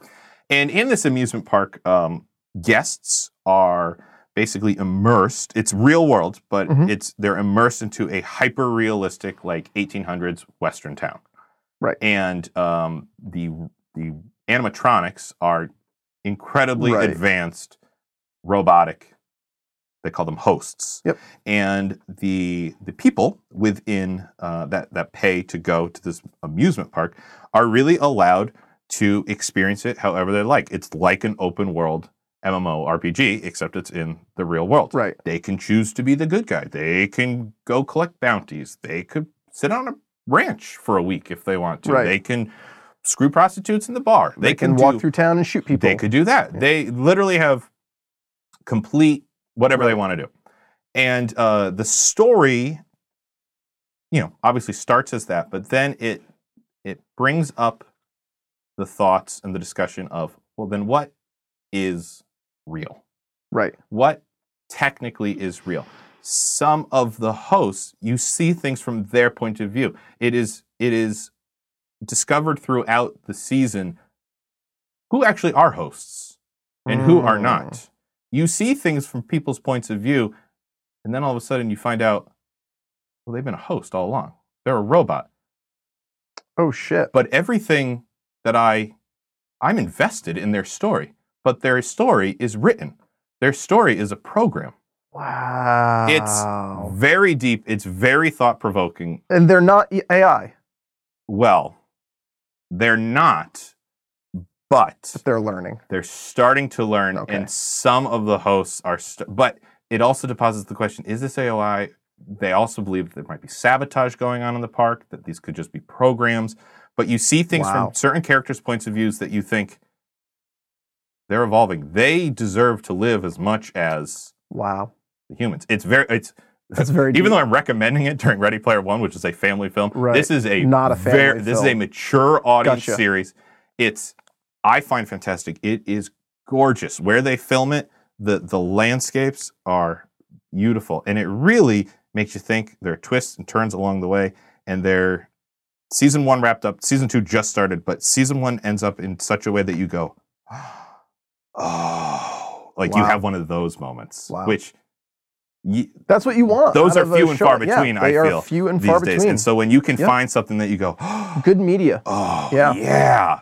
A: And in this amusement park, um, guests are basically immersed. It's real world, but
B: Mhm.
A: it's they're immersed into a hyper realistic like 1800s Western town.
B: Right.
A: And um, the the animatronics are incredibly
B: Right.
A: advanced robotic. They call them hosts and the the people within uh, that that pay to go to this amusement park are really allowed to experience it however they like. It's like an open world MMO RPG, except it's in the real world.
B: Right.
A: They can choose to be the good guy. They can go collect bounties. They could sit on a ranch for a week if they want to.
B: Right.
A: They can screw prostitutes in the bar. They,
B: They can,
A: do-
B: walk through town and shoot people.
A: they could do that.
B: Yeah.
A: They literally have complete whatever they want to do. And uh, the story, you know, obviously starts as that, but then it it brings up the thoughts and the discussion of, well, then what is real?
B: Right.
A: What technically is real? Some of the hosts, you see things from their point of view. It is it is discovered throughout the season who actually are hosts and who are
B: Mm.
A: not. You see things from people's points of view, and then all of a sudden you find out, well, they've been a host all along. They're a robot.
B: Oh shit.
A: But everything that I, I'm invested in their story. But their story is written. Their story is a program.
B: Wow.
A: Very deep. It's very thought provoking.
B: and they're not e- AI.
A: Well, they're not, but
B: They're learning.
A: they're starting to learn
B: Okay.
A: and some of the hosts are st- but it also deposits the question is this aoi they also believe there might be sabotage going on in the park that these could just be programs but you see things
B: Wow.
A: from certain characters points of views that you think they're evolving they deserve to live as much as
B: Wow.
A: the humans it's very it's
B: That's very
A: even
B: deep.
A: though I'm recommending it during Ready Player One, which is a family film,
B: Right.
A: this is a
B: Not a
A: ver-
B: family
A: this is a
B: film.
A: mature audience
B: Gotcha.
A: series. It's I find fantastic. It is gorgeous where they film it. the The landscapes are beautiful, and it really makes you think. There are twists and turns along the way, and they're season one wrapped up. Season two just started, but season one ends up in such a way that you go, oh, like you
B: Wow.
A: have one of those moments,
B: Wow.
A: which. You,
B: That's what you want.
A: Those
B: out
A: are
B: of a
A: few and
B: show.
A: far
B: Yeah,
A: between, I
B: They are
A: feel,
B: few and
A: these
B: far
A: days.
B: between.
A: And so when you can
B: Yeah.
A: find something that you go, oh,
B: Good media.
A: yeah.
B: Yeah.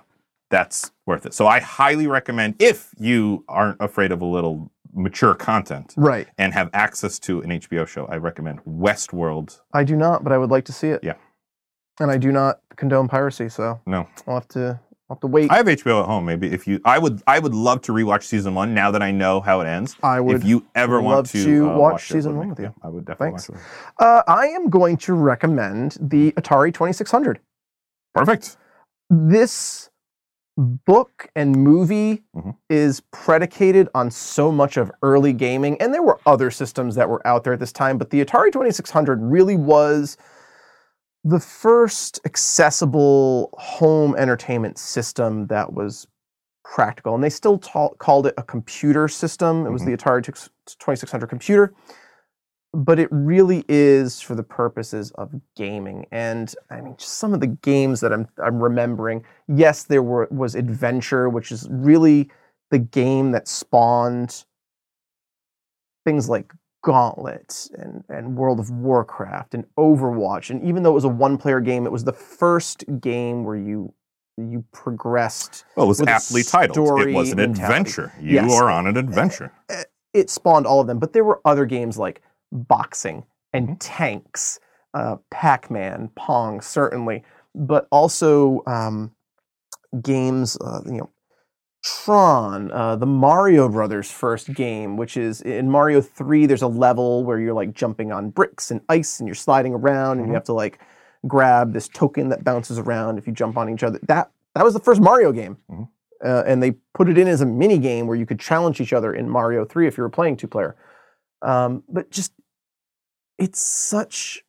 A: that's worth it. So I highly recommend if you aren't afraid of a little mature content
B: Right.
A: and have access to an HBO show, I recommend Westworld.
B: I do not, but I would like to see it.
A: Yeah.
B: And I do not condone piracy, so
A: No.
B: I'll have to I'll have to wait.
A: I have HBO at home. Maybe if you, I would, I would love to rewatch season one now that I know how it ends.
B: I would
A: if you ever want
B: love
A: to,
B: to
A: uh,
B: watch
A: it
B: season
A: me.
B: one with you.
A: Yeah, I would definitely.
B: Thanks.
A: Watch it.
B: Uh, I am going to recommend the Atari 2600.
A: Perfect.
B: This book and movie
A: Mhm.
B: is predicated on so much of early gaming, and there were other systems that were out there at this time, but the Atari 2600 really was the first accessible home entertainment system that was practical. And they still ta- called it a computer system, it was
A: Mhm.
B: the Atari 2600 computer but it really is for the purposes of gaming. And I mean, just some of the games that I'm I'm remembering. Yes, there were was Adventure, which is really the game that spawned things like Gauntlet and, and World of Warcraft and Overwatch. And even though it was a one player game, it was the first game where you you progressed.
E: Well, it was
B: With a
E: aptly titled.
B: story
E: It was an
B: mentality.
E: adventure. You
B: Yes.
E: are on an adventure.
B: It spawned all of them, but there were other games like boxing and tanks, uh, Pac-Man, Pong, certainly, but also um, games, uh, you know, Tron, uh, the Mario Brothers first game, which is in Mario Three. There's a level where you're like jumping on bricks and ice, and you're sliding around, and you have to like grab this token that bounces around if you jump on each other. That that was the first Mario game,
E: Mhm.
B: uh, and they put it in as a mini game where you could challenge each other in Mario Three if you were playing two player. Um, but just it's such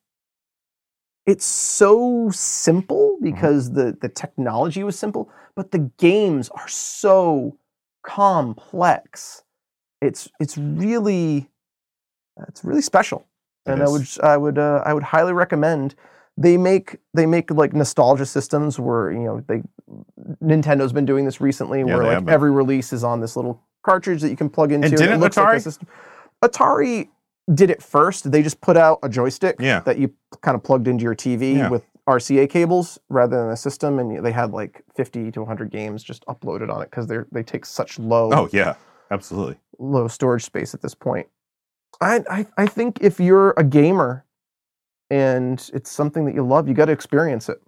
B: it's so simple
E: Mm-hmm.
B: because the the technology was simple, but the games are so complex. It's it's really it's really special,
E: It
B: and
E: is.
B: I would I would uh, I would highly recommend. They make they make like nostalgia systems where you know they Nintendo's been doing this recently
E: Yeah,
B: where
E: they
B: like
E: have been.
B: every release is on this little cartridge that you can plug into.
A: didn't Atari-
B: system. Atari did it first. They just put out a joystick
E: Yeah.
B: that you kind of plugged into your TV
E: Yeah.
B: with RCA cables rather than a system, and they had like 50 to 100 games just uploaded on it because they they take such low
E: Oh yeah, absolutely.
B: low storage space at this point. I, I I think if you're a gamer and it's something that you love, you got to experience it.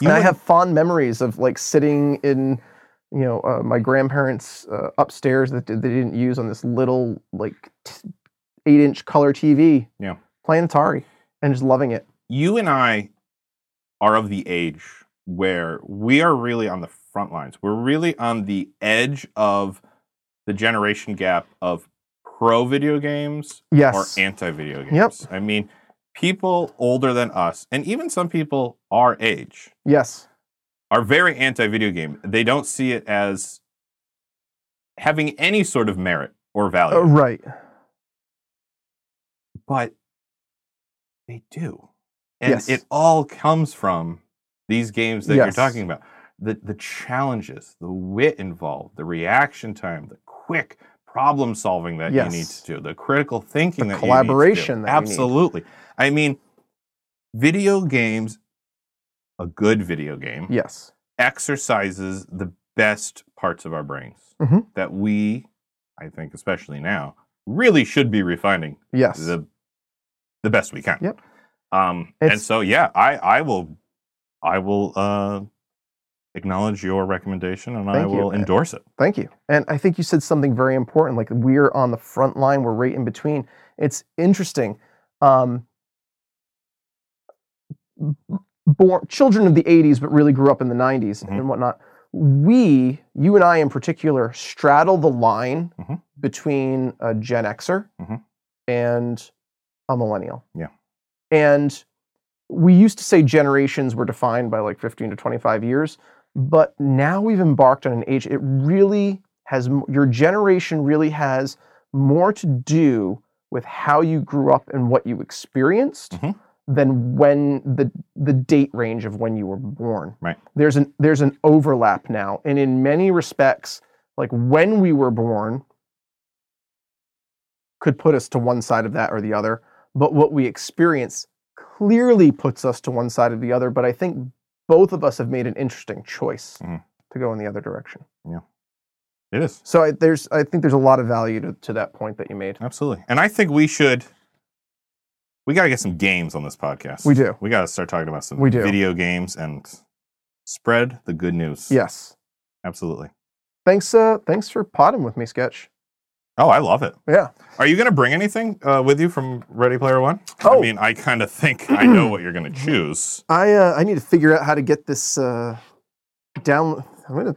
A: You
B: and I
A: wouldn't-
B: have fond memories of like sitting in, you know, uh, my grandparents' uh, upstairs that they didn't use on this little like t- eight-inch color TV.
A: Yeah.
B: Playing Atari and just loving it.
A: you and I are of the age where we are really on the front lines. We're really on the edge of the generation gap of pro video games
B: Yes.
A: or anti video games.
B: Yep.
A: I mean, people older than us, and even some people our age,
B: yes.
A: are very anti video game. They don't see it as having any sort of merit or value,
B: Uh, right.
A: but they do. And
B: Yes.
A: it all comes from these games that you're
B: Yes.
A: talking about. The the challenges, the wit involved, the reaction time, the quick problem solving that you need
B: Yes.
A: to do, the critical thinking,
B: The
A: that you need to do.
B: collaboration that you need.
A: Absolutely. I mean, video games, a good video game,
B: Yes.
A: exercises the best parts of our brains
B: Mhm.
A: that we, I think, especially now, really should be refining
B: Yes.
A: the the best we can.
B: Yep.
A: Um, and
B: It's-
A: so yeah, I I will I will uh, acknowledge your recommendation and I
B: Thank you.
A: will endorse it.
B: Thank you. And I think you said something very important. Like we're on the front line. We're right in between. It's interesting. Um, b- born children of the '80s, but really grew up in the '90s
A: Mhm.
B: and whatnot. We, you and I in particular, straddle the line
A: Mhm.
B: between a Gen Xer
A: Mhm.
B: and a millennial.
A: Yeah.
B: And we used to say generations were defined by like 15 to 25 years but now we've embarked on an age it really has m- your generation really has more to do with how you grew up and what you experienced
A: Mhm.
B: than when the the date range of when you were born
A: Right.
B: there's an there's an overlap now and in many respects like when we were born could put us to one side of that or the other but what we experience clearly puts us to one side of the other but i think both of us have made an interesting choice
A: Mhm.
B: to go in the other direction.
A: It is
B: So I, there's, I think there's a lot of value to, to that point that you made.
A: absolutely, and I think we should. We got to get some games on this podcast.
B: We do.
A: We got to start talking about some
B: We do.
A: video games and spread the good news.
B: Yes.
A: absolutely.
B: Thanks. Uh, thanks for potting with me, Sketch.
A: Oh, I love it.
B: Yeah.
A: Are you going to bring anything uh, with you from Ready Player One? I
B: Oh.
A: mean, I kind of think I know what you're going to choose.
B: I, uh, I need to figure out how to get this uh, down. I'm gonna.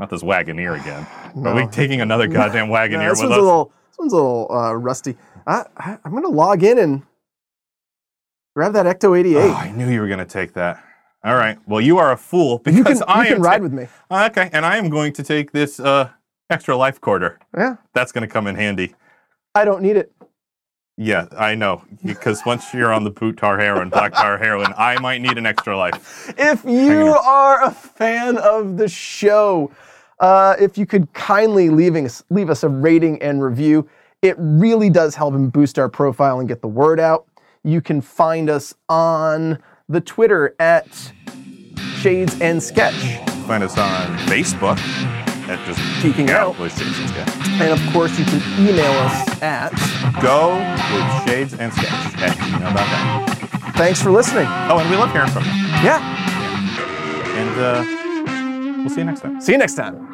A: Not this Wagoneer again.
B: No.
A: Are we taking another goddamn
B: No,
A: Wagoneer
B: Oh. this
A: with us?
B: one's a little. This one's a little uh, rusty. I, I, I'm gonna log in and grab that Ecto
A: Oh,
B: 88.
A: I knew you were going to take that. All right. Well, you are a fool because
B: you can,
A: I
B: you
A: am
B: can ride
A: ta-
B: with me.
A: Uh, okay, and I am going to take this uh, extra life quarter.
B: Yeah.
A: That's going to come in handy.
B: I don't need it.
A: Yeah, I know because once you're on the boot tar heroin, black tar heroin, I might need an extra life.
B: If you are a fan of the show, uh, if you could kindly leaving us, leave us a rating and review, it really does help and boost our profile and get the word out. You can find us on the Twitter at Shades and Sketch.
A: Find us on Facebook at just
B: Geeking out.
A: with Shades and Sketch.
B: And of course, you can email us at.
A: Go with Shades and Sketch at gmail.com.
B: Thanks for listening.
F: Oh, and we love hearing from you.
B: Yeah.
F: And uh, we'll see you next time.
B: See you next time.